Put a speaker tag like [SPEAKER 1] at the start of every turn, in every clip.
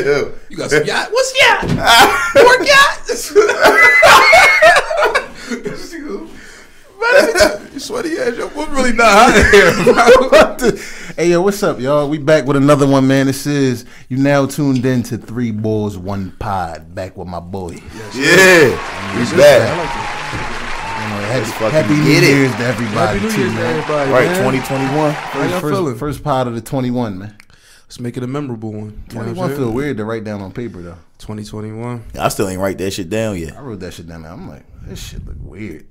[SPEAKER 1] Ew.
[SPEAKER 2] You got some yacht? What's yacht? More yacht? you sweaty ass. Your woman really not hot in here, bro.
[SPEAKER 1] hey yo, what's up, y'all? We back with another one, man. This is you now tuned in to Three Balls One Pod. Back with my boy.
[SPEAKER 3] Yeah, we
[SPEAKER 2] I
[SPEAKER 3] back.
[SPEAKER 2] like it.
[SPEAKER 1] You know, happy
[SPEAKER 3] fucking
[SPEAKER 1] happy New
[SPEAKER 3] get it.
[SPEAKER 1] Year's to everybody
[SPEAKER 2] Happy New
[SPEAKER 1] too,
[SPEAKER 2] Year's to
[SPEAKER 1] man.
[SPEAKER 2] everybody.
[SPEAKER 3] Right,
[SPEAKER 2] man.
[SPEAKER 3] 2021.
[SPEAKER 2] How y'all
[SPEAKER 1] first,
[SPEAKER 2] feeling?
[SPEAKER 1] first pod of the twenty one, man.
[SPEAKER 2] Let's make it a memorable one. You know what
[SPEAKER 1] Twenty
[SPEAKER 2] I'm
[SPEAKER 1] one
[SPEAKER 2] saying?
[SPEAKER 1] feel weird to write down on paper though.
[SPEAKER 2] 2021.
[SPEAKER 3] I still ain't write that shit down yet.
[SPEAKER 1] I wrote that shit down. There. I'm like, this shit look weird.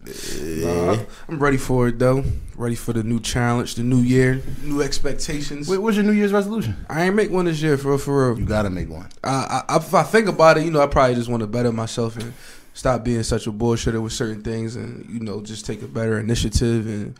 [SPEAKER 2] Uh, I'm ready for it though. Ready for the new challenge, the new year, new expectations.
[SPEAKER 1] Wait, what's your New Year's resolution?
[SPEAKER 2] I ain't make one this year for real, for
[SPEAKER 1] You
[SPEAKER 2] real.
[SPEAKER 1] gotta make one.
[SPEAKER 2] I, I, if I think about it, you know, I probably just want to better myself and stop being such a bullshitter with certain things, and you know, just take a better initiative and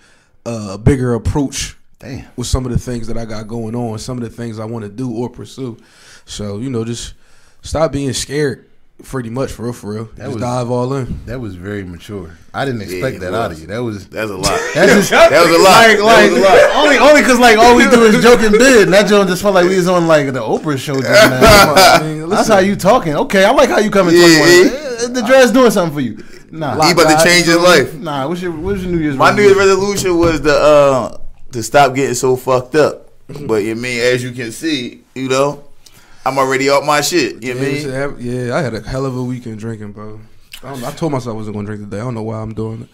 [SPEAKER 2] uh, a bigger approach
[SPEAKER 1] Damn.
[SPEAKER 2] with some of the things that I got going on, some of the things I want to do or pursue. So you know, just stop being scared, pretty much for real, for real. just
[SPEAKER 1] was-
[SPEAKER 2] dive all in.
[SPEAKER 1] That was very mature. I didn't expect
[SPEAKER 3] it
[SPEAKER 1] that out
[SPEAKER 3] was.
[SPEAKER 1] of you. That was
[SPEAKER 3] That's a lot.
[SPEAKER 1] That's just, that
[SPEAKER 3] was a lot.
[SPEAKER 1] Like,
[SPEAKER 3] That
[SPEAKER 1] like,
[SPEAKER 3] was a lot.
[SPEAKER 1] Only, only because like all we do is joke and bid. And that joke just felt like we was on like the Oprah show just now.
[SPEAKER 2] I mean,
[SPEAKER 1] That's
[SPEAKER 2] listen,
[SPEAKER 1] how you talking. Okay, I like how you coming.
[SPEAKER 3] Yeah,
[SPEAKER 1] 21.
[SPEAKER 3] yeah.
[SPEAKER 1] Eh, The dress doing something for you. Nah,
[SPEAKER 3] he about to change his life.
[SPEAKER 1] Nah, what's your what's your New Year's?
[SPEAKER 3] My New Year's
[SPEAKER 1] resolution?
[SPEAKER 3] resolution was to uh, to stop getting so fucked up.
[SPEAKER 2] Mm-hmm.
[SPEAKER 3] But you mean, as you can see, you know, I'm already off my shit. You
[SPEAKER 2] yeah,
[SPEAKER 3] mean?
[SPEAKER 2] it's- yeah, I had a hell of a weekend drinking, bro. I, don't, I told myself I wasn't going to drink today. I don't know why I'm doing it.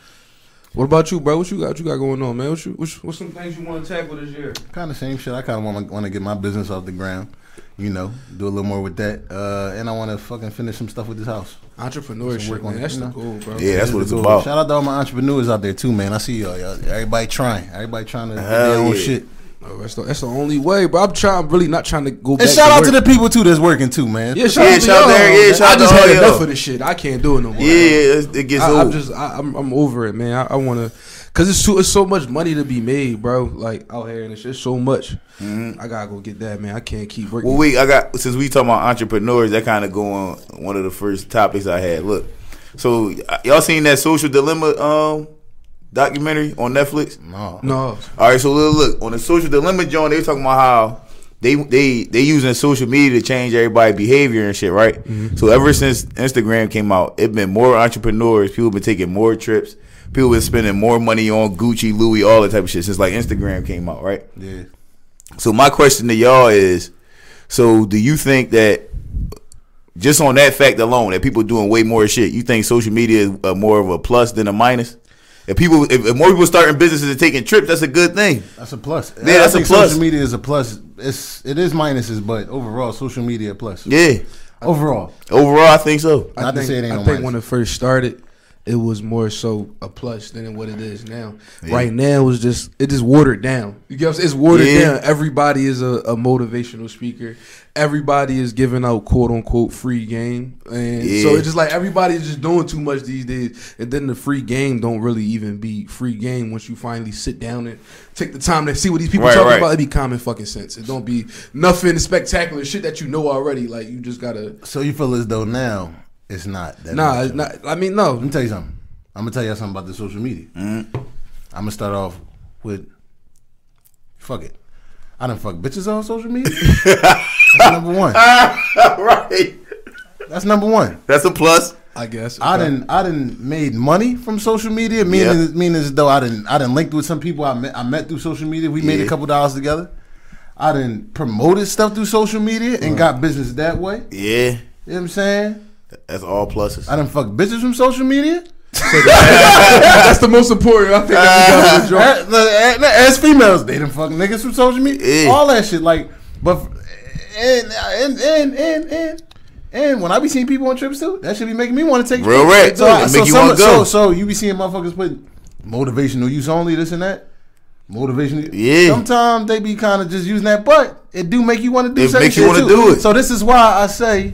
[SPEAKER 2] What about you, bro? What you got? What you got going on, man? What you? What's, what's some things you want to tackle this year?
[SPEAKER 1] kind of same shit. I kind of want to want to get my business off the ground. You know, do a little more with that, uh, and I want to fucking finish some stuff with this house.
[SPEAKER 2] Entrepreneurship,
[SPEAKER 1] Some work on
[SPEAKER 2] man.
[SPEAKER 1] it,
[SPEAKER 2] That's
[SPEAKER 1] you
[SPEAKER 2] the
[SPEAKER 1] know?
[SPEAKER 2] goal, bro.
[SPEAKER 3] Yeah, that's what it's
[SPEAKER 1] Cool.
[SPEAKER 3] about.
[SPEAKER 1] Shout out to all my entrepreneurs out there too, man. I see y'all. y'all everybody trying. Everybody trying to do
[SPEAKER 3] Hell
[SPEAKER 1] their own
[SPEAKER 3] yeah.
[SPEAKER 1] shit.
[SPEAKER 2] No, Oh, that's, the, that's the only way, bro. I'm trying. I'm really not trying to go. back
[SPEAKER 1] And shout out
[SPEAKER 2] work.
[SPEAKER 1] to the people too that's working too, man.
[SPEAKER 2] Yeah, shout
[SPEAKER 3] Yeah,
[SPEAKER 2] out to
[SPEAKER 3] shout out
[SPEAKER 2] y'all.
[SPEAKER 3] there. Yeah,
[SPEAKER 2] man.
[SPEAKER 3] shout out
[SPEAKER 2] I just
[SPEAKER 3] to all
[SPEAKER 2] had enough
[SPEAKER 3] y'all.
[SPEAKER 2] of this shit. I can't do it no more.
[SPEAKER 3] Yeah, it, it gets
[SPEAKER 2] I,
[SPEAKER 3] old.
[SPEAKER 2] I'm just I, I'm I'm over it, man. I, I want to, cause it's too it's so much money to be made, bro. Like out here and it's just so much.
[SPEAKER 3] Mm-hmm.
[SPEAKER 2] I gotta go get that, man. I can't keep working.
[SPEAKER 3] Well, wait, I got since we talking about entrepreneurs, that kind of go on one of the first topics I had. Look, so y- y'all seen that social dilemma um documentary on Netflix?
[SPEAKER 1] No.
[SPEAKER 2] no,
[SPEAKER 3] All right, so look, look on the social dilemma, John. They were talking about how they they they using social media to change everybody's behavior and shit, right? So ever since Instagram came out, it been more entrepreneurs. People been taking more trips. People been spending more money on Gucci, Louis, all that type of shit since like Instagram came out, right?
[SPEAKER 1] Yeah.
[SPEAKER 3] So my question to y'all is: So do you think that just on that fact alone, that people doing way more shit, you think social media is uh more of a plus than a minus? If people, if, if more people starting businesses and taking trips, that's a good thing.
[SPEAKER 1] That's a plus.
[SPEAKER 3] Yeah, that's
[SPEAKER 1] I think
[SPEAKER 3] a plus.
[SPEAKER 1] Social media is a plus. It's it is minuses, but overall, social media a plus.
[SPEAKER 3] Yeah.
[SPEAKER 1] Overall,
[SPEAKER 3] Overall, I think so.
[SPEAKER 1] Not
[SPEAKER 2] I
[SPEAKER 1] to
[SPEAKER 2] think,
[SPEAKER 1] say it ain't
[SPEAKER 2] I
[SPEAKER 1] on
[SPEAKER 2] think
[SPEAKER 1] mine.
[SPEAKER 2] when it first started, it was more so a plus than what it is now. Right now, it's just it just watered down. You get what I'm saying? It's watered
[SPEAKER 3] Yeah.
[SPEAKER 2] down. Everybody is a, a motivational speaker. Everybody is giving out quote unquote free game, and so
[SPEAKER 3] Yeah.
[SPEAKER 2] it's just like everybody's just doing too much these days. And then the free game don't really even be free game once you finally sit down and take the time to see what these people
[SPEAKER 3] Right,
[SPEAKER 2] talking
[SPEAKER 3] right.
[SPEAKER 2] about. It be common fucking sense. It don't be nothing spectacular shit that you know already. Like you just gotta.
[SPEAKER 1] so you feel as though now it's not that.
[SPEAKER 2] Nah,
[SPEAKER 1] much.
[SPEAKER 2] it's not, I mean, no.
[SPEAKER 1] Let me tell you something. I'm gonna tell you all something about the social media.
[SPEAKER 3] Mm-hmm.
[SPEAKER 1] I'm gonna start off with fuck it. I done fuck bitches on social media. That's number one.
[SPEAKER 3] right.
[SPEAKER 1] That's number one.
[SPEAKER 3] That's a plus.
[SPEAKER 2] I guess.
[SPEAKER 1] I didn't. I didn't made money from social media. Meaning,
[SPEAKER 3] Yeah.
[SPEAKER 1] meaning as though I didn't. I didn't linked with some people I met. I met through social media. We made a
[SPEAKER 3] Yeah.
[SPEAKER 1] couple dollars together. I didn't promoted stuff through social media and got business that way. You
[SPEAKER 3] Yeah.
[SPEAKER 1] know what I'm saying?
[SPEAKER 3] That's all pluses.
[SPEAKER 1] I didn't fuck bitches from social media.
[SPEAKER 2] That's the most important. I think that we got
[SPEAKER 1] As, as females, they didn't fuck niggas from social media.
[SPEAKER 3] Yeah.
[SPEAKER 1] All that shit. Like, but and and and and and. And when I be seeing people on trips too, that should be making me want to take
[SPEAKER 3] Real
[SPEAKER 1] trips.
[SPEAKER 3] rap.
[SPEAKER 1] So,
[SPEAKER 3] It
[SPEAKER 1] so
[SPEAKER 3] make you
[SPEAKER 1] some-
[SPEAKER 3] wanna go.
[SPEAKER 1] so so you be seeing motherfuckers put motivational use only this and that. Motivational.
[SPEAKER 3] Yeah.
[SPEAKER 1] Sometimes they be kind of just using that, but it do make you want to do.
[SPEAKER 3] It
[SPEAKER 1] certain
[SPEAKER 3] make you
[SPEAKER 1] shit,
[SPEAKER 3] wanna
[SPEAKER 1] too.
[SPEAKER 3] do it.
[SPEAKER 1] So this is why I say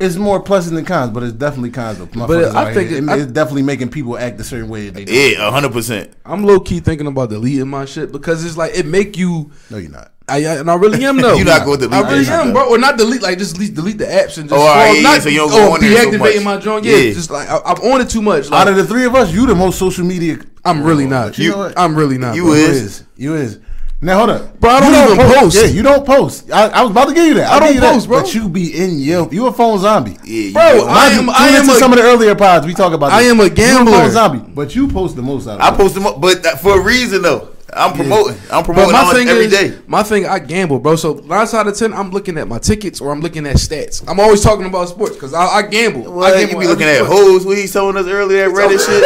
[SPEAKER 1] it's more pluses than cons, but it's definitely cons. But I think it,
[SPEAKER 2] I-
[SPEAKER 1] it's definitely making people act a certain way. that They do.
[SPEAKER 3] yeah, hundred percent.
[SPEAKER 2] I'm low key thinking about deleting my shit because it's like it make you.
[SPEAKER 1] No, you're not.
[SPEAKER 2] I, I- and I really am though.
[SPEAKER 3] You not gonna delete
[SPEAKER 2] I really
[SPEAKER 3] that shit,
[SPEAKER 2] am,
[SPEAKER 3] though.
[SPEAKER 2] bro. Or not delete, like just delete, delete the apps and just
[SPEAKER 3] Oh, all right,
[SPEAKER 2] well,
[SPEAKER 3] yeah,
[SPEAKER 2] not
[SPEAKER 3] yeah, so you don't
[SPEAKER 2] oh,
[SPEAKER 3] go on there so
[SPEAKER 2] deactivating
[SPEAKER 3] much.
[SPEAKER 2] my joint. Yeah,
[SPEAKER 3] Yeah.
[SPEAKER 2] just like I, I'm on it too much.
[SPEAKER 1] Out
[SPEAKER 2] Like,
[SPEAKER 1] of the three of us, you the most social media.
[SPEAKER 2] I'm really not.
[SPEAKER 1] You know what?
[SPEAKER 2] I'm really not.
[SPEAKER 3] you
[SPEAKER 2] bro.
[SPEAKER 3] is.
[SPEAKER 1] You is. You is. Now hold up,
[SPEAKER 2] Bro, I don't
[SPEAKER 1] You
[SPEAKER 2] even post.
[SPEAKER 1] Yeah, you don't post. I, I was about to give you that. I'll
[SPEAKER 2] don't
[SPEAKER 1] give you that,
[SPEAKER 2] post, bro.
[SPEAKER 1] But you be in your you a phone zombie.
[SPEAKER 3] Yeah,
[SPEAKER 2] Bro,
[SPEAKER 3] you know,
[SPEAKER 2] I
[SPEAKER 1] Mind you,
[SPEAKER 2] am-
[SPEAKER 1] tune
[SPEAKER 2] I am
[SPEAKER 1] into
[SPEAKER 2] a-
[SPEAKER 1] some of the earlier pods we talk about.
[SPEAKER 2] I
[SPEAKER 1] this.
[SPEAKER 2] am a
[SPEAKER 1] You
[SPEAKER 2] gambler.
[SPEAKER 1] phone zombie, but you post the most out.
[SPEAKER 3] I
[SPEAKER 1] Of it.
[SPEAKER 3] post them up, but that- for a reason though. I'm promoting. I'm
[SPEAKER 2] But
[SPEAKER 3] promoting
[SPEAKER 2] my
[SPEAKER 3] on
[SPEAKER 2] thing
[SPEAKER 3] every
[SPEAKER 2] is,
[SPEAKER 3] day.
[SPEAKER 2] my thing, I gamble, bro. So nine out of ten, I'm looking at my tickets or I'm looking at stats. I'm always talking about sports because I, I gamble.
[SPEAKER 3] Well,
[SPEAKER 2] I
[SPEAKER 3] you
[SPEAKER 2] gamble
[SPEAKER 3] be
[SPEAKER 2] on
[SPEAKER 3] looking
[SPEAKER 2] every
[SPEAKER 3] at
[SPEAKER 2] sport.
[SPEAKER 3] hoes. What he telling us earlier? That Reddit shit.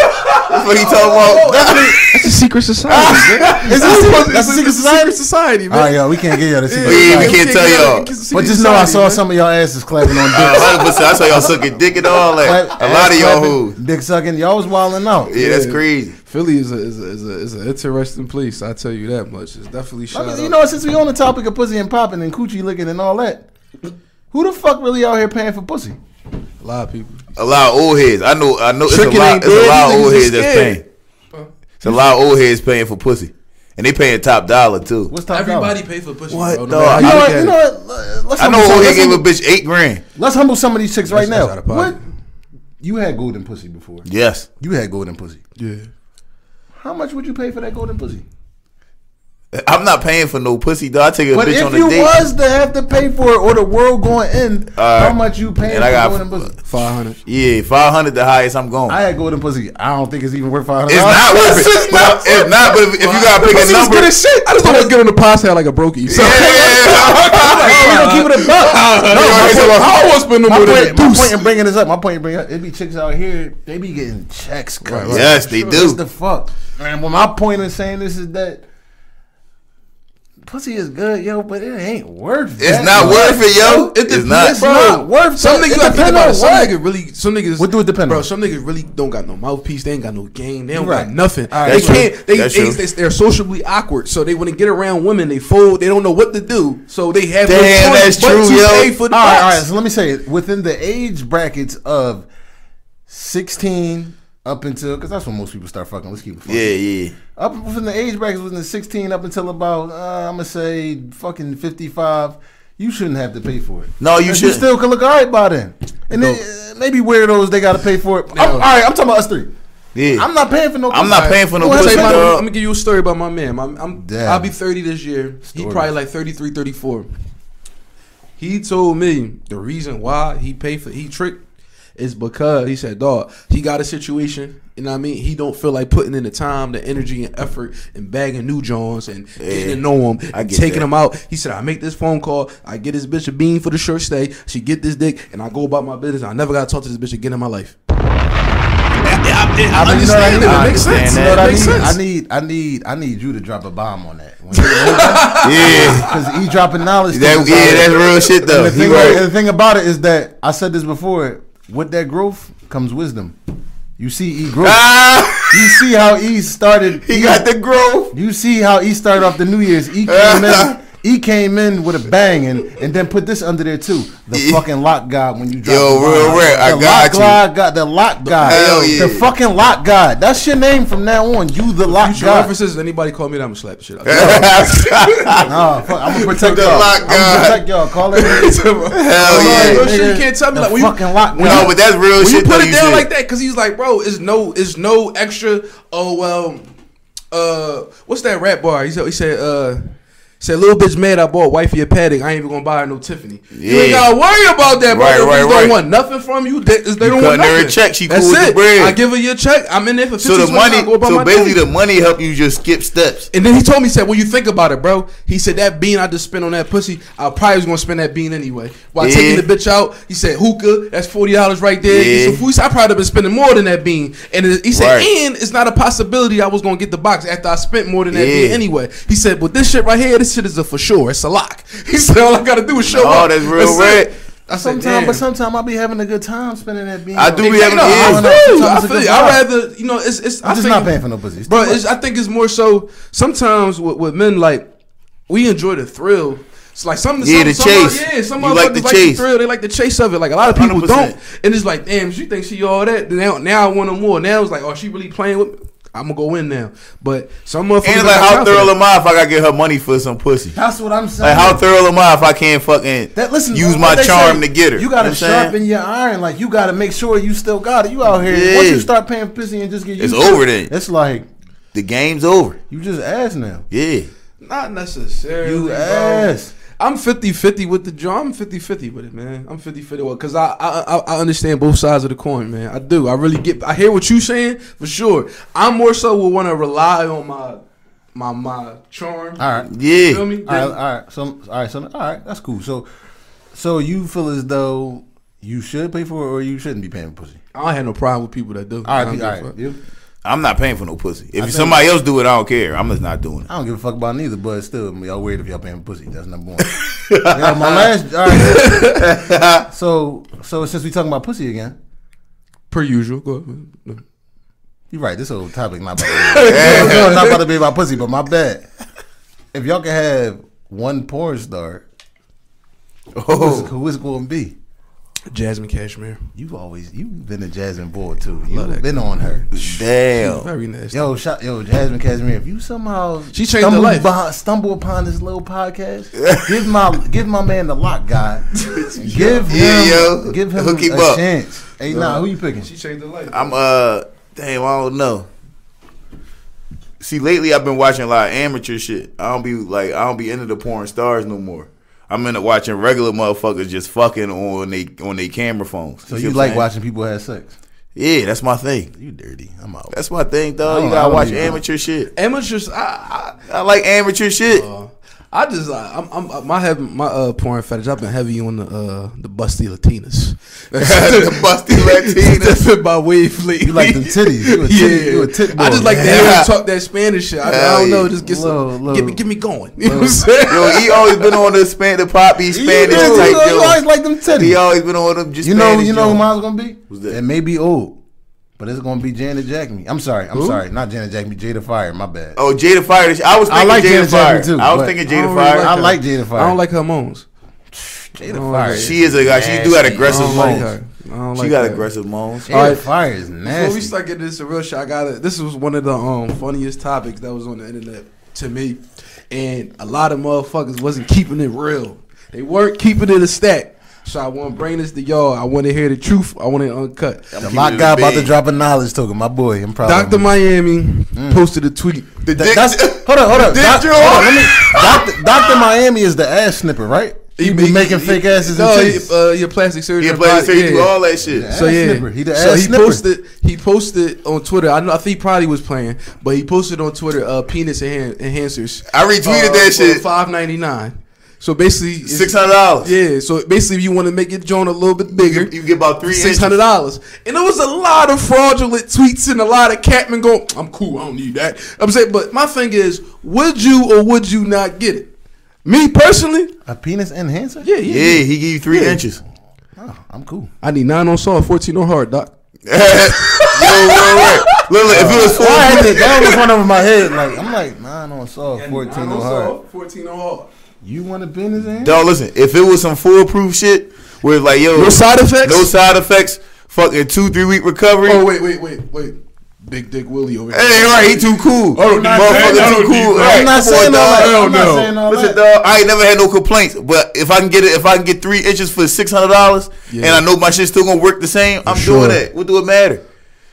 [SPEAKER 3] That's what he talking about.
[SPEAKER 2] That's a secret society. man.
[SPEAKER 1] Is this secret- that's a secret society?
[SPEAKER 2] Secret society, man.
[SPEAKER 1] All right, yo, we can't get y'all this.
[SPEAKER 3] Yeah, we
[SPEAKER 1] Sorry.
[SPEAKER 3] can't tell y'all.
[SPEAKER 1] But just know I saw some of y'all asses clapping on dick.
[SPEAKER 3] Hundred percent. I saw y'all sucking dick and all that.
[SPEAKER 1] clap-
[SPEAKER 3] A
[SPEAKER 1] ass
[SPEAKER 3] lot of y'all
[SPEAKER 1] clapping,
[SPEAKER 3] hoes.
[SPEAKER 1] dick sucking. Y'all was wilding out.
[SPEAKER 3] Yeah, that's
[SPEAKER 2] Yeah.
[SPEAKER 3] crazy.
[SPEAKER 2] Philly is a is a, is a is an interesting place. I tell you that much. It's definitely shout
[SPEAKER 1] Like,
[SPEAKER 2] out.
[SPEAKER 1] you know, since we on the topic of pussy and popping and coochie licking and all that, who the fuck really out here paying for pussy?
[SPEAKER 2] a lot of people.
[SPEAKER 3] A lot of old heads. I know. I know. It's
[SPEAKER 2] Tricking
[SPEAKER 3] a lot.
[SPEAKER 2] ain't
[SPEAKER 3] It's a
[SPEAKER 2] good.
[SPEAKER 3] lot
[SPEAKER 2] These
[SPEAKER 3] of old
[SPEAKER 2] niggas
[SPEAKER 3] heads
[SPEAKER 2] is
[SPEAKER 3] that's
[SPEAKER 2] scared.
[SPEAKER 3] paying. It's a lot of old heads paying for pussy, and they paying top dollar too.
[SPEAKER 1] What's top
[SPEAKER 2] Everybody
[SPEAKER 1] dollar?
[SPEAKER 2] pay for pussy.
[SPEAKER 3] What
[SPEAKER 2] bro,
[SPEAKER 3] the-
[SPEAKER 2] no matter
[SPEAKER 1] You
[SPEAKER 2] how
[SPEAKER 1] know
[SPEAKER 2] you
[SPEAKER 1] what?
[SPEAKER 2] look at
[SPEAKER 1] You know
[SPEAKER 2] it.
[SPEAKER 1] what? Let's
[SPEAKER 3] I know
[SPEAKER 1] humble
[SPEAKER 3] old
[SPEAKER 1] some-
[SPEAKER 3] head
[SPEAKER 1] let's
[SPEAKER 3] gave a
[SPEAKER 1] humble-
[SPEAKER 3] bitch eight grand.
[SPEAKER 1] Let's humble some of these chicks right
[SPEAKER 2] That's
[SPEAKER 1] now.
[SPEAKER 2] out of
[SPEAKER 1] What?
[SPEAKER 2] pocket.
[SPEAKER 1] You had golden pussy before.
[SPEAKER 3] Yes.
[SPEAKER 1] You had golden pussy.
[SPEAKER 2] Yeah.
[SPEAKER 1] How much would you pay for that golden pussy?
[SPEAKER 3] I'm not paying for no pussy though. I take a
[SPEAKER 1] But
[SPEAKER 3] bitch
[SPEAKER 1] if
[SPEAKER 3] on a
[SPEAKER 1] you
[SPEAKER 3] date.
[SPEAKER 1] was to have to pay for it, or the world going in,
[SPEAKER 3] All
[SPEAKER 1] how
[SPEAKER 3] right.
[SPEAKER 1] much you paying
[SPEAKER 3] And I
[SPEAKER 1] for
[SPEAKER 3] got-
[SPEAKER 1] golden pussy?
[SPEAKER 2] Five hundred.
[SPEAKER 3] yeah, five hundred the highest I'm going.
[SPEAKER 1] I had golden pussy. I don't think it's even worth five hundred.
[SPEAKER 3] It's not worth it.
[SPEAKER 1] It's not
[SPEAKER 3] But If not, but if, if you gotta pick a
[SPEAKER 2] Pussy was
[SPEAKER 3] number,
[SPEAKER 2] good as shit. I just don't want to get on the podcast like a brokey. So.
[SPEAKER 3] yeah,
[SPEAKER 1] Oh, you don't keep it a buck.
[SPEAKER 3] No,
[SPEAKER 2] I said, I don't want to spend no
[SPEAKER 1] My
[SPEAKER 2] more than a
[SPEAKER 1] point, my
[SPEAKER 2] deuce.
[SPEAKER 1] point in bringing this up, my point in bringing up, it be chicks out here, they be getting checks. cut.
[SPEAKER 2] Right, right.
[SPEAKER 3] Yes, they
[SPEAKER 1] What the
[SPEAKER 3] do.
[SPEAKER 1] fuck? And when my point in saying this is that pussy is good, yo, but it ain't worth it.
[SPEAKER 3] It's not worth it, yo.
[SPEAKER 1] It
[SPEAKER 3] It's not.
[SPEAKER 1] depends, bro. not worth
[SPEAKER 2] Some
[SPEAKER 1] it.
[SPEAKER 2] niggas
[SPEAKER 1] It
[SPEAKER 2] gotta think
[SPEAKER 1] depend
[SPEAKER 2] about
[SPEAKER 1] on
[SPEAKER 2] it. Some
[SPEAKER 1] what?
[SPEAKER 2] niggas really, some niggas.
[SPEAKER 1] What do it depend
[SPEAKER 2] bro,
[SPEAKER 1] on?
[SPEAKER 2] Some niggas really don't got no mouthpiece. They ain't got no game. They don't
[SPEAKER 1] Right.
[SPEAKER 2] got nothing.
[SPEAKER 1] All right.
[SPEAKER 2] They
[SPEAKER 3] That's true.
[SPEAKER 2] can't. They,
[SPEAKER 3] That's
[SPEAKER 2] they,
[SPEAKER 3] true.
[SPEAKER 2] they are socially awkward, so they when they get around women, they fold. They don't know what to do, so they have. no
[SPEAKER 3] Damn,
[SPEAKER 2] choice
[SPEAKER 3] that's
[SPEAKER 2] but
[SPEAKER 3] true,
[SPEAKER 2] to
[SPEAKER 3] yo.
[SPEAKER 2] Pay for the
[SPEAKER 1] all right, all
[SPEAKER 2] box.
[SPEAKER 1] right. So let me say it. Within the age brackets of 16 up until, because that's when most people start fucking. Let's keep it fucking.
[SPEAKER 3] Yeah, yeah.
[SPEAKER 1] Up from the age brackets within the 16 up until about, uh, I'm going to say fucking 55, you shouldn't have to pay for it.
[SPEAKER 3] No, you
[SPEAKER 1] And
[SPEAKER 3] should.
[SPEAKER 1] still could look all right by then. And then, uh, maybe weirdos, they got to pay for it. I'm, all right, I'm talking about us three.
[SPEAKER 3] Yeah.
[SPEAKER 1] I'm not paying for no
[SPEAKER 3] I'm not paying for no
[SPEAKER 1] Go ahead,
[SPEAKER 3] pussy,
[SPEAKER 1] say my-
[SPEAKER 3] dog.
[SPEAKER 2] I'm gonna give you a story about my man. My, I'm,
[SPEAKER 1] Damn.
[SPEAKER 2] I'll be 30 this year. He
[SPEAKER 1] Stories.
[SPEAKER 2] probably like 33, 34. He told me the reason why he paid for he tricked is because he said, "Dog, he got a situation." You know what I mean? He don't feel like putting in the time, the energy, and effort, and bagging new Johns and getting to know him,
[SPEAKER 3] I
[SPEAKER 2] and
[SPEAKER 3] get
[SPEAKER 2] taking
[SPEAKER 3] that.
[SPEAKER 2] him out. He said, "I make this phone call, I get this bitch a bean for the short stay, she get this dick, and I go about my business. I never got to talk to this bitch again in my life." I,
[SPEAKER 1] You know what I
[SPEAKER 2] understand
[SPEAKER 1] need?
[SPEAKER 2] it.
[SPEAKER 1] I
[SPEAKER 2] It makes
[SPEAKER 1] understand
[SPEAKER 2] sense.
[SPEAKER 1] that.
[SPEAKER 2] It makes
[SPEAKER 1] You know what
[SPEAKER 2] sense.
[SPEAKER 1] I need, I need, I need, I need you to drop a bomb on that. When you-
[SPEAKER 3] Yeah.
[SPEAKER 1] Because he dropping knowledge.
[SPEAKER 3] That,
[SPEAKER 1] things out
[SPEAKER 3] yeah,
[SPEAKER 1] here.
[SPEAKER 3] that's real shit though.
[SPEAKER 1] and the,
[SPEAKER 3] He
[SPEAKER 1] thing about, and
[SPEAKER 3] right.
[SPEAKER 1] the thing about it is that I said this before. With that growth comes wisdom. You see E growth.
[SPEAKER 3] Ah,
[SPEAKER 1] You see how E started.
[SPEAKER 3] he
[SPEAKER 1] E-
[SPEAKER 3] got the growth.
[SPEAKER 1] You see how E started off the New Year's. E came in. E came in with a bang and, and then put this under there too. The
[SPEAKER 3] Yeah.
[SPEAKER 1] fucking lock god when you drop
[SPEAKER 3] E- Yo,
[SPEAKER 1] the
[SPEAKER 3] real
[SPEAKER 1] bomb.
[SPEAKER 3] rare. I
[SPEAKER 1] The
[SPEAKER 3] got
[SPEAKER 1] lock
[SPEAKER 3] you.
[SPEAKER 1] God, god, the lock god.
[SPEAKER 3] Hell yeah.
[SPEAKER 1] The fucking lock god. That's your name from now on. You the lock
[SPEAKER 2] Future
[SPEAKER 1] god.
[SPEAKER 2] references. Anybody call me that? I'm gonna slap the shit out. of
[SPEAKER 3] Hell
[SPEAKER 1] Nah, fuck, I'm gonna protect
[SPEAKER 3] The
[SPEAKER 1] y'all.
[SPEAKER 3] lock
[SPEAKER 1] I'm
[SPEAKER 3] god.
[SPEAKER 1] gonna protect y'all. Call it.
[SPEAKER 2] you.
[SPEAKER 1] Alright,
[SPEAKER 3] yeah.
[SPEAKER 2] Real shit,
[SPEAKER 1] nigga.
[SPEAKER 2] you can't tell me,
[SPEAKER 1] The
[SPEAKER 2] like, when you-
[SPEAKER 1] fucking lock
[SPEAKER 2] when
[SPEAKER 1] god.
[SPEAKER 3] No, but that's real
[SPEAKER 2] When you
[SPEAKER 3] shit. though,
[SPEAKER 2] put it down
[SPEAKER 3] said.
[SPEAKER 2] like that, because he's like, bro, it's no, it's no extra. Oh well, uh, what's that rap bar? He said, he said, uh. he Said little bitch mad I bought wifey a paddock. I ain't even gonna buy her no Tiffany. You
[SPEAKER 3] Yeah.
[SPEAKER 2] ain't gotta worry about that, bro.
[SPEAKER 3] Right,
[SPEAKER 2] Them
[SPEAKER 3] right,
[SPEAKER 2] bitches
[SPEAKER 3] right.
[SPEAKER 2] Don't want nothing from you. They, they don't want
[SPEAKER 3] cutting her a
[SPEAKER 2] nothing.
[SPEAKER 3] check, she
[SPEAKER 2] That's
[SPEAKER 3] cool with the
[SPEAKER 2] it.
[SPEAKER 3] bread.
[SPEAKER 2] I give her your check. I'm in there for 15
[SPEAKER 3] So the money, so basically
[SPEAKER 2] the.
[SPEAKER 3] the money help you just skip steps.
[SPEAKER 2] And then he told me, he said, "When you think about it, bro," he said, "That bean I just spent on that pussy, I probably was gonna spend that bean anyway." While
[SPEAKER 3] Yeah.
[SPEAKER 2] taking the bitch out, he said, "Hookah, that's forty dollars right there." Get
[SPEAKER 3] Yeah.
[SPEAKER 2] some food. He said, I probably been spending more than that bean. And it- he said,
[SPEAKER 3] Right.
[SPEAKER 2] "And it's not a possibility I was gonna get the box after I spent more than that
[SPEAKER 3] Yeah.
[SPEAKER 2] bean anyway." He said, "But this shit right here, this shit is a for sure. It's a lock." He said, "All I gotta do is show
[SPEAKER 3] No,
[SPEAKER 2] up."
[SPEAKER 3] Oh, that's real
[SPEAKER 2] it.
[SPEAKER 3] red.
[SPEAKER 2] I said,
[SPEAKER 1] Sometimes,
[SPEAKER 2] "Damn."
[SPEAKER 1] but sometimes I'll be having a good time spending that bean.
[SPEAKER 3] I do be
[SPEAKER 2] Yeah,
[SPEAKER 3] having
[SPEAKER 2] no, I
[SPEAKER 1] kids.
[SPEAKER 2] feel you. I
[SPEAKER 1] Sometimes it's a
[SPEAKER 2] feel
[SPEAKER 1] good
[SPEAKER 2] you. I'd
[SPEAKER 1] vibe.
[SPEAKER 2] rather, you know, it's it's. I
[SPEAKER 1] I'm just
[SPEAKER 2] think-
[SPEAKER 1] not paying for no pussy. It's
[SPEAKER 2] bro.
[SPEAKER 1] too
[SPEAKER 2] It's, I think it's more so sometimes with, with men like we enjoy the thrill. It's like some,
[SPEAKER 3] Yeah,
[SPEAKER 2] some,
[SPEAKER 3] the
[SPEAKER 2] some
[SPEAKER 3] chase.
[SPEAKER 2] Yeah, some
[SPEAKER 3] You
[SPEAKER 2] motherfuckers
[SPEAKER 3] like
[SPEAKER 2] like
[SPEAKER 3] the
[SPEAKER 2] the,
[SPEAKER 3] chase.
[SPEAKER 2] thrill. They like the chase of it. Like a lot of people do
[SPEAKER 3] 100%.
[SPEAKER 2] not and it's like, damn, she thinks she all that. Now, now I want her more. Now it's like, oh, she really playing with me. I'm gonna go in now. But some motherfuckers
[SPEAKER 3] And
[SPEAKER 2] don't
[SPEAKER 3] it's like,
[SPEAKER 2] got
[SPEAKER 3] how
[SPEAKER 2] time for that.
[SPEAKER 3] thorough am I if I gotta get her money for some pussy?
[SPEAKER 1] That's what I'm saying.
[SPEAKER 3] Like, how thorough am I if I can't fucking
[SPEAKER 1] that, listen,
[SPEAKER 3] use
[SPEAKER 1] what
[SPEAKER 3] my
[SPEAKER 1] they
[SPEAKER 3] charm
[SPEAKER 1] say,
[SPEAKER 3] to get her?
[SPEAKER 1] You gotta
[SPEAKER 3] know what I'm saying?
[SPEAKER 1] sharpen your iron. Like you gotta make sure you still got it. You out here. Once
[SPEAKER 3] Yeah.
[SPEAKER 1] you start paying pussy and just get
[SPEAKER 3] It's
[SPEAKER 1] used to
[SPEAKER 3] over
[SPEAKER 1] it,
[SPEAKER 3] then.
[SPEAKER 1] It's like
[SPEAKER 3] The game's over.
[SPEAKER 1] you just ass now.
[SPEAKER 3] Yeah.
[SPEAKER 2] Not necessarily.
[SPEAKER 1] You
[SPEAKER 2] bro.
[SPEAKER 1] ass.
[SPEAKER 2] I'm 50-50 with the joint. I'm 50-50 with it, man. I'm 50-50 with cuz I, I I I understand both sides of the coin, man. I do. I really get I hear what you saying for sure. I'm more so will want to rely on my my my charm.
[SPEAKER 1] All right.
[SPEAKER 3] Yeah.
[SPEAKER 2] Feel me?
[SPEAKER 1] All right,
[SPEAKER 2] Then-
[SPEAKER 1] all right, so all right, so all right, that's cool. So, so you feel as though you should pay for it or you shouldn't be paying for pussy.
[SPEAKER 2] I don't have no problem with people that do.
[SPEAKER 1] All
[SPEAKER 2] I
[SPEAKER 1] right,
[SPEAKER 2] don't
[SPEAKER 1] all
[SPEAKER 2] give a
[SPEAKER 1] right.
[SPEAKER 2] fuck.
[SPEAKER 1] You?
[SPEAKER 3] I'm not paying for no pussy. If
[SPEAKER 1] think-
[SPEAKER 3] somebody else do it, I don't care. I'm just not doing it.
[SPEAKER 1] I don't give a fuck about neither, but still, y'all weird if y'all paying for pussy. That's number one. yeah, my last. All right. so, so since we talking about pussy again,
[SPEAKER 2] Per usual. Go ahead. No.
[SPEAKER 1] you're right. This whole topic not about to be, It's not about to be about pussy, but my bad. If y'all could have one porn star, who is, who is going to be?
[SPEAKER 2] Jasmine Cashmere.
[SPEAKER 1] You've always you've been a Jasmine boy too.
[SPEAKER 2] love
[SPEAKER 1] You've
[SPEAKER 2] that
[SPEAKER 1] been on her.
[SPEAKER 3] Damn.
[SPEAKER 2] Oh. Very nasty.
[SPEAKER 1] Yo, shout, yo, Jasmine Casimir, if you somehow
[SPEAKER 2] She changed her
[SPEAKER 1] stumble
[SPEAKER 2] life.
[SPEAKER 1] behi- stumble upon this little podcast, give my give my man the lock guy. give him,
[SPEAKER 3] Yeah, yo.
[SPEAKER 1] give him
[SPEAKER 3] Hook him
[SPEAKER 1] a
[SPEAKER 3] up.
[SPEAKER 1] chance. Hey, nah, who you picking?
[SPEAKER 2] She changed her life.
[SPEAKER 3] I'm uh. Damn. I don't know. See, lately I've been watching a lot of amateur shit. I don't be like I don't be into the porn stars no more. I'm into watching regular motherfuckers just fucking on they on their camera phones.
[SPEAKER 1] So
[SPEAKER 3] see
[SPEAKER 1] you
[SPEAKER 3] what I'm
[SPEAKER 1] like
[SPEAKER 3] saying?
[SPEAKER 1] watching people have sex?
[SPEAKER 3] Yeah, that's my thing.
[SPEAKER 1] You dirty. I'm out.
[SPEAKER 3] That's my thing,
[SPEAKER 1] I
[SPEAKER 3] dog.
[SPEAKER 1] don't-
[SPEAKER 3] You
[SPEAKER 1] I
[SPEAKER 3] gotta
[SPEAKER 1] don't
[SPEAKER 3] watch
[SPEAKER 1] even-
[SPEAKER 3] amateur shit.
[SPEAKER 2] amateurs. I,
[SPEAKER 3] I like amateur shit.
[SPEAKER 2] I, uh, I just uh, I'm, I'm uh, my heavy, my uh, porn fetish. I've been heavy on the uh, the busty Latinas.
[SPEAKER 3] The busty Latinas.
[SPEAKER 2] That's been my wave lately.
[SPEAKER 1] You like them titties. You a tit,
[SPEAKER 2] yeah,
[SPEAKER 1] you a tit boy.
[SPEAKER 2] I just like to
[SPEAKER 1] that.
[SPEAKER 2] hear them talk that Spanish shit. I, I
[SPEAKER 3] Hell
[SPEAKER 2] don't know,
[SPEAKER 3] yeah.
[SPEAKER 2] just get
[SPEAKER 1] Little-
[SPEAKER 2] some, get me,
[SPEAKER 1] little-
[SPEAKER 2] get me going. You know what I'm saying?
[SPEAKER 3] Yo, he always been on the span the poppy Spanish
[SPEAKER 1] you,
[SPEAKER 3] type.
[SPEAKER 1] you always
[SPEAKER 3] joints.
[SPEAKER 1] like them
[SPEAKER 3] He
[SPEAKER 1] titties.
[SPEAKER 3] always been on them. Just
[SPEAKER 1] You know,
[SPEAKER 3] Spanish
[SPEAKER 1] you know
[SPEAKER 3] joints.
[SPEAKER 1] who mine's gonna be?
[SPEAKER 3] Who's that?
[SPEAKER 1] It may be old, but it's gonna be Janet Jackson. I'm sorry. I'm sorry. Not Janet Jackson. Jada Fire. My bad.
[SPEAKER 3] Oh, Jada Fire. I was
[SPEAKER 1] I
[SPEAKER 3] thinking
[SPEAKER 1] like
[SPEAKER 3] Jada,
[SPEAKER 1] Jada
[SPEAKER 3] Fire.
[SPEAKER 1] Jackson, too,
[SPEAKER 3] I was
[SPEAKER 1] but
[SPEAKER 3] thinking
[SPEAKER 2] I
[SPEAKER 3] Jada
[SPEAKER 2] don't
[SPEAKER 3] Fire.
[SPEAKER 2] really
[SPEAKER 1] I like Jada Fire.
[SPEAKER 2] I don't like her moans.
[SPEAKER 1] Jada
[SPEAKER 2] don't
[SPEAKER 1] Fire.
[SPEAKER 2] like it.
[SPEAKER 3] she is a guy. She do got aggressive
[SPEAKER 2] I don't
[SPEAKER 3] moans.
[SPEAKER 2] like her. I don't like
[SPEAKER 3] she got
[SPEAKER 2] that.
[SPEAKER 3] aggressive moans.
[SPEAKER 1] Jada
[SPEAKER 2] Alright.
[SPEAKER 1] Fire is
[SPEAKER 2] Before
[SPEAKER 1] nasty.
[SPEAKER 2] we start getting into real shit, I got it. This was one of the um, funniest topics that was on the internet to me, and a lot of motherfuckers wasn't keeping it real. They weren't keeping it a stack. So I want to bring this to y'all. I want to hear the truth. I want it uncut.
[SPEAKER 1] The lock guy about to drop a knowledge token. My boy, I'm proud.
[SPEAKER 2] Doctor
[SPEAKER 1] of him.
[SPEAKER 2] Miami
[SPEAKER 1] mm.
[SPEAKER 2] posted a tweet.
[SPEAKER 3] The
[SPEAKER 1] Th-
[SPEAKER 3] dick-
[SPEAKER 1] that's, hold on, hold on.
[SPEAKER 3] Dick
[SPEAKER 1] Doc-
[SPEAKER 3] Joe.
[SPEAKER 1] hold on, let me- Doctor, Doctor Miami is the ass snipper, right? He, be
[SPEAKER 2] make-
[SPEAKER 1] making fake asses
[SPEAKER 2] No,
[SPEAKER 1] and
[SPEAKER 2] he-
[SPEAKER 1] titties.
[SPEAKER 2] uh, your plastic surgery.
[SPEAKER 3] He
[SPEAKER 2] and
[SPEAKER 3] played
[SPEAKER 2] body-
[SPEAKER 3] so he do
[SPEAKER 2] yeah.
[SPEAKER 3] all that shit.
[SPEAKER 1] Yeah.
[SPEAKER 2] So
[SPEAKER 1] Ass
[SPEAKER 2] yeah,
[SPEAKER 1] snipper. He the
[SPEAKER 2] so
[SPEAKER 1] ass
[SPEAKER 2] he
[SPEAKER 1] snipper.
[SPEAKER 2] posted he posted on Twitter. I know I think he probably was playing, but he posted on Twitter uh, penis enhan- enhancers.
[SPEAKER 3] I retweeted that shit.
[SPEAKER 2] Uh, Five ninety nine. So basically, it's-
[SPEAKER 3] Six hundred dollars.
[SPEAKER 2] Yeah. So basically, if you want to make your joint a little bit bigger,
[SPEAKER 3] You get about three
[SPEAKER 2] six hundred dollars. And there was a lot of fraudulent tweets and a lot of Catman going, "I'm cool. I don't need that." I'm saying, but my thing is, would you or would you not get it? Me personally,
[SPEAKER 1] a penis enhancer?
[SPEAKER 2] yeah, yeah.
[SPEAKER 3] Yeah, he give you three
[SPEAKER 2] Yeah.
[SPEAKER 3] inches.
[SPEAKER 1] Oh, I'm cool.
[SPEAKER 2] I need nine on saw, fourteen on hard, doc.
[SPEAKER 3] yo, yo, yo. Look, look, if it was
[SPEAKER 1] Why I had
[SPEAKER 3] four,
[SPEAKER 1] that? That was one over my head. Like I'm like nine on saw, fourteen on hard.
[SPEAKER 2] fourteen on hard.
[SPEAKER 1] You want a penis enhancer?
[SPEAKER 3] dog, listen. If it was some foolproof shit, where like yo,
[SPEAKER 2] No side effects.
[SPEAKER 3] no side effects, fucking two three week recovery.
[SPEAKER 2] Oh wait, wait, wait, wait. Big Dick Willie over here.
[SPEAKER 3] Hey, right, he too cool. Oh,
[SPEAKER 1] not saying that.
[SPEAKER 3] motherfucker too
[SPEAKER 1] I'm
[SPEAKER 3] cool. Right, come on,
[SPEAKER 1] not saying
[SPEAKER 3] dog.
[SPEAKER 1] all that. I'm
[SPEAKER 2] Hell
[SPEAKER 1] not
[SPEAKER 2] no.
[SPEAKER 1] saying all
[SPEAKER 3] Listen,
[SPEAKER 1] that.
[SPEAKER 3] dog, I ain't never had no complaints, but if I can get it, if I can get three inches for six hundred dollars,
[SPEAKER 2] Yeah.
[SPEAKER 3] and I know my shit's still gonna work the same, I'm doing
[SPEAKER 2] sure.
[SPEAKER 3] that. What do it matter?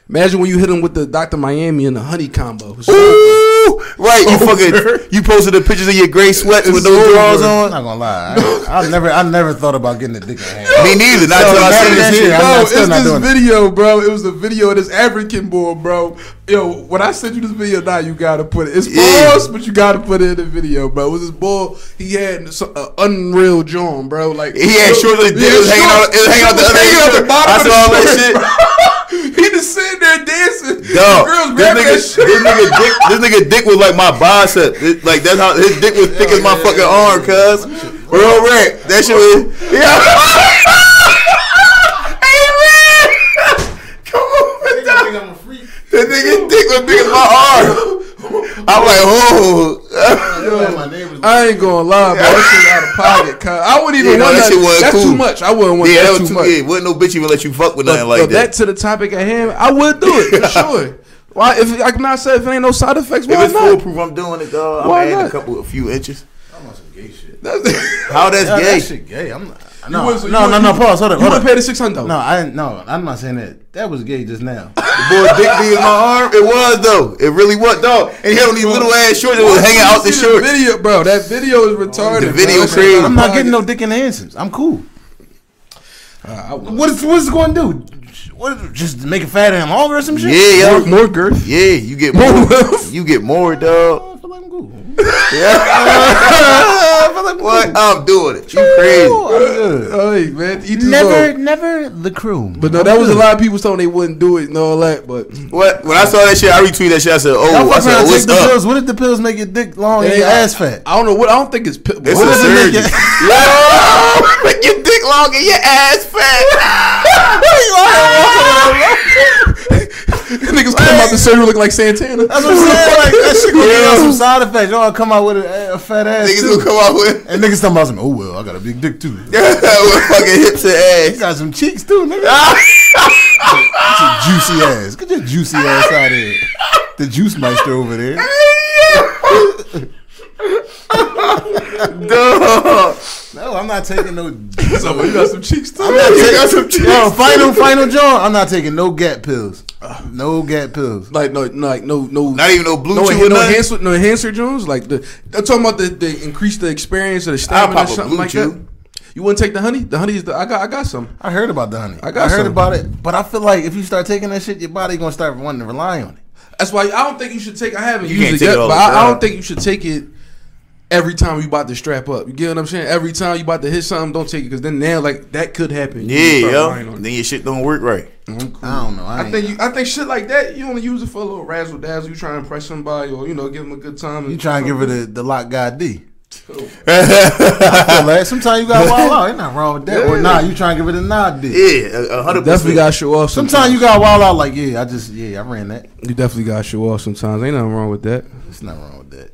[SPEAKER 2] Imagine when you hit him with the Doctor Miami and the honey combo.
[SPEAKER 3] Ooh, right, you
[SPEAKER 2] over.
[SPEAKER 3] fucking, you posted the pictures of your gray sweats
[SPEAKER 2] It's
[SPEAKER 3] with no
[SPEAKER 2] over.
[SPEAKER 3] drawers
[SPEAKER 1] I'm
[SPEAKER 3] on.
[SPEAKER 1] not gonna lie. I, I never, I never thought about getting a dick enhancer.
[SPEAKER 3] Me neither. Not
[SPEAKER 1] Yo,
[SPEAKER 3] till I
[SPEAKER 1] that
[SPEAKER 3] seen
[SPEAKER 1] is
[SPEAKER 3] that
[SPEAKER 1] it.
[SPEAKER 3] shit.
[SPEAKER 1] I'm
[SPEAKER 2] Bro,
[SPEAKER 1] not-
[SPEAKER 2] it's
[SPEAKER 1] still not
[SPEAKER 2] this
[SPEAKER 1] doing it.
[SPEAKER 2] video, bro. It was the video of this African boy, bro. Yo, when I sent you this video, now you gotta put it. It's
[SPEAKER 3] Yeah.
[SPEAKER 2] false, but you gotta put it in the video, bro. It was this boy. He had so- a unreal John, bro. Like
[SPEAKER 3] He had short little dick. It was
[SPEAKER 2] short-
[SPEAKER 3] hanging out- it was hanging out the
[SPEAKER 2] was
[SPEAKER 3] other
[SPEAKER 2] hanging out the
[SPEAKER 3] shirt.
[SPEAKER 2] bottom
[SPEAKER 3] I
[SPEAKER 2] of the
[SPEAKER 3] saw all that
[SPEAKER 2] shirt,
[SPEAKER 3] shit.
[SPEAKER 2] bro. he just sitting there dancing.
[SPEAKER 3] Dog,
[SPEAKER 2] the girls grabbing that
[SPEAKER 3] this nigga, this
[SPEAKER 2] shit.
[SPEAKER 3] nigga dick, this nigga dick was like my bicep. It- like that's how his dick was thick as my fucking arm, cuz. Real wreck. That shit was. Yeah. hey man, come on, dog.
[SPEAKER 1] I'm a freak.
[SPEAKER 3] That nigga dick was big as my arm. I'm like, oh.
[SPEAKER 1] my neighbors.
[SPEAKER 2] I ain't gonna lie, bro. That shit out of pocket. Cause I wouldn't even
[SPEAKER 3] Yeah, no,
[SPEAKER 2] want
[SPEAKER 3] that
[SPEAKER 2] that.
[SPEAKER 3] shit wasn't
[SPEAKER 2] that's
[SPEAKER 3] cool.
[SPEAKER 2] too much. I wouldn't want
[SPEAKER 3] yeah,
[SPEAKER 2] that
[SPEAKER 3] that was too.
[SPEAKER 2] much.
[SPEAKER 3] Yeah, wasn't no bitch even let you fuck with
[SPEAKER 2] But-
[SPEAKER 3] nothing like
[SPEAKER 2] but
[SPEAKER 3] that.
[SPEAKER 2] back to the topic at hand, I would do it for sure. Why? If like I'm not saying if it ain't no side effects,
[SPEAKER 3] if
[SPEAKER 2] why
[SPEAKER 3] it's
[SPEAKER 2] not?
[SPEAKER 3] foolproof, I'm doing it, dog. I'm
[SPEAKER 2] Why
[SPEAKER 3] adding a
[SPEAKER 2] not?
[SPEAKER 3] couple, a few inches.
[SPEAKER 1] I'm on some gay shit.
[SPEAKER 2] That's-
[SPEAKER 3] How that's
[SPEAKER 1] Yeah,
[SPEAKER 3] gay?
[SPEAKER 1] That shit gay. I'm not, no,
[SPEAKER 2] wouldn't- you
[SPEAKER 1] no, no,
[SPEAKER 2] wouldn't-
[SPEAKER 1] no. Pause. Hold up.
[SPEAKER 2] you
[SPEAKER 1] Hold
[SPEAKER 2] would
[SPEAKER 1] up.
[SPEAKER 2] pay the six hundred.
[SPEAKER 1] No, I no, I'm not saying that. That was gay just now.
[SPEAKER 3] Boy, dick be in my arm. It was though. It really was, dog. And he had on these little ass shorts that was hanging out the
[SPEAKER 2] See this
[SPEAKER 3] shorts.
[SPEAKER 2] Video, bro, that video is retarded.
[SPEAKER 3] The video
[SPEAKER 2] bro.
[SPEAKER 3] crazy.
[SPEAKER 1] I'm not getting no dick in the handsets. I'm cool.
[SPEAKER 2] Uh, I would.
[SPEAKER 1] What is what's it going to do? What just make it fat and I'm hungry or some shit?
[SPEAKER 3] Yeah,
[SPEAKER 2] More,
[SPEAKER 3] yeah,
[SPEAKER 2] more girth.
[SPEAKER 3] yeah. You get
[SPEAKER 2] More
[SPEAKER 3] more.
[SPEAKER 2] wealth.
[SPEAKER 3] You get more, dog.
[SPEAKER 1] I feel like I'm cool.
[SPEAKER 3] What? I'm doing it. You crazy?
[SPEAKER 1] I'm good.
[SPEAKER 2] Hey man, eat this
[SPEAKER 1] Never,
[SPEAKER 2] up.
[SPEAKER 1] never the crew.
[SPEAKER 2] But no, that was a lot of people saying they wouldn't do it and all that. But
[SPEAKER 3] What? When I saw that shit, I retweeted that shit. I said, "Oh,
[SPEAKER 1] Y'all
[SPEAKER 3] I
[SPEAKER 1] fuck
[SPEAKER 3] said,
[SPEAKER 1] around, take
[SPEAKER 3] what's
[SPEAKER 1] the
[SPEAKER 3] up?"
[SPEAKER 1] pills. What if the pills make your dick long and
[SPEAKER 2] Hey,
[SPEAKER 1] your
[SPEAKER 2] I-
[SPEAKER 1] ass fat?
[SPEAKER 2] I don't know what. I don't think it's. Pit-
[SPEAKER 3] It's
[SPEAKER 2] what
[SPEAKER 3] a
[SPEAKER 2] is it?
[SPEAKER 1] make
[SPEAKER 3] surgery.
[SPEAKER 1] it-
[SPEAKER 3] Yo, make your dick long and your ass fat.
[SPEAKER 2] Niggas came out the surgery look like Santana.
[SPEAKER 1] That's what I'm saying. Like that shit gonna give
[SPEAKER 3] Yeah.
[SPEAKER 1] y'all some side effects. Y'all gonna come out with a, a fat ass
[SPEAKER 3] Niggas
[SPEAKER 1] too.
[SPEAKER 3] will come out with.
[SPEAKER 1] and niggas talking about some. Oh well, I got a big dick too. You
[SPEAKER 3] with fucking hips and ass.
[SPEAKER 1] got some cheeks too, nigga. Some juicy ass. Get your juicy ass out of here. The juice meister over there.
[SPEAKER 3] Duh.
[SPEAKER 1] No, I'm not taking no.
[SPEAKER 2] Somebody, you got some cheeks too.
[SPEAKER 3] You got some cheeks.
[SPEAKER 1] Yo, final, final John. I'm not taking no gap pills. No gap pills.
[SPEAKER 2] Like no, no, like no, no.
[SPEAKER 3] Not even no blue
[SPEAKER 2] no,
[SPEAKER 3] chew or
[SPEAKER 2] no,
[SPEAKER 3] nothing?
[SPEAKER 2] enhancer, no enhancer Jones. Like the, I'm talking about the, the increase the experience or the
[SPEAKER 3] I'll
[SPEAKER 2] stamina or
[SPEAKER 3] pop a
[SPEAKER 2] something
[SPEAKER 3] blue
[SPEAKER 2] like that.
[SPEAKER 3] chew.
[SPEAKER 2] You wouldn't take the honey? The honey is the I got I got some.
[SPEAKER 1] I heard about the honey.
[SPEAKER 2] I got
[SPEAKER 1] heard
[SPEAKER 2] some.
[SPEAKER 1] about it, but I feel like if you start taking that shit, your body gonna start wanting to rely on it.
[SPEAKER 2] That's why I don't think you should take. I haven't
[SPEAKER 3] You can't
[SPEAKER 2] used it
[SPEAKER 3] take it
[SPEAKER 2] yet,
[SPEAKER 3] all
[SPEAKER 2] but
[SPEAKER 3] the
[SPEAKER 2] I, I
[SPEAKER 3] time.
[SPEAKER 2] don't think you should take it every time you about to strap up. You get what I'm saying? Every time you about to hit something, don't take it because then now like that could happen. You
[SPEAKER 3] Yeah,
[SPEAKER 2] start
[SPEAKER 3] yo.
[SPEAKER 2] relying on it.
[SPEAKER 3] Then your shit don't work right.
[SPEAKER 2] I'm cool.
[SPEAKER 1] I don't know. I,
[SPEAKER 2] I think you, I think shit like that you only use it for a little razzle dazzle. You try to impress somebody or you know give them a good time.
[SPEAKER 1] you trying to give her the the lock guy D.
[SPEAKER 2] it.
[SPEAKER 1] feel that. Sometimes you gotta wild out. Ain't nothing wrong with that. Or
[SPEAKER 2] Yeah.
[SPEAKER 1] nah, you trying to give it a nod dick.
[SPEAKER 3] Yeah, a a hundred
[SPEAKER 2] Definitely
[SPEAKER 3] percent.
[SPEAKER 2] gotta show off.
[SPEAKER 1] Sometimes you gotta wild out like, yeah, I just yeah, I ran that.
[SPEAKER 2] You definitely gotta show off sometimes. Ain't nothing wrong with that.
[SPEAKER 1] It's nothing wrong with that.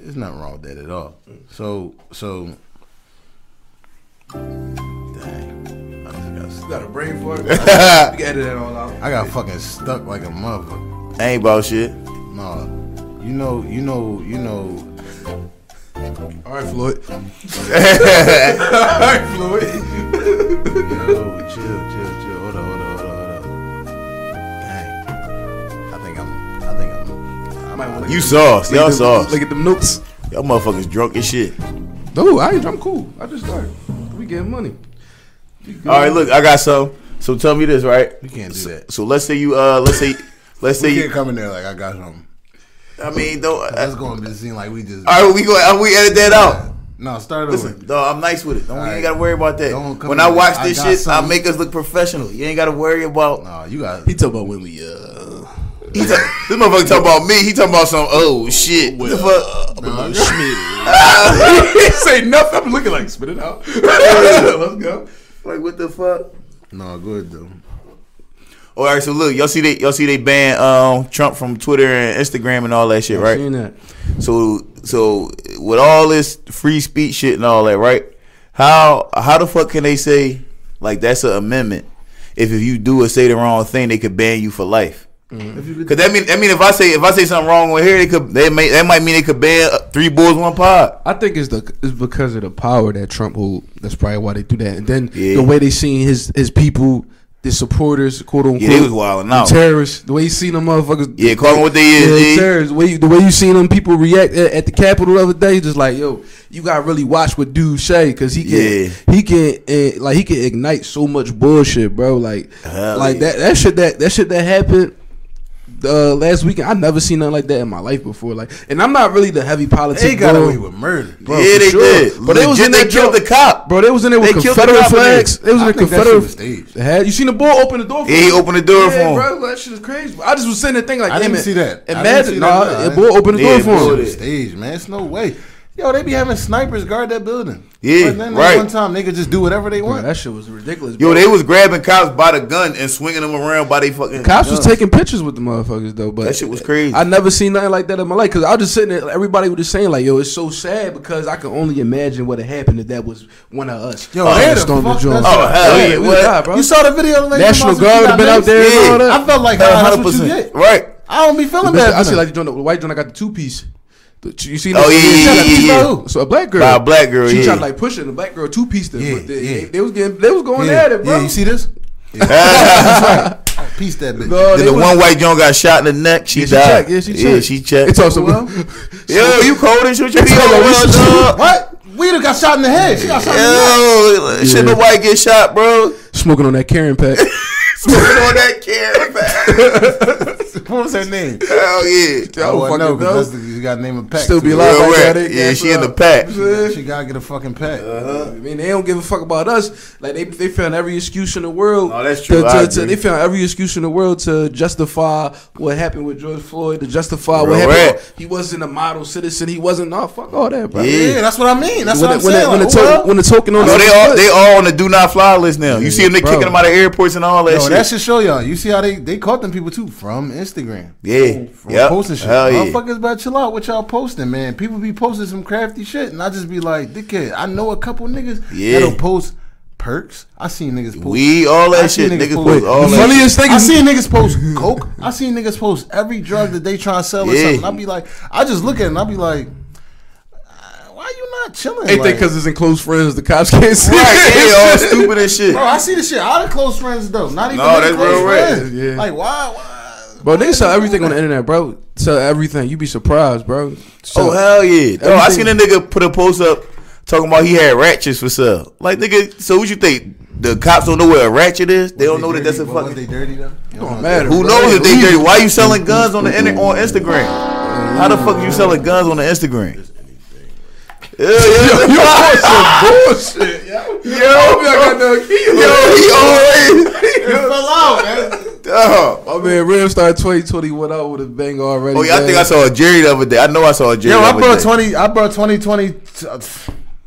[SPEAKER 1] It's nothing wrong with that at all. So so Dang. I just got
[SPEAKER 2] You got a brain for it. we can edit that all out.
[SPEAKER 1] I got fucking stuck like a motherfucker.
[SPEAKER 3] I Ain't about shit.
[SPEAKER 1] No. You know, you know, you know
[SPEAKER 2] All right, Floyd.
[SPEAKER 3] Yo,
[SPEAKER 2] all right, Floyd.
[SPEAKER 1] Yo, chill, chill, chill. Hold up, hold up, hold up, hold up. Dang. I think I'm I think I'm
[SPEAKER 2] I might wanna look
[SPEAKER 3] You
[SPEAKER 2] at them-
[SPEAKER 3] sauce.
[SPEAKER 2] look at
[SPEAKER 3] Y'all
[SPEAKER 2] them-
[SPEAKER 3] sauce.
[SPEAKER 2] Look at them notes.
[SPEAKER 3] motherfuckers drunk as shit.
[SPEAKER 2] No, I ain't. I'm cool. I just started. We getting money. We good.
[SPEAKER 3] All right, look, I got some. So tell me this, right?
[SPEAKER 1] You can't do that.
[SPEAKER 3] So let's say you, uh, let's say, let's say
[SPEAKER 1] You can't
[SPEAKER 3] you.
[SPEAKER 1] come in there like I got something.
[SPEAKER 3] I mean, don't. uh,
[SPEAKER 1] That's going to seem like we just.
[SPEAKER 3] All right, we go. uh, We edit that out.
[SPEAKER 1] No, start
[SPEAKER 3] Listen,
[SPEAKER 1] over.
[SPEAKER 3] dog, I'm nice with it. Don't, You
[SPEAKER 1] Alright.
[SPEAKER 3] ain't gotta worry about that.
[SPEAKER 1] Don't come
[SPEAKER 3] When
[SPEAKER 1] in
[SPEAKER 3] I
[SPEAKER 1] here.
[SPEAKER 3] watch
[SPEAKER 1] I
[SPEAKER 3] this
[SPEAKER 1] got
[SPEAKER 3] shit, I
[SPEAKER 1] something.
[SPEAKER 3] make us look professional. You ain't gotta worry about.
[SPEAKER 1] No, you got.
[SPEAKER 2] He talk about when we uh.
[SPEAKER 3] He ta- this motherfucker talking about me. He talking about some oh shit. What the fuck?
[SPEAKER 1] No,
[SPEAKER 2] he say nothing. I'm looking like spit it out. Let's go.
[SPEAKER 3] Like what the fuck?
[SPEAKER 1] no, good though.
[SPEAKER 3] All right, so look, y'all see they y'all see they ban um Trump from Twitter and Instagram and all that shit, right?
[SPEAKER 2] Seeing that.
[SPEAKER 3] So so with all this free speech shit and all that, right? How how the fuck can they say like that's an amendment? If if you do or say the wrong thing, they could ban you for life.
[SPEAKER 1] If you
[SPEAKER 3] Cause
[SPEAKER 1] could,
[SPEAKER 3] that mean I mean if I say if I say something wrong on here, they could they may that might mean they could ban uh, three boys one pod.
[SPEAKER 2] I think it's the it's because of the power that Trump hold. That's probably why they do that. And then
[SPEAKER 3] Yeah.
[SPEAKER 2] the way they seen his his people, the supporters, quote unquote,
[SPEAKER 3] Yeah, they was wilding
[SPEAKER 1] Oh.
[SPEAKER 3] out.
[SPEAKER 2] terrorists. The way you seen them motherfuckers.
[SPEAKER 3] Yeah, call them what they
[SPEAKER 2] Yeah,
[SPEAKER 3] is. G.
[SPEAKER 2] terrorists. The way you, the way you seen them people react at, at the Capitol the other day, just like yo, you gotta really watch what dude say because he can he can uh, like he can ignite so much bullshit, bro. Like
[SPEAKER 3] Hell
[SPEAKER 2] like
[SPEAKER 3] yeah.
[SPEAKER 2] that that shit that that shit that happened. Uh, last weekend, I never seen nothing like that in my life before. Like, and I'm not really the heavy politics.
[SPEAKER 1] they got
[SPEAKER 2] bro.
[SPEAKER 1] away with murder.
[SPEAKER 2] Bro,
[SPEAKER 3] yeah,
[SPEAKER 2] for
[SPEAKER 3] they
[SPEAKER 2] sure.
[SPEAKER 3] did.
[SPEAKER 2] But they was
[SPEAKER 3] Legit,
[SPEAKER 2] in
[SPEAKER 3] they
[SPEAKER 2] that
[SPEAKER 3] killed
[SPEAKER 2] joke-
[SPEAKER 3] the cop.
[SPEAKER 2] Bro, they was in there with
[SPEAKER 3] They killed the
[SPEAKER 2] Confederate
[SPEAKER 3] cop in there.
[SPEAKER 2] flags. They was in
[SPEAKER 1] I
[SPEAKER 2] the
[SPEAKER 1] think that shit was
[SPEAKER 2] Confederate.
[SPEAKER 1] staged.
[SPEAKER 2] They had- you seen the bull open the door? For
[SPEAKER 3] Yeah, he
[SPEAKER 2] him?
[SPEAKER 3] opened the door for him.
[SPEAKER 2] Bro, that shit is crazy. I just was sitting there thinking, like,
[SPEAKER 1] I
[SPEAKER 2] damn
[SPEAKER 1] didn't
[SPEAKER 2] it.
[SPEAKER 1] see that. I didn't
[SPEAKER 2] Imagine,
[SPEAKER 1] see that,
[SPEAKER 2] nah,
[SPEAKER 1] nah, I
[SPEAKER 2] the bull opened the
[SPEAKER 3] Yeah,
[SPEAKER 2] door for
[SPEAKER 3] bull
[SPEAKER 2] him.
[SPEAKER 3] did.
[SPEAKER 1] Stage, man. It's no way. Yo, they be having snipers guard that building.
[SPEAKER 3] Yeah,
[SPEAKER 1] but then
[SPEAKER 3] right.
[SPEAKER 1] One time they could just do whatever they
[SPEAKER 2] Bro,
[SPEAKER 1] want.
[SPEAKER 2] that shit was ridiculous. Bro.
[SPEAKER 3] Yo, they was grabbing cops by the gun and swinging them around by they fucking.
[SPEAKER 2] Cops was
[SPEAKER 3] guns.
[SPEAKER 2] taking pictures with the motherfuckers though, but
[SPEAKER 3] That shit was crazy.
[SPEAKER 2] I never seen nothing like that in my life. Cause I was just sitting there, everybody was just saying like, "Yo, it's so sad." Because I can only imagine what had happened if that was one of us.
[SPEAKER 1] Yo,
[SPEAKER 2] Oh,
[SPEAKER 1] they
[SPEAKER 2] the
[SPEAKER 1] done
[SPEAKER 2] storm
[SPEAKER 1] fucked
[SPEAKER 2] joints.
[SPEAKER 1] us up.
[SPEAKER 3] Oh, hell yeah,
[SPEAKER 2] we
[SPEAKER 3] what?
[SPEAKER 2] died, bro.
[SPEAKER 1] you saw the video. Like,
[SPEAKER 2] National Guard would've been out there and all that.
[SPEAKER 1] I felt like
[SPEAKER 3] Hell,
[SPEAKER 1] ah, that's what you
[SPEAKER 3] 100%.
[SPEAKER 1] get.
[SPEAKER 3] Right.
[SPEAKER 1] I don't be feeling
[SPEAKER 2] The bitch-
[SPEAKER 1] bad.
[SPEAKER 2] I
[SPEAKER 1] for
[SPEAKER 2] see
[SPEAKER 1] them.
[SPEAKER 2] like the, joint, the white joint. I got the two piece. The, you see?
[SPEAKER 3] Oh,
[SPEAKER 2] that?
[SPEAKER 3] yeah, yeah, yeah, yeah, yeah.
[SPEAKER 2] So a black girl,
[SPEAKER 3] By a black girl,
[SPEAKER 2] She
[SPEAKER 3] yeah.
[SPEAKER 2] tried to like push it. And the black girl two piece them.
[SPEAKER 1] Yeah,
[SPEAKER 2] but they,
[SPEAKER 1] yeah.
[SPEAKER 2] they was getting, they was going
[SPEAKER 1] yeah,
[SPEAKER 2] at it, bro.
[SPEAKER 1] yeah, you see this? Piece Oh, that bitch.
[SPEAKER 2] No,
[SPEAKER 3] Then
[SPEAKER 2] they
[SPEAKER 3] the
[SPEAKER 2] was-
[SPEAKER 3] one white John got shot in the neck. She
[SPEAKER 2] Yeah, she
[SPEAKER 3] died.
[SPEAKER 2] checked. Yeah, she
[SPEAKER 3] Yeah,
[SPEAKER 2] checked.
[SPEAKER 3] she checked.
[SPEAKER 2] It's also
[SPEAKER 1] Well,
[SPEAKER 3] Yo, you cold and shit? You
[SPEAKER 2] It's
[SPEAKER 3] be
[SPEAKER 2] all
[SPEAKER 3] all
[SPEAKER 2] we
[SPEAKER 3] well,
[SPEAKER 2] should-
[SPEAKER 3] dog.
[SPEAKER 1] what? Weeda got shot in the head. She got shot in the head.
[SPEAKER 3] Yo, shouldn't
[SPEAKER 2] Yeah.
[SPEAKER 3] nobody get shot, bro?
[SPEAKER 2] smoking on that Karen pack.
[SPEAKER 3] Smoking on that carrot.
[SPEAKER 1] What was her name?
[SPEAKER 3] Hell yeah.
[SPEAKER 1] Oh, I
[SPEAKER 2] fucking
[SPEAKER 1] know, 'cause
[SPEAKER 2] know.
[SPEAKER 1] that's the, you got to name a pack.
[SPEAKER 2] Still be
[SPEAKER 1] too.
[SPEAKER 2] alive.
[SPEAKER 3] Real
[SPEAKER 2] like
[SPEAKER 3] rap.
[SPEAKER 2] that,
[SPEAKER 3] Yeah,
[SPEAKER 2] that's
[SPEAKER 3] she in the
[SPEAKER 2] what
[SPEAKER 3] pack.
[SPEAKER 1] She got to get a fucking pack.
[SPEAKER 2] Uh, I mean, they don't give a fuck about us. Like they, they found every excuse in the world.
[SPEAKER 3] Oh, that's true.
[SPEAKER 2] to-
[SPEAKER 3] I
[SPEAKER 2] to- to-
[SPEAKER 3] agree.
[SPEAKER 2] they found every excuse in the world to justify what happened with George Floyd, to justify
[SPEAKER 3] Real
[SPEAKER 2] what happened.
[SPEAKER 3] rap.
[SPEAKER 2] He wasn't a model citizen. He wasn't. Nah, fuck all that, bro.
[SPEAKER 3] Yeah.
[SPEAKER 1] Yeah. that's what I mean. That's
[SPEAKER 2] When,
[SPEAKER 1] what I'm
[SPEAKER 2] the, when,
[SPEAKER 1] saying.
[SPEAKER 2] the, when, the
[SPEAKER 1] Like,
[SPEAKER 2] to-
[SPEAKER 1] what?
[SPEAKER 2] when the token on
[SPEAKER 3] No,
[SPEAKER 2] the
[SPEAKER 3] they all they all on the do not fly list now. You see them, they
[SPEAKER 2] Bro.
[SPEAKER 3] kicking them out of airports and all that
[SPEAKER 1] Yo,
[SPEAKER 3] shit.
[SPEAKER 1] that should show y'all. You see how they, they caught them people too from Instagram.
[SPEAKER 3] yeah,
[SPEAKER 1] From
[SPEAKER 3] yeah,
[SPEAKER 1] posting shit.
[SPEAKER 3] hell yeah.
[SPEAKER 1] Motherfuckers better chill out what y'all posting, man. People be posting some crafty shit, and I just be like, dickhead, I know a couple niggas
[SPEAKER 3] Yeah.
[SPEAKER 1] that'll post perks. I seen niggas post.
[SPEAKER 3] We all
[SPEAKER 1] I
[SPEAKER 3] that
[SPEAKER 1] seen
[SPEAKER 3] shit. Niggas
[SPEAKER 1] post-
[SPEAKER 3] post all
[SPEAKER 2] the
[SPEAKER 3] that. shit.
[SPEAKER 2] funniest thing
[SPEAKER 1] I
[SPEAKER 2] is
[SPEAKER 1] seen niggas post coke. I seen niggas post every drug that they trying to sell or
[SPEAKER 3] Yeah.
[SPEAKER 1] something. I be like, I just look at it and I be like, uh, why you not chilling?
[SPEAKER 2] Ain't
[SPEAKER 1] Like,
[SPEAKER 2] because it's in close friends, the cops can't see.
[SPEAKER 3] Right,
[SPEAKER 2] it.
[SPEAKER 3] they all stupid and shit.
[SPEAKER 1] bro, I see the shit out of close friends though. Not even
[SPEAKER 3] No,
[SPEAKER 1] no,
[SPEAKER 3] that's
[SPEAKER 1] that's close
[SPEAKER 3] real red.
[SPEAKER 1] friends.
[SPEAKER 2] Yeah.
[SPEAKER 1] Like why? why
[SPEAKER 2] Bro, they sell everything on the internet, bro. Sell everything. You be surprised, bro.
[SPEAKER 3] Oh
[SPEAKER 2] Sell-
[SPEAKER 3] hell yeah! Oh, I seen a
[SPEAKER 2] Everything-
[SPEAKER 3] nigga put a post up talking about he had ratchets for sale. Like nigga, so what you think? The cops don't know what a ratchet is. They don't know that that's a
[SPEAKER 1] but Was
[SPEAKER 3] fucking.
[SPEAKER 1] they dirty though? It
[SPEAKER 2] don't matter.
[SPEAKER 3] Who knows if they dirty? Why you selling guns on the internet on Instagram? How the fuck you selling guns on the Instagram? Yeah, yeah,
[SPEAKER 2] Yo, that's some bullshit. Yo, I got no key.
[SPEAKER 3] yo, he always.
[SPEAKER 1] fell out, man.
[SPEAKER 3] Dog.
[SPEAKER 2] My man, Ramstar 2020 went out with a bang already.
[SPEAKER 3] Oh yeah, I think I saw a Jerry the other day. I know I saw a Jerry.
[SPEAKER 1] Yo,
[SPEAKER 3] the
[SPEAKER 1] I
[SPEAKER 3] other
[SPEAKER 1] brought
[SPEAKER 3] day.
[SPEAKER 1] twenty. I brought twenty twenty. t- uh,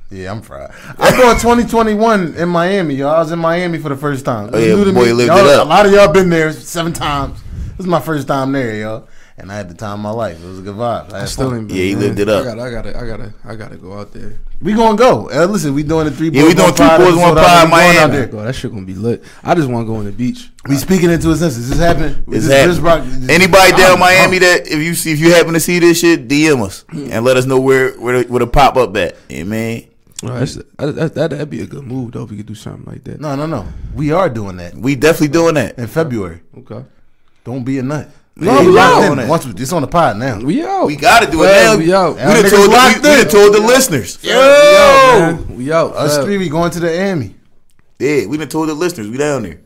[SPEAKER 1] Yeah, I'm fried. I brought twenty twenty one in Miami. Yo, I was in Miami for the first time. It was
[SPEAKER 3] Oh, yeah,
[SPEAKER 1] new to
[SPEAKER 3] boy,
[SPEAKER 1] me.
[SPEAKER 3] you lived
[SPEAKER 1] Y'all-
[SPEAKER 3] it up.
[SPEAKER 1] A lot of y'all been there seven times. This is my first time there, yo, and I had the time of my life. It was a good vibe. I had
[SPEAKER 2] Still
[SPEAKER 1] fun.
[SPEAKER 2] ain't been,
[SPEAKER 3] Yeah, he
[SPEAKER 2] man.
[SPEAKER 3] lived it up.
[SPEAKER 2] I gotta, I gotta, I gotta, I gotta go out there.
[SPEAKER 1] we gonna go. Uh, listen, we doing the three.
[SPEAKER 3] Yeah, we doing three boys, one pod in Miami.
[SPEAKER 1] there.
[SPEAKER 2] God, that shit gonna be lit. I just want to go on the beach.
[SPEAKER 1] We speaking into his senses. This happened.
[SPEAKER 3] It's
[SPEAKER 1] This- this
[SPEAKER 3] happening.
[SPEAKER 1] rock-
[SPEAKER 3] Anybody down
[SPEAKER 1] I'm-
[SPEAKER 3] Miami that if you see if you happen to see this shit, DM us and let us know where where the, where the pop up at. Yeah, man,
[SPEAKER 2] Bro, that's, that, that, that, that'd be a good move though. If we could do something like that.
[SPEAKER 1] No, no, no. We are doing that
[SPEAKER 3] we definitely doing that.
[SPEAKER 1] in February.
[SPEAKER 2] Okay.
[SPEAKER 1] Don't be a nut.
[SPEAKER 3] No,
[SPEAKER 1] We
[SPEAKER 2] we
[SPEAKER 1] locked
[SPEAKER 2] are
[SPEAKER 1] in.
[SPEAKER 3] on that.
[SPEAKER 1] Once we- it's on the pod now.
[SPEAKER 2] We out.
[SPEAKER 3] We gotta do it
[SPEAKER 2] Well,
[SPEAKER 3] now.
[SPEAKER 2] We out.
[SPEAKER 3] We done
[SPEAKER 1] Niggas
[SPEAKER 3] told the,
[SPEAKER 1] locked
[SPEAKER 3] we, we done
[SPEAKER 1] in.
[SPEAKER 3] told the listeners.
[SPEAKER 2] We out,
[SPEAKER 3] Yo,
[SPEAKER 2] man. We out.
[SPEAKER 1] Us
[SPEAKER 2] Fab.
[SPEAKER 1] three, we going to the Emmy.
[SPEAKER 3] yeah, we done told the listeners. We down there.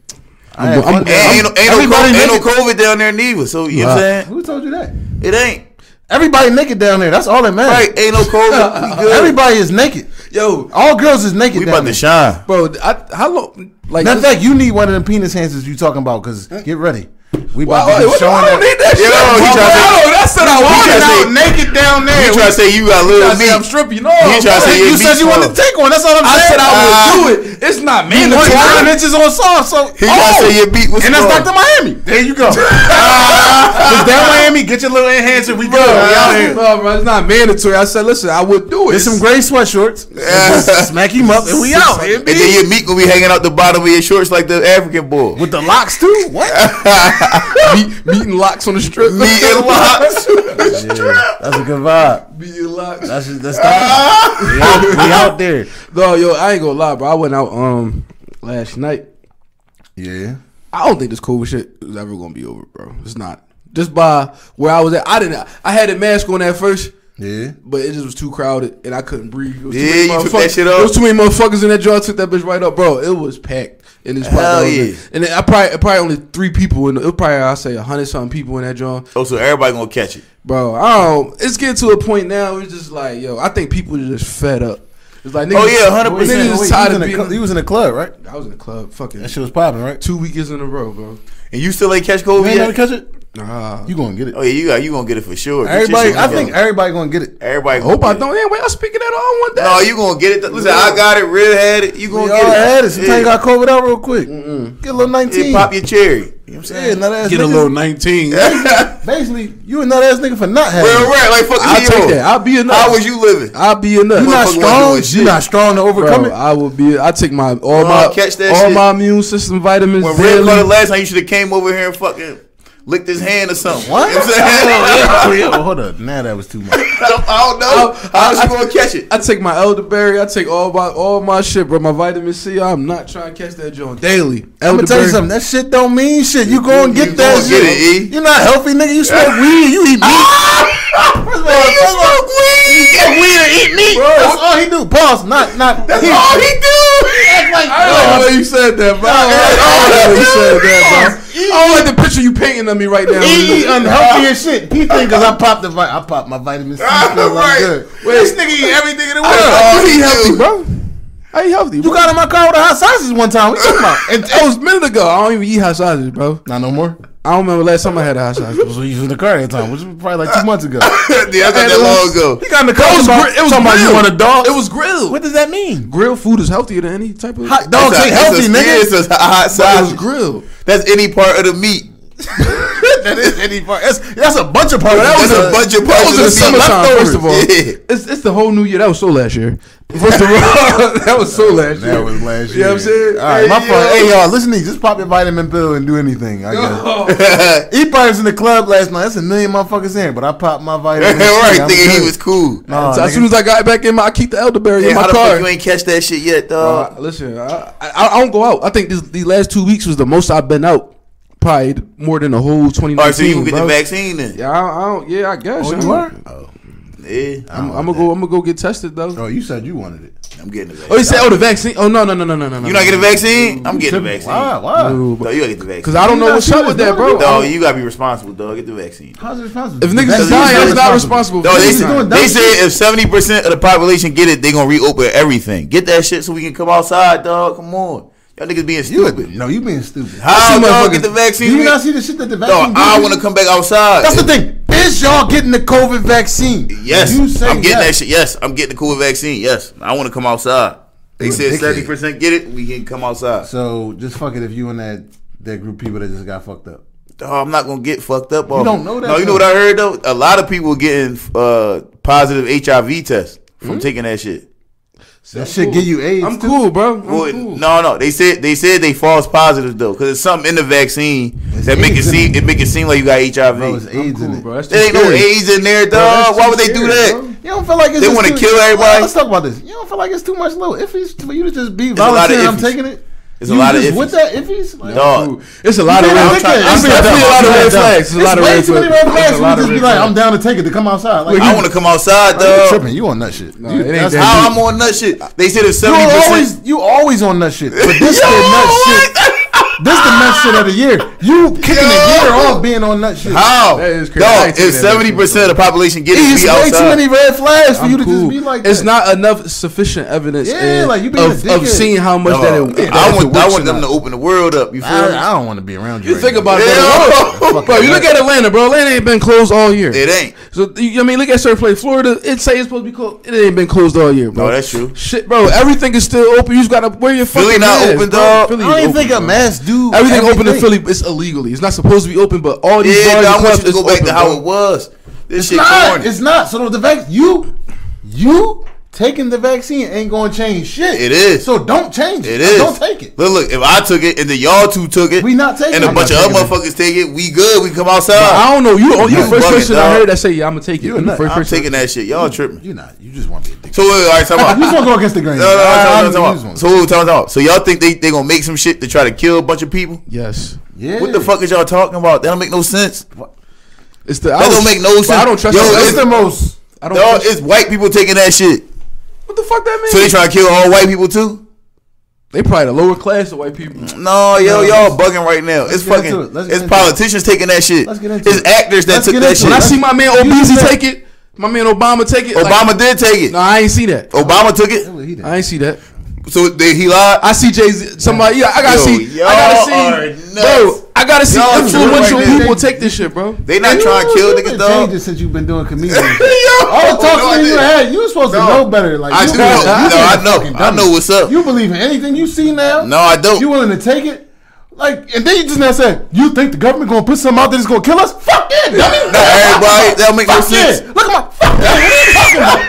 [SPEAKER 1] I had
[SPEAKER 2] I'm-
[SPEAKER 1] fun
[SPEAKER 2] I'm-
[SPEAKER 3] And
[SPEAKER 1] down-
[SPEAKER 3] ain't no, ain't, no,
[SPEAKER 1] everybody
[SPEAKER 3] COVID, ain't no
[SPEAKER 1] naked.
[SPEAKER 3] COVID down there neither. So you know what I'm saying?
[SPEAKER 1] Who told you that?
[SPEAKER 3] It ain't
[SPEAKER 1] Everybody naked down there. That's all that matters.
[SPEAKER 3] right. Ain't no COVID. We good.
[SPEAKER 1] Everybody is naked.
[SPEAKER 2] Yo,
[SPEAKER 1] All girls is naked.
[SPEAKER 3] we
[SPEAKER 1] down
[SPEAKER 3] about to shine.
[SPEAKER 2] bro. I, how long? Like,
[SPEAKER 1] Matter of
[SPEAKER 2] this-
[SPEAKER 1] fact, you need one of them penis hands you talking about. Cause get ready, we about
[SPEAKER 2] Why-
[SPEAKER 1] to
[SPEAKER 2] why-
[SPEAKER 1] be showing
[SPEAKER 2] I don't need that
[SPEAKER 1] that.
[SPEAKER 3] Yo,
[SPEAKER 2] shit.
[SPEAKER 3] he
[SPEAKER 2] Why-
[SPEAKER 3] tryna say-
[SPEAKER 2] no, that's what I
[SPEAKER 3] tryna
[SPEAKER 2] wanted.
[SPEAKER 3] say-
[SPEAKER 1] Out naked down there.
[SPEAKER 3] You trying to say you got
[SPEAKER 2] I
[SPEAKER 3] little
[SPEAKER 2] was tryna say I'm
[SPEAKER 3] meat?
[SPEAKER 2] stripping. No,
[SPEAKER 3] He tryna
[SPEAKER 2] I'm
[SPEAKER 3] say
[SPEAKER 2] saying
[SPEAKER 3] your
[SPEAKER 1] you said
[SPEAKER 3] meat
[SPEAKER 1] you wanted to
[SPEAKER 3] small.
[SPEAKER 1] take one. That's all I'm
[SPEAKER 2] I
[SPEAKER 1] saying.
[SPEAKER 2] said I
[SPEAKER 3] Ah.
[SPEAKER 2] would do it. It's not
[SPEAKER 1] You want
[SPEAKER 2] mandatory.
[SPEAKER 1] nine inches on soft, so oh,
[SPEAKER 3] He tryna say your beat was
[SPEAKER 1] and that's
[SPEAKER 3] small.
[SPEAKER 1] Dr. Miami. There you go. Cause down Miami, get your little enhancer. We go. We out here.
[SPEAKER 2] No, bro, it's not mandatory. I said, listen, I would do it.
[SPEAKER 1] There's some gray sweatshorts. Smack him up, and we out.
[SPEAKER 3] And then your meat gonna be hanging out the bottom of your shorts like the African boy.
[SPEAKER 1] With the locks too? What?
[SPEAKER 2] meat, meat and locks on the strip.
[SPEAKER 3] meat and locks.
[SPEAKER 1] That's a good vibe.
[SPEAKER 2] meat and locks.
[SPEAKER 1] That's just, that's that. we, out, we out there.
[SPEAKER 2] No, yo, I ain't gonna lie, bro. I went out um last night.
[SPEAKER 1] Yeah.
[SPEAKER 2] I don't think this COVID shit is ever gonna be over, bro. It's not. Just by where I was at, I didn't. I had a mask on at first.
[SPEAKER 1] Yeah.
[SPEAKER 2] But it just was too crowded and I couldn't breathe. It was too
[SPEAKER 3] Yeah, you
[SPEAKER 2] many
[SPEAKER 3] took that
[SPEAKER 2] motherfuck-
[SPEAKER 3] shit off.
[SPEAKER 2] There was too many motherfuckers in that joint. Took that bitch right up, bro. It was packed in this
[SPEAKER 3] Hell
[SPEAKER 2] parking lot.
[SPEAKER 3] yeah.
[SPEAKER 2] And then I probably probably only three people in. The, it was probably I say a hundred something people in that joint,
[SPEAKER 3] Oh, so everybody gonna catch it.
[SPEAKER 2] bro. I don't. It's getting to a point now. It's just like, yo, I think people are just fed up. It's like, niggas,
[SPEAKER 3] Oh, yeah, 100%.
[SPEAKER 2] Niggas
[SPEAKER 1] Wait,
[SPEAKER 2] is
[SPEAKER 1] he was
[SPEAKER 2] tired
[SPEAKER 1] in
[SPEAKER 2] of
[SPEAKER 1] the
[SPEAKER 2] being.
[SPEAKER 1] cl- he was in the club, right?
[SPEAKER 2] I was in the club, fucking
[SPEAKER 1] That shit was popping, right?
[SPEAKER 2] two weekends in a row, bro.
[SPEAKER 3] And you still ain't catch
[SPEAKER 1] You
[SPEAKER 3] COVID
[SPEAKER 1] ain't gonna
[SPEAKER 3] yet?
[SPEAKER 1] catch it?
[SPEAKER 2] Nah.
[SPEAKER 1] You gonna get it.
[SPEAKER 3] Oh yeah, you got you gonna get it for sure. Get your
[SPEAKER 1] Everybody,
[SPEAKER 3] shit
[SPEAKER 1] I think
[SPEAKER 3] together.
[SPEAKER 1] everybody gonna get it.
[SPEAKER 3] everybody.
[SPEAKER 2] I
[SPEAKER 3] gonna
[SPEAKER 2] hope I
[SPEAKER 3] get it.
[SPEAKER 2] don't. Anyway, I'm speaking at all one day.
[SPEAKER 3] No, you gonna get it. Listen, I got it. Real had it. You
[SPEAKER 1] We all
[SPEAKER 3] gonna get it.
[SPEAKER 1] had it. Sometimes you
[SPEAKER 3] Yeah.
[SPEAKER 1] got COVID out real quick. Get a little 19.
[SPEAKER 3] Yeah, pop your cherry. You know what I'm
[SPEAKER 1] yeah,
[SPEAKER 3] saying?
[SPEAKER 1] nut ass
[SPEAKER 2] Get a
[SPEAKER 1] niggas.
[SPEAKER 2] little 19.
[SPEAKER 1] Basically, you a nut ass nigga for not having
[SPEAKER 3] Real
[SPEAKER 1] it.
[SPEAKER 3] rap, like fuck
[SPEAKER 2] I'll
[SPEAKER 3] you.
[SPEAKER 2] take that. I'll be enough.
[SPEAKER 3] How was you living?
[SPEAKER 2] I'll be enough.
[SPEAKER 1] You not
[SPEAKER 3] Motherfucker wasn't
[SPEAKER 1] strong.
[SPEAKER 3] doing
[SPEAKER 1] You
[SPEAKER 3] shit.
[SPEAKER 1] not strong to overcome
[SPEAKER 2] Bro,
[SPEAKER 1] it.
[SPEAKER 2] I would be. I take my all
[SPEAKER 3] Bro,
[SPEAKER 2] my
[SPEAKER 3] catch that
[SPEAKER 2] all
[SPEAKER 3] shit.
[SPEAKER 2] my immune system vitamins
[SPEAKER 3] When Red
[SPEAKER 2] daily.
[SPEAKER 3] called the last time, you should have came over here and fucking licked his hand or something.
[SPEAKER 1] What?
[SPEAKER 3] You know what I'm saying?
[SPEAKER 1] Oh, yeah, well, hold up. Now that was too much.
[SPEAKER 3] I don't know. How's she gonna catch it?
[SPEAKER 2] I take my elderberry. I take all my all my shit, bro. My vitamin C. I'm not trying to catch that joint daily.
[SPEAKER 1] I'm gonna
[SPEAKER 2] Elderberry.
[SPEAKER 1] tell you something. That shit don't mean shit. You go and get
[SPEAKER 3] you
[SPEAKER 1] that
[SPEAKER 3] gonna get
[SPEAKER 1] shit.
[SPEAKER 3] it, E.
[SPEAKER 1] You're not healthy, nigga. You smoke weed. You eat meat.
[SPEAKER 3] You smoke weed.
[SPEAKER 1] weed or eat meat. Bro, that's all he do. Pause. Not, not.
[SPEAKER 3] That's
[SPEAKER 2] Oh,
[SPEAKER 3] all he do.
[SPEAKER 1] Like,
[SPEAKER 2] I
[SPEAKER 1] bro,
[SPEAKER 2] like
[SPEAKER 3] oh,
[SPEAKER 2] the way you said that, bro. I like, I like the way you said that, bro. I don't like the picture you painting of me right now.
[SPEAKER 1] He eat unhealthy as shit. He think because I popped the vi- I popped my vitamin C. Pills, I'm
[SPEAKER 3] Right.
[SPEAKER 1] good.
[SPEAKER 3] This nigga eat everything in the world.
[SPEAKER 2] I
[SPEAKER 3] All
[SPEAKER 2] eat
[SPEAKER 3] he
[SPEAKER 2] healthy,
[SPEAKER 3] do.
[SPEAKER 2] bro. I eat healthy.
[SPEAKER 1] You got in my car with a hot sausage one time. What you talking about? And
[SPEAKER 2] That was a minute ago. I don't even eat hot sausage, bro.
[SPEAKER 1] not no more.
[SPEAKER 2] I don't remember last time I had a hot sausage.
[SPEAKER 1] I was using the car that time, which was probably like two months ago.
[SPEAKER 3] yeah, I thought that long ago.
[SPEAKER 1] He got in the car.
[SPEAKER 2] It was,
[SPEAKER 1] talking
[SPEAKER 2] gri-
[SPEAKER 1] about-
[SPEAKER 2] it was
[SPEAKER 1] talking about you
[SPEAKER 2] grilled.
[SPEAKER 1] want a dog.
[SPEAKER 2] It was grilled.
[SPEAKER 1] What does that mean?
[SPEAKER 2] grilled food is healthier than any type of.
[SPEAKER 1] Hot dogs
[SPEAKER 3] It's a-
[SPEAKER 1] ain't healthy,
[SPEAKER 3] it's a-
[SPEAKER 1] nigga.
[SPEAKER 3] It's a hot
[SPEAKER 2] it was
[SPEAKER 3] sausage.
[SPEAKER 2] grilled.
[SPEAKER 3] That's any part of the meat.
[SPEAKER 1] that is any part. That's, that's a bunch of parts.
[SPEAKER 3] That was a bunch of parts
[SPEAKER 2] was
[SPEAKER 3] of the
[SPEAKER 2] in the
[SPEAKER 3] meat.
[SPEAKER 2] summertime, first of all.
[SPEAKER 3] Yeah.
[SPEAKER 2] It's, it's the whole new year. That was so last year. First of all, that was so last year.
[SPEAKER 1] That was last year.
[SPEAKER 2] You know what I'm saying?
[SPEAKER 1] All right, my
[SPEAKER 3] Hey,
[SPEAKER 1] fault.
[SPEAKER 3] yo.
[SPEAKER 1] Hey, y'all, listen to me. Just pop your vitamin pill and do anything. I guess.
[SPEAKER 2] Oh,
[SPEAKER 1] E was in the club last night. That's a million motherfuckers in, but I popped my vitamin. C.
[SPEAKER 3] right,
[SPEAKER 1] I'm
[SPEAKER 3] thinking he
[SPEAKER 1] good.
[SPEAKER 3] was cool.
[SPEAKER 1] Nah,
[SPEAKER 2] so as
[SPEAKER 1] nigga.
[SPEAKER 2] soon as I got back in, my, I keep the elderberry
[SPEAKER 3] Yeah,
[SPEAKER 2] in
[SPEAKER 3] how
[SPEAKER 2] my
[SPEAKER 3] the
[SPEAKER 2] car.
[SPEAKER 3] fuck you ain't catch that shit yet, dog?
[SPEAKER 2] Uh, listen, I, I, I don't go out. I think this, these last two weeks was the most I've been out. Probably more than the whole 2019.
[SPEAKER 3] All right, so you gonna get
[SPEAKER 2] bro.
[SPEAKER 3] the vaccine then?
[SPEAKER 2] Yeah, I, I don't, yeah, I guess.
[SPEAKER 1] Oh,
[SPEAKER 2] I
[SPEAKER 1] you
[SPEAKER 2] don't-
[SPEAKER 1] are?
[SPEAKER 3] Yeah,
[SPEAKER 2] I'm, I'm gonna go. I'm gonna go get tested though.
[SPEAKER 1] Oh, you said you wanted it.
[SPEAKER 3] I'm getting the vaccine.
[SPEAKER 2] Oh, you said oh the vaccine? Oh no no no no no no.
[SPEAKER 3] You not getting the vaccine? I'm getting the vaccine.
[SPEAKER 1] Why? Why?
[SPEAKER 3] No, you gotta get the vaccine.
[SPEAKER 2] Because I don't
[SPEAKER 1] You
[SPEAKER 2] know
[SPEAKER 1] not
[SPEAKER 2] what's
[SPEAKER 1] seen
[SPEAKER 2] up with
[SPEAKER 1] this
[SPEAKER 2] that, bro.
[SPEAKER 1] movie?
[SPEAKER 3] Dog, you gotta be responsible, dog. Get the vaccine.
[SPEAKER 1] How's it responsible?
[SPEAKER 2] If niggas
[SPEAKER 1] That's-
[SPEAKER 2] is dying, that's not responsible.
[SPEAKER 3] No,
[SPEAKER 2] What
[SPEAKER 3] they,
[SPEAKER 2] is he doing?
[SPEAKER 3] they said if seventy percent of the population get it, they gonna reopen everything. Get that shit so we can come outside, dog. Come on, y'all niggas being
[SPEAKER 1] You
[SPEAKER 3] stupid.
[SPEAKER 1] a, no, you being stupid.
[SPEAKER 3] How
[SPEAKER 2] I see
[SPEAKER 3] dog
[SPEAKER 2] motherfuckers-
[SPEAKER 3] get the
[SPEAKER 1] Do
[SPEAKER 3] vaccine?
[SPEAKER 1] you not see the shit that the
[SPEAKER 3] dog,
[SPEAKER 1] vaccine?
[SPEAKER 3] I
[SPEAKER 1] gives
[SPEAKER 3] want to
[SPEAKER 1] you?
[SPEAKER 3] come back outside.
[SPEAKER 1] That's the thing. Is y'all getting the COVID vaccine?
[SPEAKER 3] yes,
[SPEAKER 1] You say
[SPEAKER 3] I'm getting
[SPEAKER 1] yes.
[SPEAKER 3] that shit. Yes, I'm getting the COVID vaccine. Yes, I want to come outside. They
[SPEAKER 1] You
[SPEAKER 3] said
[SPEAKER 1] ridiculous.
[SPEAKER 3] seventy percent get it. We can come outside.
[SPEAKER 1] So just fuck it if you and that that group of people that just got fucked up.
[SPEAKER 3] Dog, I'm not gonna get fucked up. off
[SPEAKER 1] don't
[SPEAKER 3] it.
[SPEAKER 1] know that,
[SPEAKER 3] No, you know what
[SPEAKER 1] though.
[SPEAKER 3] I heard though? A lot of people getting uh, positive HIV tests
[SPEAKER 1] Hmm?
[SPEAKER 3] from taking that shit.
[SPEAKER 1] That shit give you AIDS.
[SPEAKER 2] I'm
[SPEAKER 1] too.
[SPEAKER 2] cool, bro. I'm
[SPEAKER 3] Well,
[SPEAKER 2] cool.
[SPEAKER 3] No, no, they said they said they false positive though, because it's something in the vaccine that make it
[SPEAKER 1] AIDS in
[SPEAKER 3] seem it make it seem like you got HIV.
[SPEAKER 1] Bro, it's AIDS in it.
[SPEAKER 2] Bro, that's
[SPEAKER 3] there
[SPEAKER 2] too
[SPEAKER 3] ain't no
[SPEAKER 2] scary.
[SPEAKER 3] AIDS in there, dog.
[SPEAKER 2] that's
[SPEAKER 3] Why
[SPEAKER 2] too
[SPEAKER 3] would they do
[SPEAKER 2] scary,
[SPEAKER 3] that?
[SPEAKER 2] bro.
[SPEAKER 1] You don't feel like it's
[SPEAKER 3] They
[SPEAKER 1] just
[SPEAKER 3] wanna
[SPEAKER 1] too-
[SPEAKER 3] kill everybody?
[SPEAKER 1] Well, let's talk about this. You don't feel like it's too much little iffies for you to just be
[SPEAKER 3] a lot of
[SPEAKER 1] volunteering. I'm
[SPEAKER 3] iffies.
[SPEAKER 1] taking it.
[SPEAKER 3] It's a lot of
[SPEAKER 1] just
[SPEAKER 3] iffies.
[SPEAKER 1] With that iffies, like,
[SPEAKER 3] Dog,
[SPEAKER 2] It's a lot of
[SPEAKER 1] you
[SPEAKER 2] red
[SPEAKER 1] don't
[SPEAKER 2] flags.
[SPEAKER 1] think that-
[SPEAKER 2] It's
[SPEAKER 1] I'm
[SPEAKER 2] definitely a lot of
[SPEAKER 1] dumb.
[SPEAKER 2] red flags. It's a lot of
[SPEAKER 1] way
[SPEAKER 2] red
[SPEAKER 1] too many
[SPEAKER 2] flags.
[SPEAKER 1] red flags.
[SPEAKER 2] It's a
[SPEAKER 1] You
[SPEAKER 2] lot
[SPEAKER 1] just
[SPEAKER 2] of
[SPEAKER 1] be
[SPEAKER 2] red
[SPEAKER 1] like,
[SPEAKER 2] flags.
[SPEAKER 1] I'm down to take it to come outside. Like,
[SPEAKER 3] I want to come outside,
[SPEAKER 2] Oh,
[SPEAKER 1] you
[SPEAKER 3] dog.
[SPEAKER 1] tripping. You on that shit?
[SPEAKER 2] it
[SPEAKER 1] you,
[SPEAKER 2] ain't
[SPEAKER 1] that's
[SPEAKER 2] that
[SPEAKER 1] how
[SPEAKER 3] How
[SPEAKER 1] I'm.
[SPEAKER 3] I'm on that shit? They said if
[SPEAKER 1] You
[SPEAKER 3] seventy percent.
[SPEAKER 1] always, you always on that shit. But this the nut shit. This the nut shit of the year. You kicking the
[SPEAKER 3] Yo.
[SPEAKER 1] year off being on nut shit.
[SPEAKER 3] How?
[SPEAKER 2] That is crazy. I ain't
[SPEAKER 3] Dog,
[SPEAKER 2] seen
[SPEAKER 3] if
[SPEAKER 2] that shit,
[SPEAKER 3] seventy percent of the population get it,
[SPEAKER 1] It's
[SPEAKER 3] we
[SPEAKER 1] way too
[SPEAKER 3] outside.
[SPEAKER 1] many red flags for you to
[SPEAKER 2] I'm cool.
[SPEAKER 1] just be like.
[SPEAKER 2] It's
[SPEAKER 1] that.
[SPEAKER 2] not enough sufficient evidence
[SPEAKER 1] Yeah,
[SPEAKER 2] in-
[SPEAKER 1] like, you being a
[SPEAKER 2] of,
[SPEAKER 1] dickhead.
[SPEAKER 2] of seeing how much
[SPEAKER 3] Dog,
[SPEAKER 2] that it,
[SPEAKER 3] I want, I
[SPEAKER 2] works
[SPEAKER 3] want
[SPEAKER 2] or
[SPEAKER 3] them to
[SPEAKER 2] not.
[SPEAKER 3] open the world up. You feel me?
[SPEAKER 1] I, I don't want to be around you.
[SPEAKER 2] You
[SPEAKER 1] right
[SPEAKER 2] think
[SPEAKER 1] now.
[SPEAKER 2] about
[SPEAKER 3] Yeah.
[SPEAKER 2] it, bro. bro. You look at Atlanta, bro. Atlanta ain't been closed all year.
[SPEAKER 3] It ain't.
[SPEAKER 2] So you, I mean, look at certain place, Florida. It say it's supposed to be closed. It ain't been closed all year, bro.
[SPEAKER 3] No, that's true.
[SPEAKER 2] Shit, bro. Everything is still open. You just gotta wear your
[SPEAKER 3] Philly
[SPEAKER 2] fucking
[SPEAKER 3] not
[SPEAKER 2] mask,
[SPEAKER 3] open,
[SPEAKER 2] bro.
[SPEAKER 3] dog.
[SPEAKER 2] Philly
[SPEAKER 1] I don't
[SPEAKER 2] is
[SPEAKER 1] even think a
[SPEAKER 2] bro.
[SPEAKER 1] mask do
[SPEAKER 2] Everything, open in
[SPEAKER 1] everything.
[SPEAKER 2] Philly. It's illegally. It's not supposed to be open, but all these
[SPEAKER 3] Yeah, dog,
[SPEAKER 2] bars
[SPEAKER 3] I
[SPEAKER 2] and
[SPEAKER 3] want
[SPEAKER 2] clubs
[SPEAKER 3] you to
[SPEAKER 2] is
[SPEAKER 3] go back
[SPEAKER 2] open.
[SPEAKER 3] to how
[SPEAKER 2] bro.
[SPEAKER 3] it was. This
[SPEAKER 1] It's
[SPEAKER 3] shit
[SPEAKER 1] not.
[SPEAKER 3] corny.
[SPEAKER 1] It's not. So the vac you you taking the vaccine ain't going to change shit.
[SPEAKER 3] It is.
[SPEAKER 1] So don't change it.
[SPEAKER 3] It is.
[SPEAKER 1] Don't take it.
[SPEAKER 3] Look, look, if I took it and then y'all two took it,
[SPEAKER 1] We not taking
[SPEAKER 3] and a
[SPEAKER 1] it.
[SPEAKER 3] bunch of
[SPEAKER 1] I'm
[SPEAKER 3] other
[SPEAKER 1] not
[SPEAKER 3] motherfuckers take it, we good. We can come outside.
[SPEAKER 2] I don't know. You, you,
[SPEAKER 3] You
[SPEAKER 2] the first
[SPEAKER 3] bugging,
[SPEAKER 2] person
[SPEAKER 3] dog.
[SPEAKER 2] I heard that say, "Yeah, I'm gonna take it."
[SPEAKER 1] You
[SPEAKER 2] You the
[SPEAKER 1] not-
[SPEAKER 2] first
[SPEAKER 3] I'm
[SPEAKER 2] person.
[SPEAKER 3] taking that shit. Y'all tripping.
[SPEAKER 1] You're not. You just want to be a dick.
[SPEAKER 3] So wait, all right, talk
[SPEAKER 1] you just
[SPEAKER 3] about.
[SPEAKER 1] want to go against the grain.
[SPEAKER 3] No, no, no,
[SPEAKER 1] I- I-
[SPEAKER 3] talk about-
[SPEAKER 1] you just
[SPEAKER 3] talk about.
[SPEAKER 1] wanna-
[SPEAKER 3] So wait, talk about. So y'all think they they gonna make some shit to try to kill a bunch of people?
[SPEAKER 2] Yes.
[SPEAKER 1] yeah.
[SPEAKER 3] What the fuck is y'all talking about? That don't make no sense.
[SPEAKER 2] It's the.
[SPEAKER 3] That don't make no sense.
[SPEAKER 2] I don't trust.
[SPEAKER 3] Yo,
[SPEAKER 2] that.
[SPEAKER 1] That's
[SPEAKER 3] it's-
[SPEAKER 1] the most.
[SPEAKER 2] I don't.
[SPEAKER 3] Dog,
[SPEAKER 2] Trust,
[SPEAKER 3] it's white people taking that shit.
[SPEAKER 2] what the fuck that means?
[SPEAKER 3] So they try to kill all white people too?
[SPEAKER 2] They probably the lower class of white people.
[SPEAKER 3] No, yo, y'all bugging right now. It's
[SPEAKER 1] get into it.
[SPEAKER 3] fucking.
[SPEAKER 1] Let's get
[SPEAKER 3] It's
[SPEAKER 1] into it.
[SPEAKER 3] politicians taking that shit.
[SPEAKER 1] Let's get into
[SPEAKER 3] It's
[SPEAKER 1] it.
[SPEAKER 3] actors that
[SPEAKER 1] Let's
[SPEAKER 3] took
[SPEAKER 1] get
[SPEAKER 3] that
[SPEAKER 1] into it.
[SPEAKER 2] When I
[SPEAKER 1] Let's
[SPEAKER 3] shit.
[SPEAKER 2] see my man Obese take it, my man Obama take it. like-
[SPEAKER 3] Obama did take
[SPEAKER 2] no,
[SPEAKER 3] it.
[SPEAKER 2] I ain't see that.
[SPEAKER 3] Obama took it.
[SPEAKER 1] He did.
[SPEAKER 2] I ain't see that.
[SPEAKER 3] So they, he lied.
[SPEAKER 2] I see Jay Z. Somebody, yeah, I gotta
[SPEAKER 3] Yo,
[SPEAKER 2] see.
[SPEAKER 3] y'all
[SPEAKER 2] I
[SPEAKER 3] are
[SPEAKER 2] gotta see,
[SPEAKER 3] nuts.
[SPEAKER 2] bro. I gotta see
[SPEAKER 3] Y'all
[SPEAKER 2] influential
[SPEAKER 3] tripping right now.
[SPEAKER 2] people take this shit, bro.
[SPEAKER 3] They not
[SPEAKER 1] You-
[SPEAKER 3] trying to
[SPEAKER 1] you
[SPEAKER 3] kill
[SPEAKER 1] been
[SPEAKER 3] niggas, dog.
[SPEAKER 1] changing since you've been doing comedian.
[SPEAKER 3] Yo,
[SPEAKER 1] All the
[SPEAKER 3] no, I
[SPEAKER 1] talk in you
[SPEAKER 3] didn't.
[SPEAKER 1] had, you were supposed
[SPEAKER 3] No.
[SPEAKER 1] to know better. Like
[SPEAKER 3] I
[SPEAKER 1] you
[SPEAKER 3] do
[SPEAKER 1] been-
[SPEAKER 3] know. No,
[SPEAKER 1] you been
[SPEAKER 3] I
[SPEAKER 1] a
[SPEAKER 3] know.
[SPEAKER 1] fucking
[SPEAKER 3] I
[SPEAKER 1] dummy.
[SPEAKER 3] know what's up.
[SPEAKER 1] You believe in anything you see now?
[SPEAKER 3] No, I don't.
[SPEAKER 1] You willing to take it? Like, and then you just now said, you think the government gonna put something out there that's gonna kill us? Fuck yeah, dummy.
[SPEAKER 3] Nah, everybody, that don't make no
[SPEAKER 1] Fuck yeah.
[SPEAKER 3] sense.
[SPEAKER 1] Look at my fuck yeah. What are you talking about?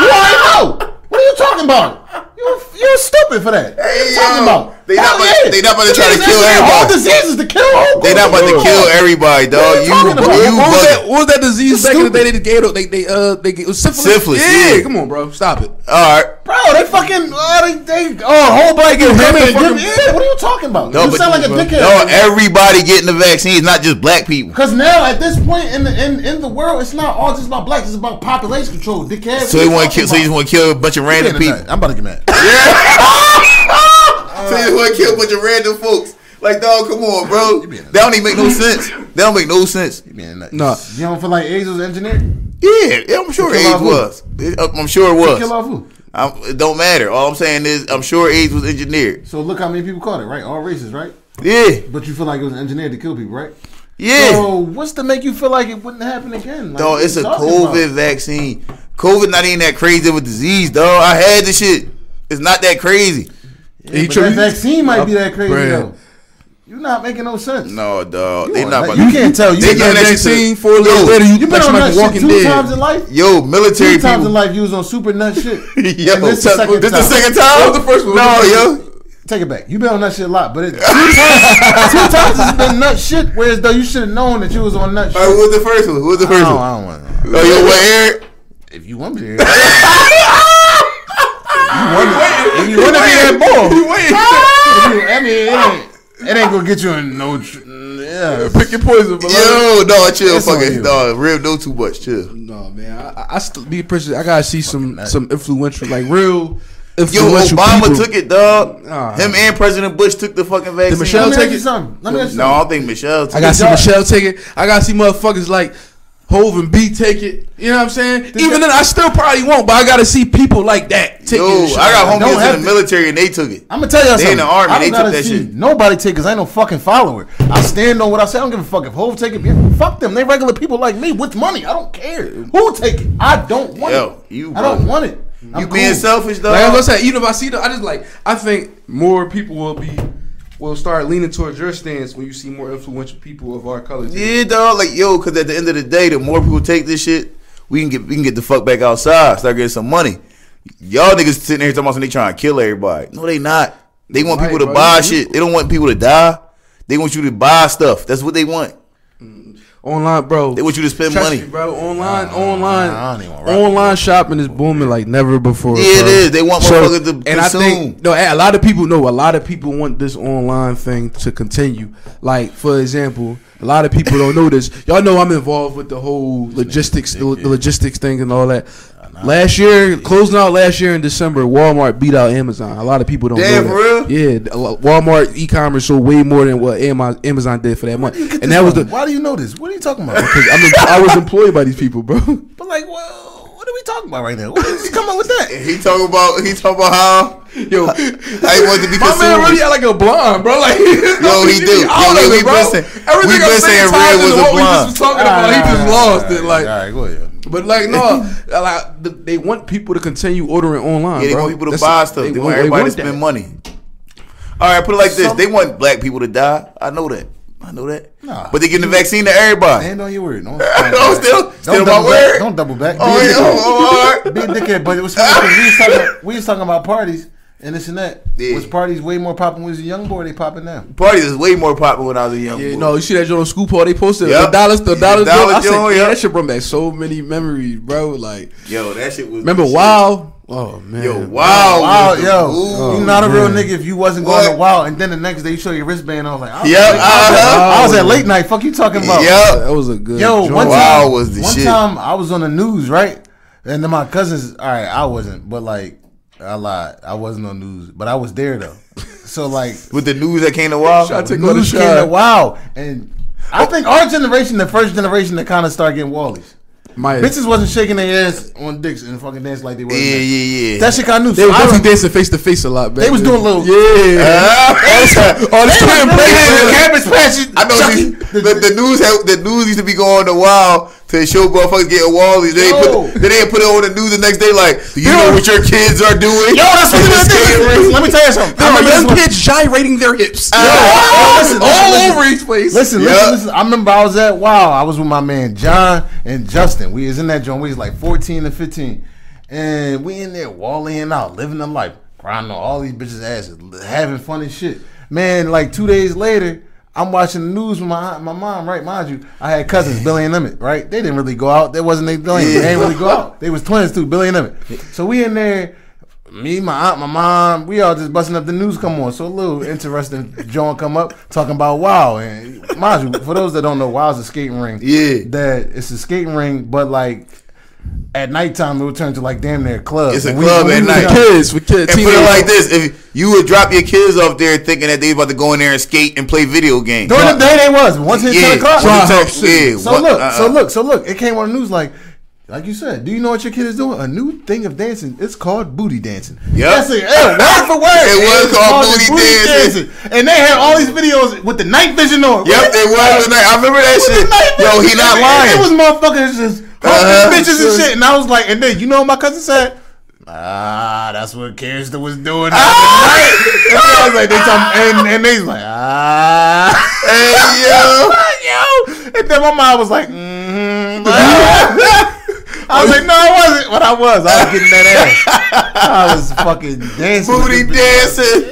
[SPEAKER 1] You already know. What are you talking about? You you stupid for that. What are you talking about?
[SPEAKER 3] They not
[SPEAKER 1] Hell
[SPEAKER 3] about-
[SPEAKER 1] yeah.
[SPEAKER 3] they not about to try to
[SPEAKER 1] Niggas
[SPEAKER 3] kill
[SPEAKER 1] ain't got All
[SPEAKER 3] everybody.
[SPEAKER 1] diseases to kill all
[SPEAKER 3] They not about to kill everybody,
[SPEAKER 2] Oh,
[SPEAKER 1] What
[SPEAKER 3] dog.
[SPEAKER 1] are
[SPEAKER 3] You,
[SPEAKER 1] you talking about?
[SPEAKER 3] you
[SPEAKER 2] what, was
[SPEAKER 3] bugging.
[SPEAKER 2] that, what was that disease
[SPEAKER 1] It's
[SPEAKER 2] back in the
[SPEAKER 1] stupid.
[SPEAKER 2] day? They gave up. They they uh they gave, it was syphilis.
[SPEAKER 3] Syphilis,
[SPEAKER 2] Yeah,
[SPEAKER 3] yeah.
[SPEAKER 2] come on, bro, stop it.
[SPEAKER 3] All right.
[SPEAKER 1] Bro, they fucking oh, they, they oh, whole body get
[SPEAKER 2] Come
[SPEAKER 1] ripped
[SPEAKER 2] here,
[SPEAKER 1] and give-
[SPEAKER 2] fucking-
[SPEAKER 1] yeah, what are you talking about?
[SPEAKER 3] No,
[SPEAKER 1] you
[SPEAKER 3] but-
[SPEAKER 1] sound like a dickhead.
[SPEAKER 3] No, eh. everybody getting the vaccine, not just black people.
[SPEAKER 1] Cause now at this point in the in, in the world, it's not all just about blacks. It's about population control, dickhead.
[SPEAKER 3] So
[SPEAKER 1] What
[SPEAKER 3] they
[SPEAKER 1] you
[SPEAKER 3] want to
[SPEAKER 1] talking
[SPEAKER 3] kill. So you
[SPEAKER 1] about?
[SPEAKER 3] just want to kill a bunch of random
[SPEAKER 1] Getting
[SPEAKER 3] people.
[SPEAKER 1] tonight. I'm about to get mad.
[SPEAKER 3] So you want to kill a bunch of random folks. Like, dog, come on, bro.
[SPEAKER 1] being a-
[SPEAKER 3] That don't even make no sense. That don't make no sense.
[SPEAKER 1] Man, that-
[SPEAKER 2] Nah.
[SPEAKER 1] you don't feel like AIDS was engineered?
[SPEAKER 3] Yeah, yeah I'm sure
[SPEAKER 1] To kill
[SPEAKER 3] AIDS
[SPEAKER 1] off who?
[SPEAKER 3] was. It- uh, I'm sure it
[SPEAKER 1] Kill
[SPEAKER 3] was.
[SPEAKER 1] off who?
[SPEAKER 3] I'm, it don't matter. All I'm saying is, I'm sure AIDS was engineered.
[SPEAKER 1] So look how many people caught it, right? All races, right?
[SPEAKER 3] Yeah,
[SPEAKER 1] But you feel like it was engineered to kill people, right?
[SPEAKER 3] yeah.
[SPEAKER 1] So what's to make you feel like it wouldn't happen again? Like,
[SPEAKER 3] dog,
[SPEAKER 1] what you
[SPEAKER 3] it's a
[SPEAKER 1] talking
[SPEAKER 3] COVID
[SPEAKER 1] about?
[SPEAKER 3] vaccine. COVID not even that crazy of a disease, dog. I had this shit. It's not that crazy.
[SPEAKER 1] Yeah,
[SPEAKER 2] He
[SPEAKER 1] but
[SPEAKER 2] tri-
[SPEAKER 1] that vaccine might be that crazy
[SPEAKER 2] Bruh.
[SPEAKER 1] though. You're not making no sense.
[SPEAKER 3] No, dog.
[SPEAKER 1] You
[SPEAKER 3] they
[SPEAKER 1] are
[SPEAKER 3] not.
[SPEAKER 1] not-
[SPEAKER 3] about
[SPEAKER 1] you
[SPEAKER 3] to-
[SPEAKER 1] can't tell. You
[SPEAKER 3] They
[SPEAKER 1] got
[SPEAKER 3] giving
[SPEAKER 2] That
[SPEAKER 3] that shit
[SPEAKER 2] vaccine
[SPEAKER 3] to-
[SPEAKER 2] four
[SPEAKER 3] Yo,
[SPEAKER 2] days later, you,
[SPEAKER 1] You been
[SPEAKER 2] bet you
[SPEAKER 1] on
[SPEAKER 2] might
[SPEAKER 1] that
[SPEAKER 2] be
[SPEAKER 1] shit
[SPEAKER 2] walking
[SPEAKER 1] two
[SPEAKER 2] dead.
[SPEAKER 1] times in life.
[SPEAKER 3] Yo, military
[SPEAKER 1] Two times
[SPEAKER 3] people.
[SPEAKER 1] in life, you was on super nut shit.
[SPEAKER 3] Yo,
[SPEAKER 1] and this the
[SPEAKER 3] tell-
[SPEAKER 1] second
[SPEAKER 3] this the
[SPEAKER 1] time.
[SPEAKER 3] second time.
[SPEAKER 2] What was the first one? What
[SPEAKER 3] No,
[SPEAKER 2] was the
[SPEAKER 3] yo.
[SPEAKER 2] first
[SPEAKER 1] Take it back. You been on that shit a lot, but it, two times, two times it's been nut shit. Whereas though you should have known that you was on nut shit.
[SPEAKER 3] All right, what was the first one? What was the first
[SPEAKER 1] No,
[SPEAKER 3] one?
[SPEAKER 1] I don't want to.
[SPEAKER 3] Oh, yo, what, Eric?
[SPEAKER 1] If you want me to, hear it. if you want to be that ball,
[SPEAKER 2] You waiting?
[SPEAKER 1] if you, I mean, it ain't, it ain't gonna get you in no. Tr- yeah,
[SPEAKER 2] Pick your poison, beloved.
[SPEAKER 3] Yo, no, chill,
[SPEAKER 1] It's on
[SPEAKER 3] fucking,
[SPEAKER 1] you.
[SPEAKER 3] no, real, no too much, chill.
[SPEAKER 2] No man, I, I still be appreciative. I gotta see some
[SPEAKER 1] nut.
[SPEAKER 2] some influential, like real
[SPEAKER 3] Yo,
[SPEAKER 2] influential
[SPEAKER 3] Obama
[SPEAKER 2] people.
[SPEAKER 3] took it, dog.
[SPEAKER 2] Nah.
[SPEAKER 3] Him and President Bush took the fucking vaccine.
[SPEAKER 2] Michelle
[SPEAKER 1] Let me
[SPEAKER 2] take
[SPEAKER 1] ask you
[SPEAKER 2] it.
[SPEAKER 1] something. Let me ask you
[SPEAKER 3] No, I don't think Michelle. Took
[SPEAKER 2] I gotta
[SPEAKER 3] it.
[SPEAKER 2] see
[SPEAKER 1] dog.
[SPEAKER 2] Michelle take it. I gotta see motherfuckers like Hove and B take it. You know what I'm saying? Even then, I still probably won't, but I gotta see people like that take
[SPEAKER 3] Yo,
[SPEAKER 2] it.
[SPEAKER 3] I got
[SPEAKER 1] Don't
[SPEAKER 3] homies
[SPEAKER 1] have
[SPEAKER 3] in the
[SPEAKER 1] to-
[SPEAKER 3] military and they took it.
[SPEAKER 1] I'm gonna tell y'all
[SPEAKER 3] They in the
[SPEAKER 1] something.
[SPEAKER 3] army,
[SPEAKER 1] I don't
[SPEAKER 3] they took
[SPEAKER 1] gotta
[SPEAKER 3] that
[SPEAKER 1] see
[SPEAKER 3] shit.
[SPEAKER 1] Nobody take because I ain't no fucking follower. I stand on what I say. I don't give a fuck if Hove take it. yeah, Fuck them. They regular people like me with money. I don't care who take it. I don't want
[SPEAKER 3] Yo,
[SPEAKER 1] it.
[SPEAKER 3] you
[SPEAKER 1] I don't
[SPEAKER 3] bugging.
[SPEAKER 1] want it. I'm
[SPEAKER 3] You being
[SPEAKER 1] cool.
[SPEAKER 3] selfish, dog.
[SPEAKER 2] Like I was gonna say, even if I see them, I just like I think more people will be will start leaning towards your stance when you see more influential people of our color.
[SPEAKER 3] Yeah, dog. Like, yo, because at the end of the day, the more people take this shit, we can get we can get the fuck back outside, start getting some money. Y'all niggas sitting here talking about something they trying to kill everybody. No, they not. They want
[SPEAKER 2] Right,
[SPEAKER 3] people to
[SPEAKER 2] bro.
[SPEAKER 3] buy
[SPEAKER 2] You-
[SPEAKER 3] shit. They don't want people to die. They want you to buy stuff. That's what they want.
[SPEAKER 2] Online, bro.
[SPEAKER 3] They want you to spend
[SPEAKER 2] Trust
[SPEAKER 3] money.
[SPEAKER 2] me, bro. Online, online,
[SPEAKER 1] I don't even rock
[SPEAKER 2] online shopping is booming like never before.
[SPEAKER 3] Yeah, it
[SPEAKER 2] bro.
[SPEAKER 3] is. They want motherfuckers to
[SPEAKER 2] and I
[SPEAKER 3] consume.
[SPEAKER 2] think no, a lot of people know. A lot of people want this online thing to continue. Like for example, a lot of people don't know this. Y'all know I'm involved with the whole logistics, the, the logistics thing, and all that. Last year, closing out last year in December, Walmart beat out Amazon. A lot of people don't
[SPEAKER 3] Damn,
[SPEAKER 2] know.
[SPEAKER 3] for real?
[SPEAKER 2] that. Yeah, a lot- Walmart e-commerce sold way more than what Ama- Amazon did for that month,
[SPEAKER 1] You get
[SPEAKER 2] and
[SPEAKER 1] this
[SPEAKER 2] that was
[SPEAKER 1] from-
[SPEAKER 2] the
[SPEAKER 1] Why do you know this? What are you talking about?
[SPEAKER 2] because I mean, I was employed by these people, bro.
[SPEAKER 1] but like, well, what are we talking about right now? What is, come on with that.
[SPEAKER 3] He talking about he talking about how
[SPEAKER 2] Yo, my
[SPEAKER 3] how he wanted to be
[SPEAKER 2] man
[SPEAKER 3] consumed.
[SPEAKER 2] really had like a blonde, bro. Like,
[SPEAKER 3] Yo, he do.
[SPEAKER 2] All
[SPEAKER 3] Yo,
[SPEAKER 2] of
[SPEAKER 3] we been
[SPEAKER 2] it, bro.
[SPEAKER 3] saying- we
[SPEAKER 2] Everything
[SPEAKER 3] been saying
[SPEAKER 2] I'm saying ties
[SPEAKER 3] Red was
[SPEAKER 2] into
[SPEAKER 3] a
[SPEAKER 2] what we
[SPEAKER 3] blonde.
[SPEAKER 2] just was talking about. He just lost it,
[SPEAKER 1] all
[SPEAKER 2] like.
[SPEAKER 1] right, go ahead.
[SPEAKER 2] But like, no, like the, they want people to continue ordering online.
[SPEAKER 3] Yeah, they
[SPEAKER 2] bro.
[SPEAKER 3] want people to
[SPEAKER 2] That's-
[SPEAKER 3] buy stuff. They, want everybody to spend
[SPEAKER 2] that.
[SPEAKER 3] money. All right, put it like this:
[SPEAKER 1] Some-
[SPEAKER 3] they want black people to die. I know that. I know that.
[SPEAKER 1] Nah.
[SPEAKER 3] but they getting the vaccine to everybody.
[SPEAKER 1] Stand on your word. Don't,
[SPEAKER 3] Oh, still- still
[SPEAKER 1] don't
[SPEAKER 3] my
[SPEAKER 1] double
[SPEAKER 3] word?
[SPEAKER 1] back. Don't double back.
[SPEAKER 3] Oh,
[SPEAKER 1] Be a
[SPEAKER 3] yeah,
[SPEAKER 1] dickhead.
[SPEAKER 3] oh, oh, all right.
[SPEAKER 1] Be a dickhead. But it was funny 'cause we was talking. We was talking about parties and this and that.
[SPEAKER 3] Yeah.
[SPEAKER 1] Was parties way more popping when we was a young boy? They popping now.
[SPEAKER 3] Parties is way more popular when I was a young
[SPEAKER 2] Yeah,
[SPEAKER 3] boy.
[SPEAKER 2] no, you see that joint on school Paul? They posted
[SPEAKER 3] Yep.
[SPEAKER 2] the dollars, the dollars.
[SPEAKER 3] Dollar
[SPEAKER 2] joint. I said,
[SPEAKER 3] joint,
[SPEAKER 2] yeah,
[SPEAKER 3] yep.
[SPEAKER 2] that shit brought back so many memories, bro. Like,
[SPEAKER 3] yo, that shit was.
[SPEAKER 2] remember
[SPEAKER 3] shit.
[SPEAKER 2] Wow? Oh man,
[SPEAKER 3] Yo, wow,
[SPEAKER 1] Wow,
[SPEAKER 3] was the
[SPEAKER 1] yo,
[SPEAKER 3] move.
[SPEAKER 1] you not a real nigga if you wasn't going
[SPEAKER 3] What?
[SPEAKER 1] to wow. And then the next day you show your wristband. I was like, I was,
[SPEAKER 3] Yep,
[SPEAKER 1] at, late- I was at-
[SPEAKER 3] uh-huh.
[SPEAKER 1] I was at late night. Fuck you talking about?
[SPEAKER 3] Yep.
[SPEAKER 2] that was a good.
[SPEAKER 1] Yo,
[SPEAKER 2] joint.
[SPEAKER 1] one
[SPEAKER 3] Wow
[SPEAKER 1] time
[SPEAKER 3] was the
[SPEAKER 1] one
[SPEAKER 3] shit.
[SPEAKER 1] time I was on the news, right? And then my cousins. All right, I wasn't, but like I lied. I wasn't on news, but I was there though. So like
[SPEAKER 3] With the news that came to Wow.
[SPEAKER 2] Shout out to- Take all the
[SPEAKER 1] news came
[SPEAKER 2] shine.
[SPEAKER 1] to wow, and Oh. I think our generation, the first generation that kind of started getting wallies.
[SPEAKER 2] my
[SPEAKER 1] Bitches wasn't shaking their ass on dicks and fucking dancing like they were.
[SPEAKER 3] Yeah, yeah, yeah.
[SPEAKER 1] That shit kind of new.
[SPEAKER 2] They
[SPEAKER 1] So
[SPEAKER 2] were
[SPEAKER 1] I
[SPEAKER 2] definitely
[SPEAKER 1] remember-
[SPEAKER 2] dancing face to face a lot back.
[SPEAKER 1] They was
[SPEAKER 2] then.
[SPEAKER 1] doing little-
[SPEAKER 2] yeah. oh, this
[SPEAKER 1] They
[SPEAKER 2] clam
[SPEAKER 1] was really
[SPEAKER 2] plate.
[SPEAKER 1] cabbage patch.
[SPEAKER 3] I know
[SPEAKER 1] Chucky.
[SPEAKER 3] you, the, the news. Had, the news used to be going to Wow to show motherfuckers getting Wallies. They ain't
[SPEAKER 1] Yo.
[SPEAKER 3] put, then they ain't put it on the news the next day. Like, do you know what your kids are doing?
[SPEAKER 1] Yo, that's what
[SPEAKER 3] It's
[SPEAKER 1] it
[SPEAKER 3] scary.
[SPEAKER 1] is. Let me tell you something. I
[SPEAKER 2] There were
[SPEAKER 1] remember this
[SPEAKER 2] young
[SPEAKER 1] one-
[SPEAKER 2] kids gyrating their hips.
[SPEAKER 1] yo, listen,
[SPEAKER 2] all
[SPEAKER 1] listen, listen.
[SPEAKER 2] over each place.
[SPEAKER 1] Listen,
[SPEAKER 3] Yeah.
[SPEAKER 1] listen, listen. I remember I was at Wow. I was with my man John and Justin. We was in that joint. We was like 14 and 15. And we in there wallying out, living the life. grinding on all these bitches' asses, having fun and shit. Man, like two days later, I'm watching the news with my my mom, right? Mind you, I had cousins, Billy and Emmett, right? They didn't really go out. That wasn't their thing. They didn't really go out. They was twins too, Billy and Emmett. So we in there, me, my aunt, my mom, we all just busting up the news come on. So a little interesting John come up talking about wow. And mind you, for those that don't know, wow's a skating ring.
[SPEAKER 3] Yeah.
[SPEAKER 1] That it's a skating ring, but like at nighttime it would turn to like damn near a club.
[SPEAKER 3] It's a
[SPEAKER 1] When we-
[SPEAKER 3] club
[SPEAKER 1] when
[SPEAKER 3] at
[SPEAKER 1] we was
[SPEAKER 3] night.
[SPEAKER 1] young-
[SPEAKER 2] Kids, with kids,
[SPEAKER 3] And put it
[SPEAKER 2] teenagers.
[SPEAKER 3] like this: if you would drop your kids off there thinking that they about to go in there and skate and play video games,
[SPEAKER 1] During the day they was, but once it hit
[SPEAKER 3] yeah,
[SPEAKER 1] ten
[SPEAKER 3] once
[SPEAKER 1] o'clock.
[SPEAKER 2] Wow.
[SPEAKER 3] it's time- yeah,
[SPEAKER 1] So
[SPEAKER 3] what-
[SPEAKER 1] look,
[SPEAKER 3] uh-uh.
[SPEAKER 1] so look, so look. It came on the news like, like you said. Do you know what your kid is doing? A new thing of dancing. It's called booty dancing.
[SPEAKER 3] Yep.
[SPEAKER 1] That's it. Yeah, word for word.
[SPEAKER 3] It was
[SPEAKER 1] It's
[SPEAKER 3] called booty dancing.
[SPEAKER 1] And they had all these videos with the night vision on.
[SPEAKER 3] Yep, it was. Like, I remember that
[SPEAKER 1] With the
[SPEAKER 3] shit.
[SPEAKER 1] night vision.
[SPEAKER 3] Yo, he not
[SPEAKER 1] It was
[SPEAKER 3] lying.
[SPEAKER 1] motherfuckers just
[SPEAKER 3] Uh-huh.
[SPEAKER 1] humping bitches and shit. And I was like, and then you know what my cousin said. Ah, that's what Kirsten was doing.
[SPEAKER 3] Ah!
[SPEAKER 1] And I was like, they talking, and, and they was like, ah.
[SPEAKER 3] Hey, yo.
[SPEAKER 1] yo. And then my mom was like, mm I was like, no, I wasn't. But I was. I was getting that ass. I was fucking dancing. with
[SPEAKER 3] Booty
[SPEAKER 1] the bitch.
[SPEAKER 3] dancing.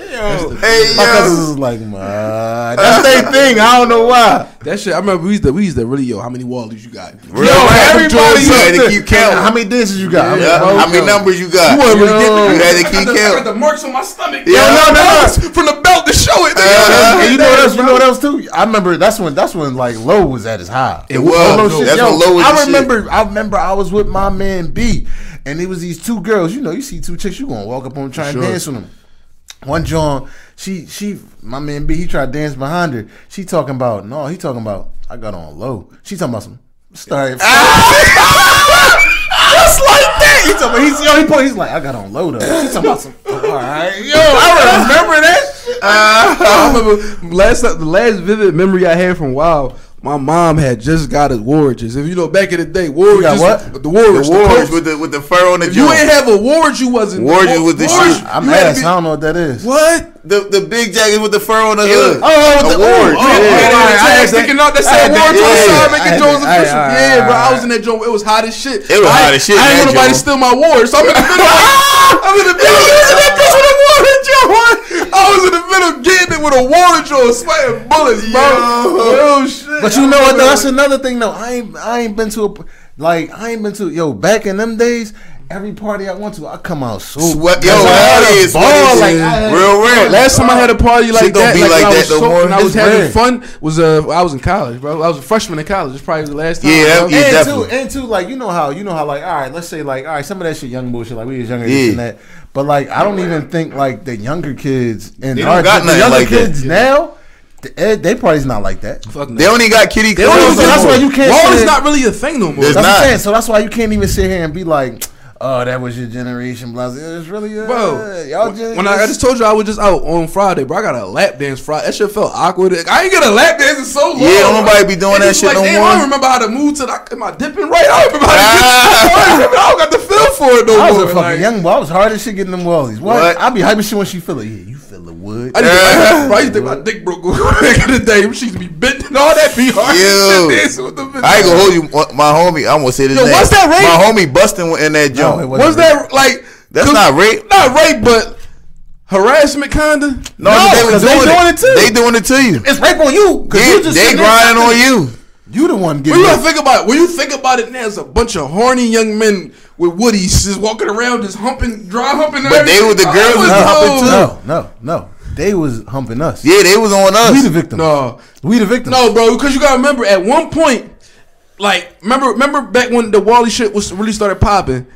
[SPEAKER 3] Hey,
[SPEAKER 1] My
[SPEAKER 3] yo.
[SPEAKER 1] cousins was like, ma. That's their thing. I don't know why.
[SPEAKER 2] That shit. I remember we used to we used to really yo. How many wallies you got?
[SPEAKER 3] Real rap, Jordan, you had to keep counting.
[SPEAKER 1] How many dances you got?
[SPEAKER 2] Yeah.
[SPEAKER 1] How many-
[SPEAKER 3] Yeah, How many numbers you got?
[SPEAKER 2] You wasn't really
[SPEAKER 1] Yo.
[SPEAKER 3] You had to
[SPEAKER 2] I
[SPEAKER 3] keep
[SPEAKER 2] got the- I got
[SPEAKER 3] counting.
[SPEAKER 2] the marks on my stomach.
[SPEAKER 3] Yeah.
[SPEAKER 2] Yo,
[SPEAKER 1] No, no, no.
[SPEAKER 2] From the belt to show it. nigga.
[SPEAKER 1] And you know what else? You know what else too? I remember that's when that's when like low was at his high.
[SPEAKER 3] It was.
[SPEAKER 1] Low shit,
[SPEAKER 3] That's when Low was the
[SPEAKER 1] I
[SPEAKER 3] shit.
[SPEAKER 1] remember. I remember. I was with my man B, and it was these two girls. You know, you see two chicks, you gonna walk up on them, try and
[SPEAKER 2] Sure.
[SPEAKER 1] dance with them. One John, she she my man B, he tried to dance behind her. She talking about no, he talking about I got on low. She talking about some started Just like that. He talking about, he's, yo, he point, he's like, I got on low though. He talking about some all right. Yo, I remember that shit.
[SPEAKER 2] I remember last the last vivid memory I had from Wow. My mom had just got his warriors. If you know, back in the day, warriors.
[SPEAKER 1] got what?
[SPEAKER 2] The
[SPEAKER 3] The warriors
[SPEAKER 2] warriors. The warriors.
[SPEAKER 3] with the with the fur on the
[SPEAKER 2] if you
[SPEAKER 3] joint.
[SPEAKER 2] ain't have a ward, you wasn't.
[SPEAKER 3] Warriors was the
[SPEAKER 2] warriors-
[SPEAKER 3] shit.
[SPEAKER 1] I'm
[SPEAKER 2] you had to
[SPEAKER 1] ass.
[SPEAKER 2] be-
[SPEAKER 1] I don't know what that is.
[SPEAKER 2] What?
[SPEAKER 3] the the big jacket with the fur on the
[SPEAKER 2] was-
[SPEAKER 3] hood.
[SPEAKER 1] oh, with the-
[SPEAKER 3] Awards. Yeah.
[SPEAKER 1] oh, oh, oh,
[SPEAKER 2] Yeah,
[SPEAKER 1] Alright,
[SPEAKER 2] I
[SPEAKER 1] I had
[SPEAKER 2] had
[SPEAKER 1] that-
[SPEAKER 2] sticking out that
[SPEAKER 1] I had
[SPEAKER 2] said
[SPEAKER 1] that-
[SPEAKER 2] war to the
[SPEAKER 3] yeah.
[SPEAKER 2] side,
[SPEAKER 1] I had
[SPEAKER 2] making Jones
[SPEAKER 1] that-
[SPEAKER 2] official.
[SPEAKER 1] alright,
[SPEAKER 2] Yeah, bro, I
[SPEAKER 1] alright,
[SPEAKER 2] was in that joint. It was hot as shit.
[SPEAKER 3] It was
[SPEAKER 2] I-
[SPEAKER 3] hot as shit in
[SPEAKER 2] I
[SPEAKER 3] that
[SPEAKER 2] ain't want nobody
[SPEAKER 3] joint.
[SPEAKER 2] steal my war, so I'm in the middle. I'm in the middle using that bitch with a water joint. I was in the middle getting it with a water joint, sweating bullets, bro.
[SPEAKER 3] Yo.
[SPEAKER 2] Oh shit.
[SPEAKER 1] But you know what?
[SPEAKER 2] I
[SPEAKER 1] Though?
[SPEAKER 2] remember
[SPEAKER 1] That's another thing though. I ain't I ain't been to a like I ain't been to yo back in them days. Every party I went to, I come out so
[SPEAKER 3] Sweat- yo,
[SPEAKER 1] That's why I had
[SPEAKER 3] that
[SPEAKER 1] a
[SPEAKER 3] is
[SPEAKER 1] ball,
[SPEAKER 3] what it
[SPEAKER 1] like,
[SPEAKER 3] is.
[SPEAKER 1] I had-
[SPEAKER 3] Real rap.
[SPEAKER 2] Last time I had a party like
[SPEAKER 3] Shit don't
[SPEAKER 2] that,
[SPEAKER 3] be
[SPEAKER 2] like,
[SPEAKER 3] like
[SPEAKER 2] when I
[SPEAKER 3] that
[SPEAKER 2] was,
[SPEAKER 3] no
[SPEAKER 2] so,
[SPEAKER 3] more.
[SPEAKER 2] when I was
[SPEAKER 1] It's
[SPEAKER 2] having
[SPEAKER 1] rare.
[SPEAKER 2] fun, was uh, I was in college, bro. I was a freshman in college. It's probably the last time.
[SPEAKER 3] Yeah, that-
[SPEAKER 2] bro.
[SPEAKER 3] yeah.
[SPEAKER 1] and too,
[SPEAKER 3] definitely.
[SPEAKER 1] and too, like you know how you know how like all right, let's say like all right, some of that shit young bullshit. Like we was younger
[SPEAKER 3] Yeah.
[SPEAKER 1] this and that, but like I don't even think like the younger kids and
[SPEAKER 3] They don't
[SPEAKER 1] our,
[SPEAKER 3] got
[SPEAKER 1] the
[SPEAKER 3] nothing
[SPEAKER 1] younger
[SPEAKER 3] like that.
[SPEAKER 1] kids now, the, eh, they parties not like that.
[SPEAKER 2] Fuck no.
[SPEAKER 3] They only got kitty
[SPEAKER 2] Oh,
[SPEAKER 1] don't
[SPEAKER 3] clubs.
[SPEAKER 1] even-
[SPEAKER 3] no
[SPEAKER 1] that's
[SPEAKER 3] more.
[SPEAKER 1] why you can't
[SPEAKER 2] Wall
[SPEAKER 1] say-
[SPEAKER 2] is not really a thing no more.
[SPEAKER 3] There's
[SPEAKER 1] That's what
[SPEAKER 3] not.
[SPEAKER 1] I'm saying. So that's why you can't even sit here and be like, oh, that was your generation, blah. blah, blah. It's really uh,
[SPEAKER 2] Bro,
[SPEAKER 1] y'all
[SPEAKER 2] when, when I, I just told you I was just out on Friday, bro, I got a lap dance Friday. That shit felt awkward. I ain't get a lap dance in so long.
[SPEAKER 3] Yeah, don't
[SPEAKER 2] bro.
[SPEAKER 3] nobody be doing
[SPEAKER 2] And
[SPEAKER 3] that
[SPEAKER 2] it's
[SPEAKER 3] shit
[SPEAKER 2] like,
[SPEAKER 3] no
[SPEAKER 2] damn, I
[SPEAKER 3] more.
[SPEAKER 2] don't remember how to move to. the- Am I dipping right? I don't remember how to dip.
[SPEAKER 3] Ah.
[SPEAKER 2] I don't remember- I don't got the feel for it no
[SPEAKER 1] I was
[SPEAKER 2] more.
[SPEAKER 1] a fucking
[SPEAKER 2] like-
[SPEAKER 1] young boy. I was hard as shit getting them wallies. What?
[SPEAKER 3] What?
[SPEAKER 1] I be hyping shit when she feel it. Yeah, you feel the wood.
[SPEAKER 2] I didn't think, my, I used to think my dick broke back in the day. She used to be bent and all that. Be hard.
[SPEAKER 3] Yo.
[SPEAKER 2] Dancing with the bitch.
[SPEAKER 3] I ain't gonna hold you, my- my homie. I'm gonna say this.
[SPEAKER 2] Yo,
[SPEAKER 3] name.
[SPEAKER 2] what's that rape?
[SPEAKER 3] My homie busting in that
[SPEAKER 1] No,
[SPEAKER 3] joint.
[SPEAKER 1] it
[SPEAKER 2] Was that like?
[SPEAKER 3] That's
[SPEAKER 2] 'cause-
[SPEAKER 3] not rape.
[SPEAKER 2] Not rape, but harassment, kinda.
[SPEAKER 3] no, they, was
[SPEAKER 1] 'cause they
[SPEAKER 3] doing,
[SPEAKER 1] doing
[SPEAKER 3] it.
[SPEAKER 1] it too.
[SPEAKER 3] They doing it to you.
[SPEAKER 1] It's rape on you. Cause
[SPEAKER 3] They,
[SPEAKER 1] you just
[SPEAKER 3] they
[SPEAKER 1] sitting there
[SPEAKER 3] grinding on
[SPEAKER 1] talking.
[SPEAKER 3] you.
[SPEAKER 1] You the one
[SPEAKER 2] When
[SPEAKER 1] getting
[SPEAKER 2] you
[SPEAKER 1] raped.
[SPEAKER 2] don't think about it, when you think about it now, it's a bunch of horny young men with woodies just walking around, just humping, dry humping.
[SPEAKER 3] But they were the girls
[SPEAKER 2] was
[SPEAKER 3] that
[SPEAKER 2] no,
[SPEAKER 3] humping
[SPEAKER 2] no,
[SPEAKER 1] No, no, no. They was humping us.
[SPEAKER 3] Yeah, they was on
[SPEAKER 1] We
[SPEAKER 3] us.
[SPEAKER 1] the victims.
[SPEAKER 2] No,
[SPEAKER 1] We the victims.
[SPEAKER 2] no, bro, because you gotta remember at one point, like remember, remember back when the Wally shit was really started popping.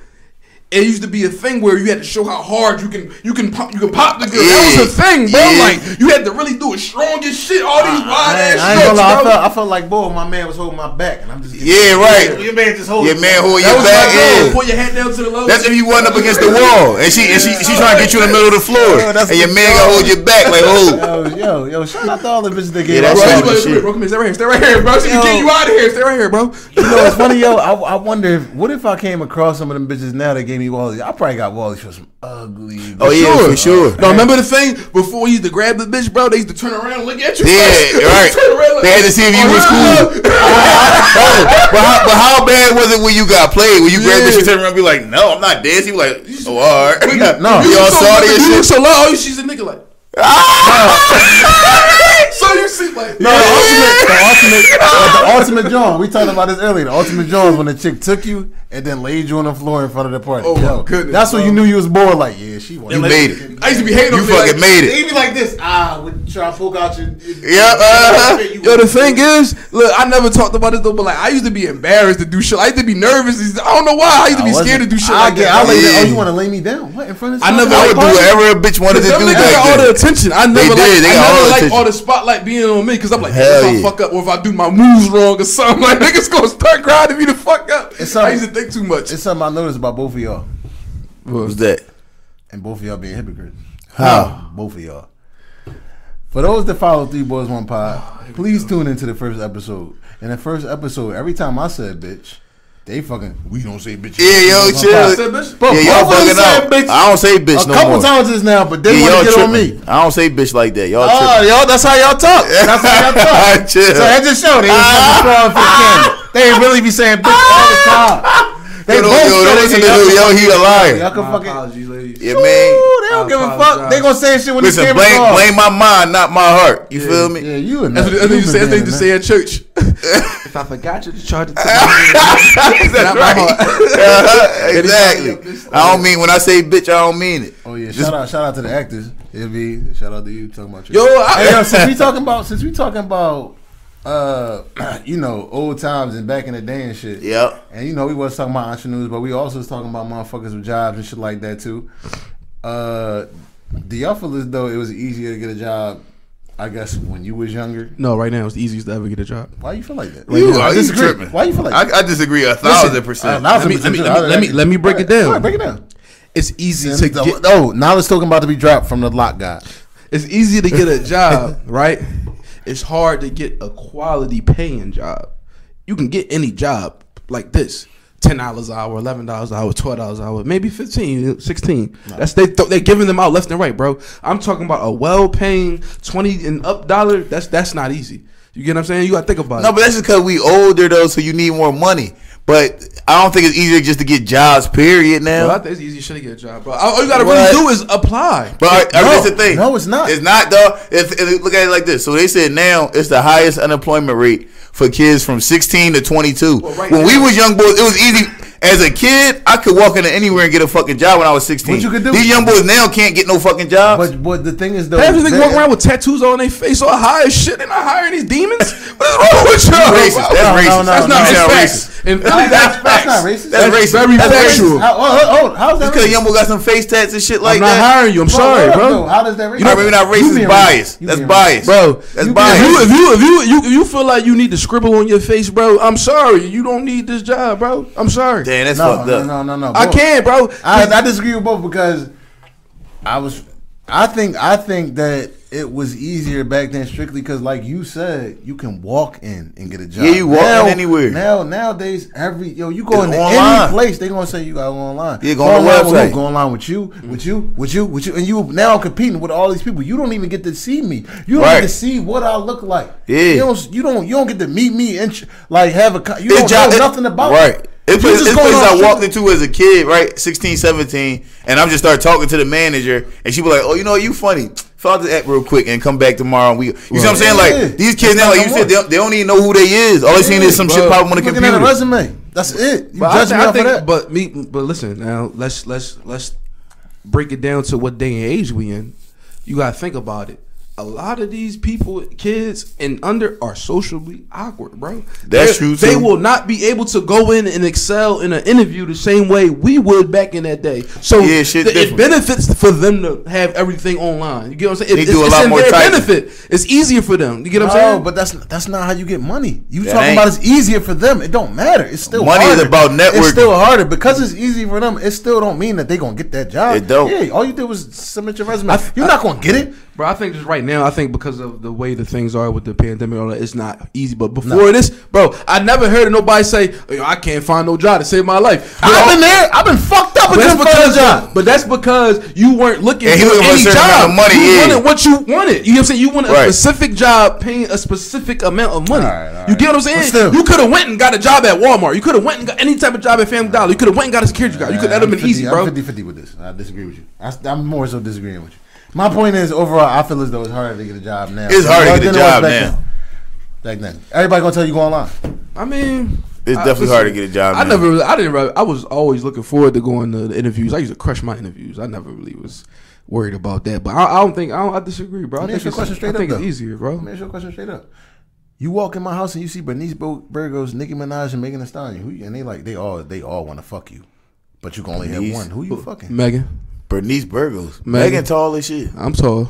[SPEAKER 2] It used to be a thing where you had to show how hard you can you can pop you can pop the girl. That was a
[SPEAKER 3] Yeah.
[SPEAKER 2] thing, bro.
[SPEAKER 3] Yeah.
[SPEAKER 2] Like you had to really do it strong as shit. All these wide
[SPEAKER 1] I ain't, I
[SPEAKER 2] ass
[SPEAKER 1] ain't
[SPEAKER 2] strokes,
[SPEAKER 1] gonna lie. I
[SPEAKER 2] bro.
[SPEAKER 1] felt, I felt like, boy, my man was holding my back, and I'm just getting-
[SPEAKER 3] Yeah, right.
[SPEAKER 1] Your man just holding
[SPEAKER 3] Your man hold
[SPEAKER 1] That
[SPEAKER 3] your
[SPEAKER 1] was
[SPEAKER 3] back,
[SPEAKER 1] my
[SPEAKER 3] yeah.
[SPEAKER 1] goal.
[SPEAKER 2] Pull your head down to the low.
[SPEAKER 3] That's if you went up against the wall, and she and she she trying to get you in the middle of the floor,
[SPEAKER 1] Yeah, that's
[SPEAKER 3] and your
[SPEAKER 1] the
[SPEAKER 3] man
[SPEAKER 1] dog.
[SPEAKER 3] gonna hold your back like, oh,
[SPEAKER 1] Yo, yo, yo! Shout out to all the bitches that gave
[SPEAKER 3] Yeah,
[SPEAKER 1] us
[SPEAKER 3] that's That's
[SPEAKER 2] Bro,
[SPEAKER 1] all
[SPEAKER 3] all
[SPEAKER 2] you
[SPEAKER 1] the
[SPEAKER 3] the
[SPEAKER 2] like,
[SPEAKER 1] shit.
[SPEAKER 3] shit.
[SPEAKER 2] bro, come here, stay right here, stay right here, bro. She can
[SPEAKER 1] Yo.
[SPEAKER 2] get you out of here, stay right here, bro.
[SPEAKER 1] You know, it's funny, yo. I, I wonder if what if I came across some of them bitches now that gave me me Wally. I probably got Wally for some ugly.
[SPEAKER 3] Oh, yeah, for sure.
[SPEAKER 2] No, remember the thing before you used to grab the bitch, bro? They used to turn around and look at you.
[SPEAKER 3] Yeah, right. They had to see
[SPEAKER 1] Oh,
[SPEAKER 3] if you was cool. Oh, but, how, but how bad was it when you got played? When you grabbed this,
[SPEAKER 2] Yeah.
[SPEAKER 3] you turned around and be like, no, I'm not dancing. You like, oh, all right.
[SPEAKER 1] No.
[SPEAKER 3] You all salty and
[SPEAKER 2] You
[SPEAKER 3] shit.
[SPEAKER 2] look so low. Oh, she's a nigga like.
[SPEAKER 1] Ah!
[SPEAKER 2] so you see like.
[SPEAKER 1] No, the ultimate, the ultimate, the ultimate John. We talked about this earlier. The ultimate John is when the chick took you and then laid you on the floor in front of the party.
[SPEAKER 2] Oh, my goodness,
[SPEAKER 1] That's when
[SPEAKER 2] bro.
[SPEAKER 1] you knew you was bored. Like, yeah, she was.
[SPEAKER 3] You made it.
[SPEAKER 2] I used to be hating on
[SPEAKER 3] You
[SPEAKER 2] them, like,
[SPEAKER 3] fucking made it.
[SPEAKER 1] They be like this. Ah, would try to poke out your.
[SPEAKER 3] Yeah, uh-huh.
[SPEAKER 2] uh, Yo, the thing is, look, I never talked about it though, but like, I used to be embarrassed to do shit. I used to be nervous. I don't know why. I used to be scared to do shit
[SPEAKER 1] I
[SPEAKER 2] like
[SPEAKER 1] get.
[SPEAKER 2] that.
[SPEAKER 1] I lay
[SPEAKER 3] Yeah.
[SPEAKER 1] down. Oh, you want to lay me down? What in front of?
[SPEAKER 2] I
[SPEAKER 1] somebody?
[SPEAKER 2] never-
[SPEAKER 3] I would do whatever a bitch wanted to
[SPEAKER 2] Them
[SPEAKER 3] do
[SPEAKER 2] niggas got
[SPEAKER 3] back
[SPEAKER 2] all the
[SPEAKER 3] then.
[SPEAKER 2] attention. I
[SPEAKER 3] They did.
[SPEAKER 2] never like
[SPEAKER 3] They
[SPEAKER 2] I
[SPEAKER 3] got all
[SPEAKER 2] never
[SPEAKER 3] the
[SPEAKER 2] like
[SPEAKER 3] attention.
[SPEAKER 2] all the spotlight being on me because I'm like, damn,
[SPEAKER 3] Hell
[SPEAKER 2] if I
[SPEAKER 3] yeah.
[SPEAKER 2] fuck up or if I do my moves wrong or something, like niggas gonna start grinding me to fuck up.
[SPEAKER 1] It's
[SPEAKER 2] I
[SPEAKER 1] something-
[SPEAKER 2] used to think too much.
[SPEAKER 1] It's something I noticed about both of y'all,
[SPEAKER 3] What was that?
[SPEAKER 1] and both of y'all being hypocrites.
[SPEAKER 3] How?
[SPEAKER 1] Both of y'all. For those that follow Three Boys One Pod, please tune into the first episode. In the first episode, every time I said bitch, they fucking we don't say bitch.
[SPEAKER 3] Yeah, yo,
[SPEAKER 1] One
[SPEAKER 3] chill.
[SPEAKER 1] Pod.
[SPEAKER 2] I said, bitch,
[SPEAKER 1] Bro,
[SPEAKER 3] Yeah, y'all
[SPEAKER 1] both of you
[SPEAKER 3] bugging
[SPEAKER 1] said
[SPEAKER 3] out.
[SPEAKER 1] bitch
[SPEAKER 3] I don't say bitch
[SPEAKER 1] a
[SPEAKER 3] no
[SPEAKER 1] couple
[SPEAKER 3] more.
[SPEAKER 1] times just now, but they
[SPEAKER 3] Yeah,
[SPEAKER 1] want to get
[SPEAKER 3] y'all
[SPEAKER 1] on me.
[SPEAKER 3] tripping. I don't say bitch like that. Y'all
[SPEAKER 1] Oh,
[SPEAKER 3] tripping.
[SPEAKER 1] yo, that's how y'all talk. That's how y'all talk.
[SPEAKER 3] Chill.
[SPEAKER 1] So that just showed they was fucking throwing for the camera. They ain't really be saying bitch all the time. They
[SPEAKER 3] Yo,
[SPEAKER 1] both
[SPEAKER 3] yo,
[SPEAKER 1] know
[SPEAKER 3] don't
[SPEAKER 1] they
[SPEAKER 3] listen
[SPEAKER 1] say
[SPEAKER 3] to
[SPEAKER 1] y'all
[SPEAKER 3] dude.
[SPEAKER 1] can-
[SPEAKER 3] Yo, he a
[SPEAKER 1] Y'all
[SPEAKER 3] liar.
[SPEAKER 1] can fucking.
[SPEAKER 2] apologies, ladies.
[SPEAKER 3] Yeah,
[SPEAKER 1] Ooh,
[SPEAKER 3] man.
[SPEAKER 1] they don't
[SPEAKER 2] I
[SPEAKER 1] give a fuck.
[SPEAKER 2] apologize.
[SPEAKER 1] They gonna say shit when the
[SPEAKER 3] Listen,
[SPEAKER 1] camera
[SPEAKER 3] blame
[SPEAKER 1] off.
[SPEAKER 3] blame my mind, not my heart. You feel me?
[SPEAKER 1] Yeah, you and
[SPEAKER 2] That's what that's what you said. That's what you
[SPEAKER 1] just
[SPEAKER 2] say at church. if I forgot you, just charge it to me.
[SPEAKER 3] That's
[SPEAKER 2] Not my
[SPEAKER 3] right.
[SPEAKER 2] heart.
[SPEAKER 3] Yeah,
[SPEAKER 2] Everybody up this
[SPEAKER 3] exactly. I don't mean when I say bitch, I don't mean it.
[SPEAKER 1] Oh yeah,
[SPEAKER 3] Just-
[SPEAKER 1] shout out, shout out to the actors. It'd be shout out to you talking about
[SPEAKER 2] Yo,
[SPEAKER 1] your.
[SPEAKER 2] I,
[SPEAKER 1] Hey, yo, since we talking about since we talking about uh you know old times and back in the day and shit.
[SPEAKER 3] Yep.
[SPEAKER 1] And you know, we was talking about entrepreneurs, but we also was talking about motherfuckers with jobs and shit like that too. Uh do y'all feel as though it was easier to get a job, I guess, when you was younger?
[SPEAKER 2] no, right now it's the easiest to ever get a job.
[SPEAKER 1] Why you feel like that?
[SPEAKER 3] You are
[SPEAKER 1] Like, I
[SPEAKER 3] you
[SPEAKER 1] disagree.
[SPEAKER 3] tripping?
[SPEAKER 1] Why you feel like that?
[SPEAKER 3] I, I disagree a thousand percent.
[SPEAKER 1] Uh,
[SPEAKER 2] Let me- let me- let me- let me- let me break it
[SPEAKER 1] Go ahead,
[SPEAKER 2] down.
[SPEAKER 1] break it down.
[SPEAKER 2] It's easy
[SPEAKER 1] And
[SPEAKER 2] to
[SPEAKER 1] the-
[SPEAKER 2] get.
[SPEAKER 1] oh, now it's talking about to be dropped from the lock guy.
[SPEAKER 2] It's easy to get a job, right? It's hard to get a quality paying job. You can get any job like this. Ten dollars an hour, eleven dollars an hour, twelve dollars an hour, maybe 15, 16. That's they th- they giving them out left and right, bro. I'm talking about a well paying twenty and up dollar. That's that's not easy. You get what I'm saying? You gotta think about
[SPEAKER 3] No,
[SPEAKER 2] it.
[SPEAKER 3] but that's just because we older though, so you need more money. But I don't think it's easier just to get jobs. Period. Now,
[SPEAKER 2] Well, I think it's easy shit to get a job, bro. All all you gotta
[SPEAKER 3] What?
[SPEAKER 2] really do is apply.
[SPEAKER 3] But I, I
[SPEAKER 1] No,
[SPEAKER 3] that's the thing.
[SPEAKER 1] no, it's not.
[SPEAKER 3] It's not though. If, if look at it like this, so they said now it's the highest unemployment rate for kids from 16 to 22.
[SPEAKER 2] right
[SPEAKER 3] when we
[SPEAKER 2] now-
[SPEAKER 3] was young boys, it was easy. As a kid, I could walk into anywhere and get a fucking job when I was 16.
[SPEAKER 1] What you could do-
[SPEAKER 3] These young boys now can't get no fucking jobs.
[SPEAKER 1] But but the thing is though,
[SPEAKER 2] Half these niggas walk
[SPEAKER 1] that-
[SPEAKER 2] around with tattoos on their face, all high as shit. They're not hiring these demons. What is wrong with y'all?
[SPEAKER 3] Racist. That's
[SPEAKER 1] No, no,
[SPEAKER 3] racist.
[SPEAKER 1] no,
[SPEAKER 2] That's not
[SPEAKER 1] no, no.
[SPEAKER 3] That's
[SPEAKER 2] facts. In Philly,
[SPEAKER 1] That's
[SPEAKER 2] that's
[SPEAKER 1] not- that's
[SPEAKER 2] facts.
[SPEAKER 1] not racist.
[SPEAKER 3] That's racist.
[SPEAKER 2] Very
[SPEAKER 3] That's
[SPEAKER 2] factual.
[SPEAKER 1] How, oh, oh, oh, how's that?
[SPEAKER 3] Because
[SPEAKER 1] racist?
[SPEAKER 3] young boy got some face tats and shit like
[SPEAKER 2] I'm not
[SPEAKER 3] that.
[SPEAKER 2] hiring you. I'm
[SPEAKER 1] Bro,
[SPEAKER 2] sorry,
[SPEAKER 1] hold up,
[SPEAKER 2] bro.
[SPEAKER 1] though. How does that racist?
[SPEAKER 3] You know, maybe not
[SPEAKER 1] You
[SPEAKER 3] racist,
[SPEAKER 1] being
[SPEAKER 3] bias.
[SPEAKER 1] racist. You
[SPEAKER 3] That's
[SPEAKER 1] being
[SPEAKER 3] bias,
[SPEAKER 2] Bro,
[SPEAKER 3] That's
[SPEAKER 1] You
[SPEAKER 2] If
[SPEAKER 3] bias.
[SPEAKER 2] you if you if you you you feel like you need to scribble on your face, bro, I'm sorry. You don't need this job, bro. I'm sorry.
[SPEAKER 3] Damn, that's
[SPEAKER 1] No,
[SPEAKER 3] fucked
[SPEAKER 1] no,
[SPEAKER 3] up.
[SPEAKER 1] no, no, no.
[SPEAKER 2] I
[SPEAKER 1] Boy,
[SPEAKER 2] can, bro.
[SPEAKER 1] I, I disagree with both because I was. I think I think that it was easier back then strictly because, like you said, you can walk in and get a job.
[SPEAKER 3] Yeah, you walk in anywhere.
[SPEAKER 1] Now nowadays, every yo, you go
[SPEAKER 3] It's
[SPEAKER 1] into
[SPEAKER 3] online.
[SPEAKER 1] any place, they gonna say you gotta go online.
[SPEAKER 3] Yeah, go on the
[SPEAKER 1] online with
[SPEAKER 3] website.
[SPEAKER 1] who? Go online with you, with you, with you, with you, and you now competing with all these people. You don't even get to see me. You don't
[SPEAKER 3] Right.
[SPEAKER 1] get to see what I look like.
[SPEAKER 3] Yeah.
[SPEAKER 1] you don't. You don't. You don't get to meet me and ch- like have a. co- You
[SPEAKER 3] It's
[SPEAKER 1] don't
[SPEAKER 3] job-
[SPEAKER 1] know
[SPEAKER 3] it-
[SPEAKER 1] nothing about me.
[SPEAKER 3] right.
[SPEAKER 1] You
[SPEAKER 3] It's place,
[SPEAKER 1] just
[SPEAKER 3] it's
[SPEAKER 1] going
[SPEAKER 3] place
[SPEAKER 1] on
[SPEAKER 3] I
[SPEAKER 1] strictly-
[SPEAKER 3] walked into as a kid, right? 16, 17. And I'm just start talking to the manager. And she be like, oh, you know, you funny. Fill out the app real quick and come back tomorrow. And we, you see what I'm saying?
[SPEAKER 1] Yeah.
[SPEAKER 3] Like, these kids
[SPEAKER 1] That's
[SPEAKER 3] now,
[SPEAKER 1] not
[SPEAKER 3] like you
[SPEAKER 1] gonna
[SPEAKER 3] said, they don't, they don't even know who they is. All they seen is some
[SPEAKER 2] bro.
[SPEAKER 3] shit pop up on the
[SPEAKER 1] Looking
[SPEAKER 3] computer.
[SPEAKER 1] at a resume. That's it. You
[SPEAKER 2] But
[SPEAKER 1] judge me
[SPEAKER 2] I,
[SPEAKER 1] off
[SPEAKER 2] thi- I think,
[SPEAKER 1] of that.
[SPEAKER 2] but me, but listen now. Let's let's let's break it down to what day and age we in. You gotta think about it. A lot of these people, kids and under, are socially awkward, bro.
[SPEAKER 3] That's
[SPEAKER 2] They're-
[SPEAKER 3] true,
[SPEAKER 2] They
[SPEAKER 3] too.
[SPEAKER 2] will not be able to go in and excel in an interview the same way we would back in that day. So
[SPEAKER 3] Yeah, shit
[SPEAKER 2] th-
[SPEAKER 3] different.
[SPEAKER 2] it benefits for them to have everything online. You get what I'm saying?
[SPEAKER 3] They
[SPEAKER 2] It-
[SPEAKER 3] do
[SPEAKER 2] it's,
[SPEAKER 3] a
[SPEAKER 2] it's
[SPEAKER 3] lot
[SPEAKER 2] in
[SPEAKER 3] more
[SPEAKER 2] their
[SPEAKER 3] typing.
[SPEAKER 2] benefit. It's easier for them. You get what I'm
[SPEAKER 1] no,
[SPEAKER 2] saying?
[SPEAKER 1] Oh, but that's that's not how you get money. You
[SPEAKER 3] That
[SPEAKER 1] talking
[SPEAKER 3] ain't.
[SPEAKER 1] about it's easier for them. It don't matter. It's still
[SPEAKER 3] Money is
[SPEAKER 1] harder.
[SPEAKER 3] about
[SPEAKER 1] It's
[SPEAKER 3] networking.
[SPEAKER 1] still harder because it's easy for them. It still don't mean that they gonna get that job.
[SPEAKER 3] It don't.
[SPEAKER 1] Yeah, all you did was submit your resume.
[SPEAKER 2] I-
[SPEAKER 1] You're not gonna get it.
[SPEAKER 2] Bro, I think just right now, I think because of the way the things are with the pandemic, and all that, it's not easy. But before this, bro, I never heard of nobody say, "Yo, I can't find no job to save my life.
[SPEAKER 1] I've been there. I've been fucked
[SPEAKER 2] But
[SPEAKER 1] up with
[SPEAKER 2] that's
[SPEAKER 1] this
[SPEAKER 2] because,
[SPEAKER 1] fucking job.
[SPEAKER 2] but that's because you weren't looking
[SPEAKER 3] Yeah, he
[SPEAKER 2] for
[SPEAKER 3] looking for a
[SPEAKER 2] any
[SPEAKER 3] certain
[SPEAKER 2] job.
[SPEAKER 3] amount of money,
[SPEAKER 2] you
[SPEAKER 3] yeah.
[SPEAKER 2] wanted what you wanted. You know what I'm saying? You wanted
[SPEAKER 3] Right.
[SPEAKER 2] a specific job, paying a specific amount of money.
[SPEAKER 1] All right, all
[SPEAKER 2] You get what I'm
[SPEAKER 1] But
[SPEAKER 2] saying?
[SPEAKER 1] still-
[SPEAKER 2] you could have went and got a job at Walmart. You could have went and got any type of job at Family Dollar. You could have went and got a security job. You could that
[SPEAKER 1] I'm
[SPEAKER 2] have been
[SPEAKER 1] 50
[SPEAKER 2] easy, bro.
[SPEAKER 1] I'm 50 50 with this. I disagree with you. I, am more so disagreeing with you. My point is, overall, I feel as though it's harder to get a job now.
[SPEAKER 3] It's harder to
[SPEAKER 1] Than
[SPEAKER 3] get a
[SPEAKER 1] it was
[SPEAKER 3] job
[SPEAKER 1] back
[SPEAKER 3] now.
[SPEAKER 1] then. Back then. Everybody going to tell you go online.
[SPEAKER 2] I mean,
[SPEAKER 3] It's
[SPEAKER 2] I-
[SPEAKER 3] definitely hard to get a job,
[SPEAKER 2] I
[SPEAKER 3] man.
[SPEAKER 2] never, really, I didn't. Really, I was always looking forward to going to the interviews. I used to crush my interviews. I never really was worried about that. But I, I don't think I, don't, I disagree, bro. I
[SPEAKER 1] Let me
[SPEAKER 2] think,
[SPEAKER 1] ask you a
[SPEAKER 2] it's,
[SPEAKER 1] question
[SPEAKER 2] I
[SPEAKER 1] straight
[SPEAKER 2] think
[SPEAKER 1] up,
[SPEAKER 2] it's
[SPEAKER 1] though.
[SPEAKER 2] easier, bro.
[SPEAKER 1] Let me ask you a question straight up. You walk in my house and you see Bernice Bo- Burgos, Nicki Minaj, and Megan Thee Stallion. Who you- and they like they all they all want to fuck you, but you can only have
[SPEAKER 3] Bernice.
[SPEAKER 1] one. Who you fucking?
[SPEAKER 2] Megan,
[SPEAKER 3] Bernice Burgos.
[SPEAKER 2] Megan.
[SPEAKER 3] Megan, tall as shit.
[SPEAKER 2] I'm tall.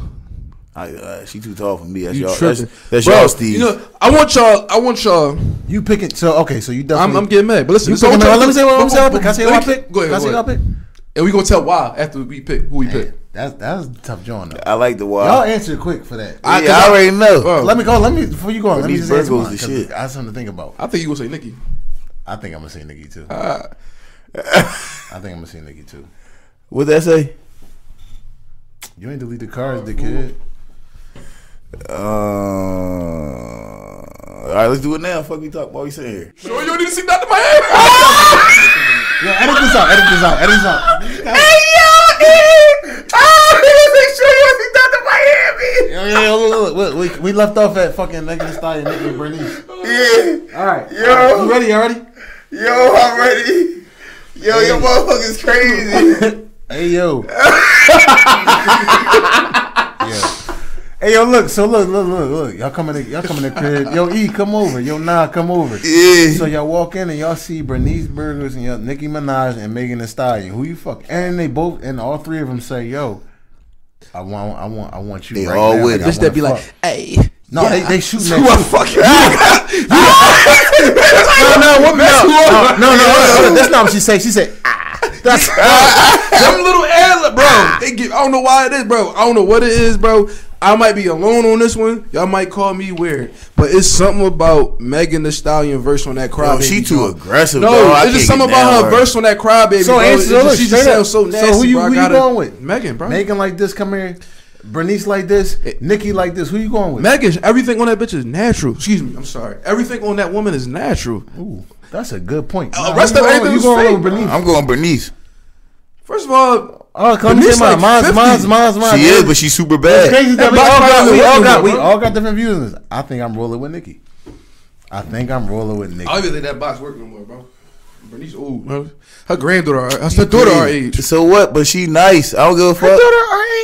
[SPEAKER 3] I, uh, she too tall for me. That's
[SPEAKER 2] You
[SPEAKER 3] y'all.
[SPEAKER 2] tripping.
[SPEAKER 3] That's, that's
[SPEAKER 2] Bro,
[SPEAKER 3] y'all, Steve.
[SPEAKER 2] You know, I want y'all. I want y'all.
[SPEAKER 1] You picking? So okay, so you
[SPEAKER 2] I'm,
[SPEAKER 1] definitely.
[SPEAKER 2] I'm getting mad, but listen.
[SPEAKER 1] You
[SPEAKER 2] this is all
[SPEAKER 1] picking?
[SPEAKER 2] I'm trying-
[SPEAKER 1] Let me say what I'm saying.
[SPEAKER 2] but-
[SPEAKER 1] Can I say
[SPEAKER 2] but-
[SPEAKER 1] what I
[SPEAKER 2] but-
[SPEAKER 1] pick?
[SPEAKER 2] Go ahead.
[SPEAKER 1] Can I say
[SPEAKER 2] go
[SPEAKER 1] what I
[SPEAKER 2] ahead.
[SPEAKER 1] pick?
[SPEAKER 2] And we gonna tell why after we pick who we pick.
[SPEAKER 1] Man, that's that's a tough job though.
[SPEAKER 3] I like the
[SPEAKER 1] Y'all
[SPEAKER 3] wild.
[SPEAKER 1] answer quick for that.
[SPEAKER 2] I-
[SPEAKER 3] I,
[SPEAKER 2] 'cause
[SPEAKER 3] yeah, I already know.
[SPEAKER 2] Bro.
[SPEAKER 1] let me go. Let me before you go. on, Let me
[SPEAKER 3] Bernice
[SPEAKER 1] just answer
[SPEAKER 3] Burgos
[SPEAKER 1] mine,
[SPEAKER 3] is
[SPEAKER 1] 'cause
[SPEAKER 3] shit.
[SPEAKER 1] I have something to think about.
[SPEAKER 2] I think you gonna say Nikki.
[SPEAKER 1] I think I'm gonna say Nikki too. I think I'm gonna say Nikki too.
[SPEAKER 3] What that say?
[SPEAKER 1] You ain't deleted cards, the kid.
[SPEAKER 3] Uh, all right, let's do it now. Fuck, we talk. What we saying here?
[SPEAKER 2] Sure, you don't need to sing that to my head.
[SPEAKER 1] Yo, edit this out. Edit this out. Edit this out.
[SPEAKER 2] Oh,
[SPEAKER 1] Yo, yo, yo, look, look, look, we, we left off at fucking Megan Thee Stallion, Nicki and Bernice.
[SPEAKER 3] Yeah,
[SPEAKER 1] All right.
[SPEAKER 3] Yo.
[SPEAKER 1] You ready? You ready?
[SPEAKER 3] yo, I'm ready. Yo, your motherfucker's crazy.
[SPEAKER 1] Hey, yo. yeah. Hey, yo, look. So, look, look, look, look. Y'all coming to, y'all coming to crib. Yo, E, come over. Yo, Nah, come over. So,
[SPEAKER 3] Yeah,
[SPEAKER 1] y'all walk in and y'all see Bernice Burgers and y'all Nicki Minaj and Megan Thee Stallion. Who you fuck? And they both, and all three of them say, yo. I want, I want, I want you.
[SPEAKER 3] They
[SPEAKER 1] right
[SPEAKER 3] all
[SPEAKER 1] now.
[SPEAKER 3] with it.
[SPEAKER 1] I
[SPEAKER 2] Bitch, that
[SPEAKER 1] wanna
[SPEAKER 2] be like,
[SPEAKER 1] fuck."
[SPEAKER 2] hey.
[SPEAKER 1] No,
[SPEAKER 2] yeah,
[SPEAKER 1] they- they shooting at
[SPEAKER 2] Who I
[SPEAKER 1] you.
[SPEAKER 2] fuck you? Ah! No, no, what?
[SPEAKER 1] no, no, no, no, no, that's not what she said. She said, ah. That's
[SPEAKER 2] Them little ad, bro. They get. I don't know why it is, bro. I don't know what it is, bro. I might be alone on this one. Y'all might call me weird, but it's something about Megan Thee Stallion verse on that
[SPEAKER 3] bro,
[SPEAKER 2] crybaby.
[SPEAKER 3] she too
[SPEAKER 2] song.
[SPEAKER 3] aggressive.
[SPEAKER 2] No,
[SPEAKER 3] dog. I
[SPEAKER 2] it's just
[SPEAKER 3] can't
[SPEAKER 2] something
[SPEAKER 3] get down
[SPEAKER 2] about her
[SPEAKER 3] with
[SPEAKER 2] verse on that crybaby.
[SPEAKER 1] So,
[SPEAKER 2] bro.
[SPEAKER 1] answer-
[SPEAKER 2] It's
[SPEAKER 1] so
[SPEAKER 2] just-
[SPEAKER 1] look,
[SPEAKER 2] she just
[SPEAKER 1] straight up.
[SPEAKER 2] sounds so
[SPEAKER 1] So
[SPEAKER 2] nasty.
[SPEAKER 1] who you-
[SPEAKER 2] bro. I
[SPEAKER 1] who you
[SPEAKER 2] gotta-
[SPEAKER 1] going with?
[SPEAKER 2] Megan, bro. Megan.
[SPEAKER 1] Megan like this, come here. Bernice like this, Nikki like this. Who you going with?
[SPEAKER 2] everything on that bitch is natural. Excuse me, I'm sorry. Everything on that woman is natural.
[SPEAKER 1] Ooh, that's a good point.
[SPEAKER 2] Uh, rest
[SPEAKER 1] you
[SPEAKER 2] of
[SPEAKER 1] going-
[SPEAKER 2] everything
[SPEAKER 1] you
[SPEAKER 2] was
[SPEAKER 1] going
[SPEAKER 2] fake,
[SPEAKER 1] with
[SPEAKER 2] bro.
[SPEAKER 3] it.
[SPEAKER 1] Bernice?
[SPEAKER 3] I'm going Bernice.
[SPEAKER 2] First of all,
[SPEAKER 1] Oh, come
[SPEAKER 2] Bernice
[SPEAKER 1] to mine.
[SPEAKER 2] like
[SPEAKER 1] Mine's,
[SPEAKER 2] 50.
[SPEAKER 1] mine's, mine's, mine's.
[SPEAKER 3] She is, but she's super
[SPEAKER 1] It's
[SPEAKER 3] bad.
[SPEAKER 1] crazy that we
[SPEAKER 2] Everybody
[SPEAKER 1] all
[SPEAKER 2] finds
[SPEAKER 1] got,
[SPEAKER 2] a
[SPEAKER 1] we all
[SPEAKER 2] reason,
[SPEAKER 1] got, we
[SPEAKER 2] bro.
[SPEAKER 1] all got different views. on this. I think I'm rolling with Nikki. I think I'm rolling with Nikki.
[SPEAKER 2] I don't even think that box work no more, bro. Bernice, ooh, bro. her granddaughter, her, her daughter our age.
[SPEAKER 3] So what? But she nice. I don't give a fuck.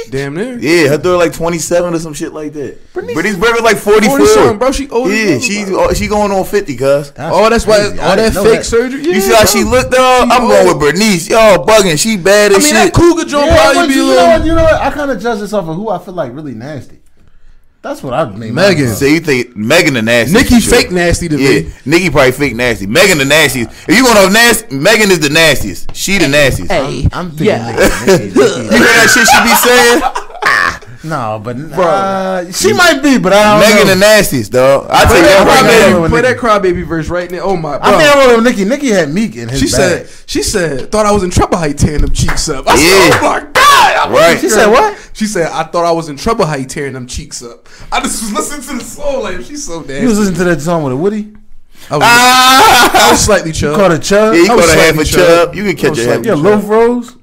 [SPEAKER 2] Damn near.
[SPEAKER 3] Yeah, her daughter like 27 or some shit like that. Bernice, Bernice Burger like 44.
[SPEAKER 2] 47, bro. She older
[SPEAKER 3] Yeah,
[SPEAKER 2] than
[SPEAKER 3] she
[SPEAKER 2] everybody.
[SPEAKER 3] she going on 50, cuz.
[SPEAKER 1] That's
[SPEAKER 2] Oh, that's why
[SPEAKER 1] crazy. I
[SPEAKER 2] all
[SPEAKER 1] didn't
[SPEAKER 2] that
[SPEAKER 1] know
[SPEAKER 2] fake surgery. Yeah,
[SPEAKER 3] You see how
[SPEAKER 2] bro.
[SPEAKER 3] she looked, dog?
[SPEAKER 2] She
[SPEAKER 3] I'm going
[SPEAKER 2] old.
[SPEAKER 3] with Bernice. Y'all bugging. She bad as
[SPEAKER 2] I mean, that
[SPEAKER 3] shit.
[SPEAKER 2] cougar joint
[SPEAKER 1] Yeah, but
[SPEAKER 2] probably be a
[SPEAKER 1] you, know what,
[SPEAKER 2] little.
[SPEAKER 1] you know what? I kind of judge this off of who I feel like really nasty. That's what I mean.
[SPEAKER 2] Megan.
[SPEAKER 3] So you think Megan the nasty?
[SPEAKER 2] Nikki
[SPEAKER 3] for sure.
[SPEAKER 2] fake nasty to
[SPEAKER 3] Yeah,
[SPEAKER 2] me.
[SPEAKER 3] Nikki probably fake nasty. Megan the nastiest. If you gonna have nasty, Megan is the nastiest. She the nastiest.
[SPEAKER 4] Hey,
[SPEAKER 1] I'm thinking Nikki, Nikki, Nikki.
[SPEAKER 3] You hear that shit she be saying?
[SPEAKER 1] No, but uh, she might be, but I don't
[SPEAKER 3] Megan
[SPEAKER 1] know.
[SPEAKER 3] the nastiest, dog. I
[SPEAKER 2] Play
[SPEAKER 3] take
[SPEAKER 1] Yeah,
[SPEAKER 2] Oh, that
[SPEAKER 1] right
[SPEAKER 3] that
[SPEAKER 2] crybaby.
[SPEAKER 1] now.
[SPEAKER 2] Play that crybaby verse right now. Oh my. Bro.
[SPEAKER 1] I think I wrote with Nikki. Nikki had Meek in his
[SPEAKER 2] she
[SPEAKER 1] bag.
[SPEAKER 2] said. She said. Thought I was in trouble. How you tearing them cheeks up? I
[SPEAKER 3] Yeah.
[SPEAKER 2] said, Oh my god. I'm
[SPEAKER 3] Right.
[SPEAKER 1] She said what?
[SPEAKER 2] She said, I thought I was in trouble how you tearing them cheeks up. I just was listening to the song like she's so
[SPEAKER 1] You was
[SPEAKER 2] nasty.
[SPEAKER 1] listening to that song with a Woody.
[SPEAKER 2] I was,
[SPEAKER 3] Ah!
[SPEAKER 2] I was slightly chub.
[SPEAKER 1] Called a chub.
[SPEAKER 3] Yeah, you
[SPEAKER 2] I was
[SPEAKER 3] caught a half
[SPEAKER 2] slightly
[SPEAKER 3] a
[SPEAKER 2] chub.
[SPEAKER 3] chub. You can
[SPEAKER 2] I was
[SPEAKER 3] catch a half.
[SPEAKER 2] slightly
[SPEAKER 1] yeah,
[SPEAKER 2] chub.
[SPEAKER 1] loaf rose.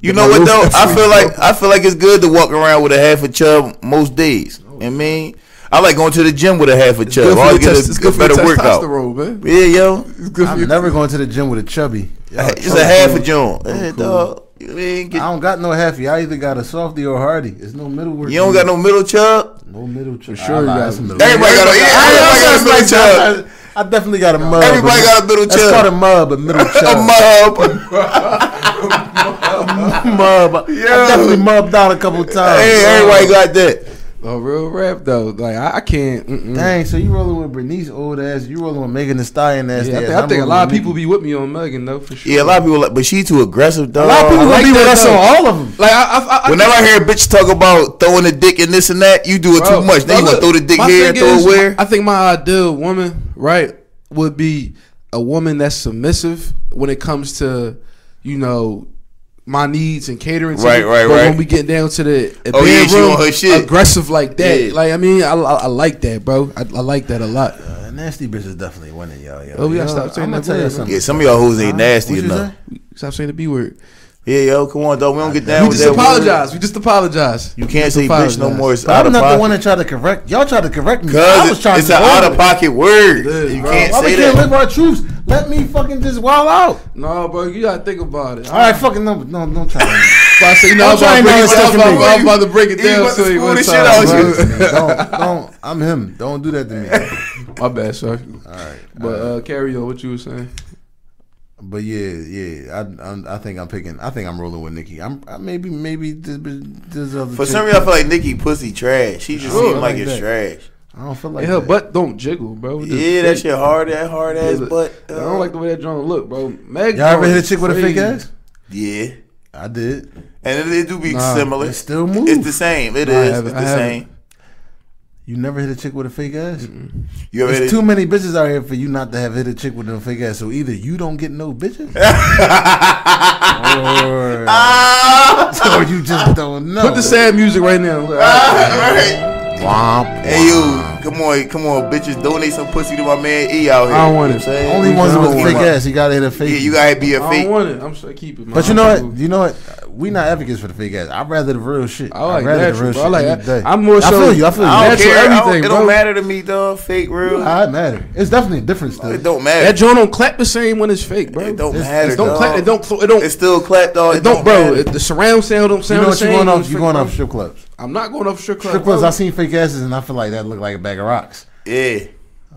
[SPEAKER 3] You know what though? I feel like I feel like it's good to walk around with a half a chub most days. I mean, I like going to the gym with a half a
[SPEAKER 2] Good
[SPEAKER 3] chub.
[SPEAKER 2] for
[SPEAKER 3] I
[SPEAKER 2] your
[SPEAKER 3] get
[SPEAKER 2] test-
[SPEAKER 3] a,
[SPEAKER 2] it's
[SPEAKER 3] a
[SPEAKER 2] good for your
[SPEAKER 3] better workout.
[SPEAKER 2] testosterone, man.
[SPEAKER 3] Yeah, yo,
[SPEAKER 2] It's good for
[SPEAKER 1] I'm
[SPEAKER 2] your-
[SPEAKER 1] never going to the gym with a chubby.
[SPEAKER 3] it's a half a joint. Eh, dog. You ain't get-
[SPEAKER 1] I don't got no halfy. I either got a softy or hardy. It's no middle word.
[SPEAKER 3] you don't got no middle chub.
[SPEAKER 1] no middle chub.
[SPEAKER 2] sure
[SPEAKER 1] I
[SPEAKER 2] you
[SPEAKER 1] lied,
[SPEAKER 2] got
[SPEAKER 1] that's
[SPEAKER 2] some-
[SPEAKER 1] a middle.
[SPEAKER 3] Everybody got a, yeah, everybody got a middle chub.
[SPEAKER 1] I, I definitely got a mug.
[SPEAKER 3] Everybody
[SPEAKER 1] but-
[SPEAKER 3] got a middle
[SPEAKER 1] That's
[SPEAKER 3] chub.
[SPEAKER 1] called a mug, but middle
[SPEAKER 3] A
[SPEAKER 1] chub.
[SPEAKER 3] mub.
[SPEAKER 1] mub. I
[SPEAKER 3] Yeah.
[SPEAKER 1] definitely mubbed out a couple times.
[SPEAKER 3] Hey, everybody got that.
[SPEAKER 2] A real rap though. Like I, I can't. Mm-mm.
[SPEAKER 1] Dang, so you rolling with Bernice old ass, you rolling with Megan Thee Stallion ass.
[SPEAKER 2] Yeah, I
[SPEAKER 1] ass.
[SPEAKER 2] think,
[SPEAKER 1] I'm
[SPEAKER 2] I think a
[SPEAKER 1] rolling
[SPEAKER 2] lot of
[SPEAKER 1] with
[SPEAKER 2] people
[SPEAKER 1] Nicki.
[SPEAKER 2] be with me on Megan though for sure.
[SPEAKER 3] Yeah, a lot of people, like, but she too aggressive, dog.
[SPEAKER 1] A lot of people
[SPEAKER 2] Oh, I like
[SPEAKER 1] gonna be with
[SPEAKER 2] that,
[SPEAKER 1] us on
[SPEAKER 2] though.
[SPEAKER 1] all of them.
[SPEAKER 2] Like I, I, I
[SPEAKER 3] Whenever I hear a bitch talk about throwing a dick and this and that, you do it
[SPEAKER 2] Bro,
[SPEAKER 3] too much. Then you gonna
[SPEAKER 2] bro,
[SPEAKER 3] throw the dick
[SPEAKER 2] my
[SPEAKER 3] here,
[SPEAKER 2] thing
[SPEAKER 3] throw
[SPEAKER 2] is,
[SPEAKER 3] it where.
[SPEAKER 2] I think my ideal woman, right, would be a woman that's submissive when it comes to, you know, my needs and catering. To
[SPEAKER 3] Right,
[SPEAKER 2] me.
[SPEAKER 3] right,
[SPEAKER 2] but
[SPEAKER 3] right.
[SPEAKER 2] When we get down to the
[SPEAKER 3] Oh, yeah, she
[SPEAKER 2] bedroom,
[SPEAKER 3] on her shit.
[SPEAKER 2] aggressive like that.
[SPEAKER 3] Yeah.
[SPEAKER 2] Like I mean, I, I, I like that, bro. I, I like that a lot.
[SPEAKER 1] Uh, nasty bitch is definitely winning, y'all. Yo.
[SPEAKER 2] Oh, we gotta
[SPEAKER 1] Yo,
[SPEAKER 2] stop saying
[SPEAKER 1] I'ma
[SPEAKER 2] that
[SPEAKER 1] tell
[SPEAKER 2] word,
[SPEAKER 1] you
[SPEAKER 2] man.
[SPEAKER 1] something.
[SPEAKER 3] Yeah, some of y'all hoes ain't nasty
[SPEAKER 1] What you
[SPEAKER 3] enough.
[SPEAKER 1] say?
[SPEAKER 2] Stop saying the b word.
[SPEAKER 3] Yeah, yo, come on, dog. We don't get down
[SPEAKER 2] We
[SPEAKER 3] with
[SPEAKER 2] just
[SPEAKER 3] that. word.
[SPEAKER 2] apologize. We just apologize.
[SPEAKER 3] You can't say
[SPEAKER 2] apologize.
[SPEAKER 3] bitch no more. It's
[SPEAKER 1] But
[SPEAKER 3] out
[SPEAKER 1] I'm
[SPEAKER 3] of
[SPEAKER 1] not the one
[SPEAKER 3] pocket.
[SPEAKER 1] that tried to correct. Y'all tried to correct me. I was
[SPEAKER 3] Cause
[SPEAKER 1] trying
[SPEAKER 3] it's
[SPEAKER 1] to.
[SPEAKER 3] an
[SPEAKER 1] roll
[SPEAKER 3] out
[SPEAKER 1] with
[SPEAKER 3] of
[SPEAKER 1] it.
[SPEAKER 3] pocket word.
[SPEAKER 2] is,
[SPEAKER 3] You
[SPEAKER 2] bro.
[SPEAKER 3] can't
[SPEAKER 1] Why we
[SPEAKER 3] say
[SPEAKER 1] can't
[SPEAKER 3] that.
[SPEAKER 1] live our truths? Let me fucking just wild out.
[SPEAKER 2] No, bro, you gotta think about it.
[SPEAKER 1] All right, fucking no, no, no time.
[SPEAKER 2] I say, you know,
[SPEAKER 1] I'm
[SPEAKER 2] I'm about to
[SPEAKER 1] trying
[SPEAKER 2] break
[SPEAKER 1] not
[SPEAKER 2] it
[SPEAKER 1] to
[SPEAKER 2] down.
[SPEAKER 1] second
[SPEAKER 2] I'm
[SPEAKER 1] me.
[SPEAKER 2] about- I'm about to break it
[SPEAKER 3] He
[SPEAKER 2] down
[SPEAKER 3] about to
[SPEAKER 2] to you
[SPEAKER 3] school
[SPEAKER 2] one
[SPEAKER 3] the shit
[SPEAKER 2] time,
[SPEAKER 3] out
[SPEAKER 2] bro.
[SPEAKER 3] you.
[SPEAKER 1] don't, don't. I'm him. Don't do that to me.
[SPEAKER 2] My bad, sir.
[SPEAKER 1] All right,
[SPEAKER 2] But uh, carry on what you were saying.
[SPEAKER 1] but yeah, yeah. I, I'm, I think I'm picking. I think I'm rolling with Nikki. I'm I, maybe, maybe this, bitch- this other.
[SPEAKER 3] For
[SPEAKER 1] chick-
[SPEAKER 3] some reason, I feel like Nikki pussy trash. She just
[SPEAKER 1] I don't
[SPEAKER 3] seems like
[SPEAKER 1] like
[SPEAKER 3] it's
[SPEAKER 1] that.
[SPEAKER 3] trash.
[SPEAKER 1] I don't feel like.
[SPEAKER 2] yeah, her
[SPEAKER 1] that.
[SPEAKER 2] butt don't jiggle, bro. It just
[SPEAKER 3] Yeah,
[SPEAKER 2] fake.
[SPEAKER 3] that shit hard, that hard ass
[SPEAKER 2] Look,
[SPEAKER 3] butt.
[SPEAKER 2] I don't like the way that drone look, bro. Meg
[SPEAKER 1] uh, Y'all ever
[SPEAKER 2] joint
[SPEAKER 1] hit a
[SPEAKER 2] is
[SPEAKER 1] chick with a fake
[SPEAKER 2] crazy.
[SPEAKER 1] ass?
[SPEAKER 3] Yeah,
[SPEAKER 1] I did.
[SPEAKER 3] and it, it do be
[SPEAKER 2] Nah,
[SPEAKER 3] similar.
[SPEAKER 1] It still moves.
[SPEAKER 3] It's the same. It
[SPEAKER 2] I
[SPEAKER 3] is.
[SPEAKER 2] haven't-
[SPEAKER 3] It's
[SPEAKER 2] I
[SPEAKER 3] the
[SPEAKER 2] haven't.
[SPEAKER 3] same.
[SPEAKER 1] You never hit a chick with a fake ass?
[SPEAKER 3] You ever
[SPEAKER 1] There's
[SPEAKER 3] hit
[SPEAKER 1] too
[SPEAKER 3] it?
[SPEAKER 1] many bitches out here for you not to have hit a chick with a fake ass. So either you don't get no bitches, or,
[SPEAKER 3] Ah,
[SPEAKER 1] or you just don't know.
[SPEAKER 2] Put the sad music right now.
[SPEAKER 3] right.
[SPEAKER 1] Womp.
[SPEAKER 3] Hey you, come on, come on, bitches, donate some pussy to my man E out here.
[SPEAKER 2] I don't
[SPEAKER 3] You know
[SPEAKER 2] want it.
[SPEAKER 3] what I'm saying?
[SPEAKER 1] Only
[SPEAKER 3] You
[SPEAKER 1] ones
[SPEAKER 3] know,
[SPEAKER 1] with
[SPEAKER 3] keep
[SPEAKER 1] fake
[SPEAKER 3] my-
[SPEAKER 1] ass. You gotta hit a fake.
[SPEAKER 3] Yeah, you gotta be a
[SPEAKER 2] I don't
[SPEAKER 3] fake.
[SPEAKER 2] want it. I'm sure keep it. man.
[SPEAKER 1] But you
[SPEAKER 2] I'm
[SPEAKER 1] know
[SPEAKER 2] cool.
[SPEAKER 1] what? You know what? We not advocates for the fake ass. I'd rather the real shit.
[SPEAKER 2] I like
[SPEAKER 1] I'd rather
[SPEAKER 2] natural, bro. I like
[SPEAKER 1] any
[SPEAKER 2] that.
[SPEAKER 1] day.
[SPEAKER 2] I'm more
[SPEAKER 1] I
[SPEAKER 2] so.
[SPEAKER 1] feel you. I feel you.
[SPEAKER 3] I don't
[SPEAKER 2] Natural
[SPEAKER 3] care. I don't-
[SPEAKER 2] everything,
[SPEAKER 3] it
[SPEAKER 2] bro.
[SPEAKER 3] don't matter to me, dog. Fake, real.
[SPEAKER 1] Ah, it matter. It's definitely a difference though.
[SPEAKER 3] It don't matter.
[SPEAKER 2] That drone don't clap the same when it's fake, bro.
[SPEAKER 3] It don't
[SPEAKER 1] It's-
[SPEAKER 3] matter.
[SPEAKER 2] It don't
[SPEAKER 3] dog.
[SPEAKER 2] clap. It don't. cl- It don't.
[SPEAKER 3] It's still clap, dog.
[SPEAKER 2] It don't, bro.
[SPEAKER 3] matter.
[SPEAKER 2] It, the surround sound don't
[SPEAKER 1] You
[SPEAKER 2] sound
[SPEAKER 1] know
[SPEAKER 2] the
[SPEAKER 1] what you
[SPEAKER 2] same.
[SPEAKER 1] going
[SPEAKER 2] when
[SPEAKER 1] off?
[SPEAKER 2] it's
[SPEAKER 1] You
[SPEAKER 2] fake,
[SPEAKER 1] going
[SPEAKER 2] bro.
[SPEAKER 1] off strip clubs?
[SPEAKER 2] I'm not going off strip club.
[SPEAKER 1] Strip clubs.
[SPEAKER 2] bro.
[SPEAKER 1] I seen fake asses and I feel like that looked like a bag of rocks.
[SPEAKER 3] yeah.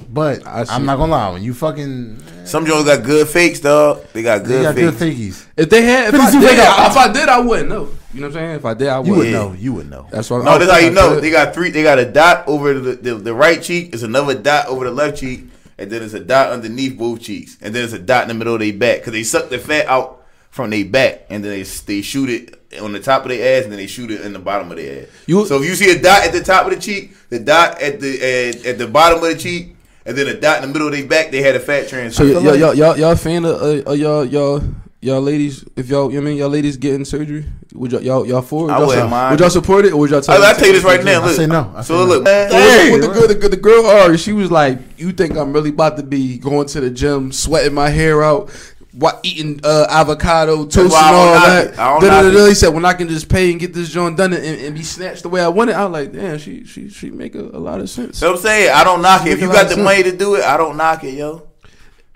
[SPEAKER 1] But
[SPEAKER 2] I see.
[SPEAKER 1] I'm not gonna lie. When you fucking,
[SPEAKER 3] Some Jones got good fakes, dog. They got
[SPEAKER 1] you
[SPEAKER 3] good
[SPEAKER 1] got
[SPEAKER 3] fakes.
[SPEAKER 1] good thinkies.
[SPEAKER 2] If they had, if I,
[SPEAKER 1] 52
[SPEAKER 2] did,
[SPEAKER 1] fake
[SPEAKER 2] I, if I did, I wouldn't know. You know what I'm saying? If I did, I
[SPEAKER 1] You
[SPEAKER 2] wouldn't.
[SPEAKER 1] would
[SPEAKER 3] Yeah.
[SPEAKER 1] know. You would know.
[SPEAKER 2] That's why.
[SPEAKER 3] no, that's how you know. They got three. They got a dot over the, the, the right cheek. It's another dot over the left cheek, and then it's a dot underneath both cheeks, and then it's a dot in the middle of their back because they suck the fat out from their back, and then they they shoot it on the top of their ass, and then they shoot it in the bottom of their ass.
[SPEAKER 2] You-
[SPEAKER 3] so if you see a dot at the top of the cheek, the dot at the at, at the bottom of the cheek, and then a dot in the middle of their back, they had a fat trans.
[SPEAKER 2] So y'all, y'all, y'all, y'all fan of uh, uh, y'all, y'all, y'all ladies? If y'all, you know what I mean, y'all ladies getting surgery, would y'all, y'all, y'all for? it? Would
[SPEAKER 3] I
[SPEAKER 2] y'all,
[SPEAKER 3] wouldn't
[SPEAKER 2] su-
[SPEAKER 3] mind.
[SPEAKER 2] Would y'all support it or would y'all? Tell
[SPEAKER 3] I, I tell you this right now.
[SPEAKER 1] I
[SPEAKER 3] Look,
[SPEAKER 1] say no. I
[SPEAKER 3] so
[SPEAKER 1] say no.
[SPEAKER 3] look, man,
[SPEAKER 2] Hey,
[SPEAKER 3] what
[SPEAKER 2] the, girl, the, girl- the girl are she was like, "You think I'm really about to be going to the gym, sweating my hair out, what eating uh, avocado toast and
[SPEAKER 3] why I don't
[SPEAKER 2] all
[SPEAKER 3] knock
[SPEAKER 2] that?"
[SPEAKER 3] it. I don't
[SPEAKER 2] Da-da-da-da.
[SPEAKER 3] knock it.
[SPEAKER 2] He said, "When I can just pay and get this joint done and, and be snatched the way I want it," I was like, "Damn, she she she make a, a lot of sense."
[SPEAKER 3] So I'm saying I don't knock it. If
[SPEAKER 2] Making
[SPEAKER 3] you
[SPEAKER 2] a lot
[SPEAKER 3] got
[SPEAKER 2] of
[SPEAKER 3] the
[SPEAKER 2] sense.
[SPEAKER 3] money to do it, I don't knock it, yo.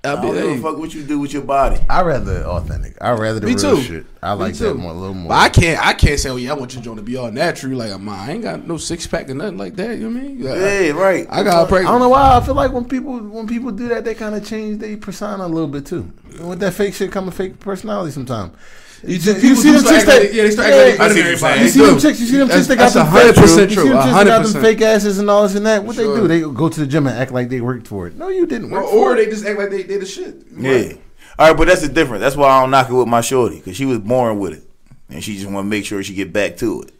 [SPEAKER 2] I
[SPEAKER 3] I don't
[SPEAKER 2] be,
[SPEAKER 3] give
[SPEAKER 2] hey,
[SPEAKER 3] a fuck what you do with your body.
[SPEAKER 1] I rather authentic. I rather the
[SPEAKER 2] me
[SPEAKER 1] real
[SPEAKER 2] too.
[SPEAKER 1] shit. I
[SPEAKER 2] Me
[SPEAKER 1] like
[SPEAKER 2] too.
[SPEAKER 1] that more, a little more.
[SPEAKER 2] But I can't I can't say, "Oh yeah, I want your joint to be all natural." Like I'm, I ain't got no six pack or nothing like that. You know what I mean? Like,
[SPEAKER 3] Yeah, right.
[SPEAKER 2] I, I got
[SPEAKER 1] I don't know why. I feel like when people when people do that, they kind of change their persona a little bit too. And with that fake shit, come a fake personality sometimes.
[SPEAKER 2] You,
[SPEAKER 1] people do start acting like-
[SPEAKER 2] yeah, they start
[SPEAKER 1] yeah,
[SPEAKER 2] acting
[SPEAKER 1] I
[SPEAKER 2] like
[SPEAKER 3] see
[SPEAKER 2] other
[SPEAKER 3] what you're
[SPEAKER 2] everybody.
[SPEAKER 1] You
[SPEAKER 3] They
[SPEAKER 1] see them chicks. You see them chicks that got
[SPEAKER 2] That's
[SPEAKER 1] them
[SPEAKER 2] hundred
[SPEAKER 1] fake.
[SPEAKER 2] percent
[SPEAKER 1] You see
[SPEAKER 2] true.
[SPEAKER 1] them chicks that got
[SPEAKER 2] hundred
[SPEAKER 1] them
[SPEAKER 2] percent.
[SPEAKER 1] fake asses and all this and that. What
[SPEAKER 2] Sure.
[SPEAKER 1] they do? They go to the gym and act like they worked for it. No, you didn't work for
[SPEAKER 2] Or they just act like they did the shit.
[SPEAKER 3] Yeah. All right, but that's the difference. That's why I don't knock it with my shorty because she was born with it, and she just want to make sure she get back to it.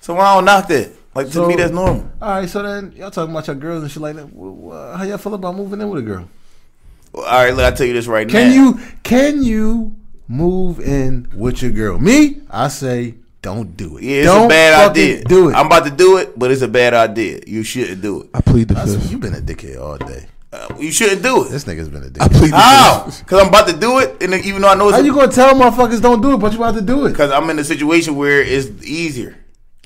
[SPEAKER 3] So I don't knock that. Like to
[SPEAKER 1] So-
[SPEAKER 3] me, that's normal.
[SPEAKER 1] All right, so then y'all talking about your girls and shit like that. Wh- wh- How y'all feel about moving in with a girl?
[SPEAKER 3] All right, look, I tell you this right
[SPEAKER 1] Can
[SPEAKER 3] now.
[SPEAKER 1] you can you move in with your girl? Me, I say don't do it.
[SPEAKER 3] Yeah, it's
[SPEAKER 1] don't
[SPEAKER 3] a bad
[SPEAKER 1] fucking
[SPEAKER 3] idea.
[SPEAKER 1] Do it.
[SPEAKER 3] I'm about to do it, but it's a bad idea. You shouldn't do it.
[SPEAKER 2] I plead the fifth.
[SPEAKER 1] You've been a dickhead all day.
[SPEAKER 3] Uh, you shouldn't do it.
[SPEAKER 1] This nigga's been a
[SPEAKER 2] I
[SPEAKER 1] dickhead.
[SPEAKER 2] plead the
[SPEAKER 3] How? Because I'm about to do it, and then even though I know it's
[SPEAKER 1] How
[SPEAKER 3] a
[SPEAKER 1] you gonna tell motherfuckers don't do it, but you about to do it?
[SPEAKER 3] Because I'm in a situation where it's easier.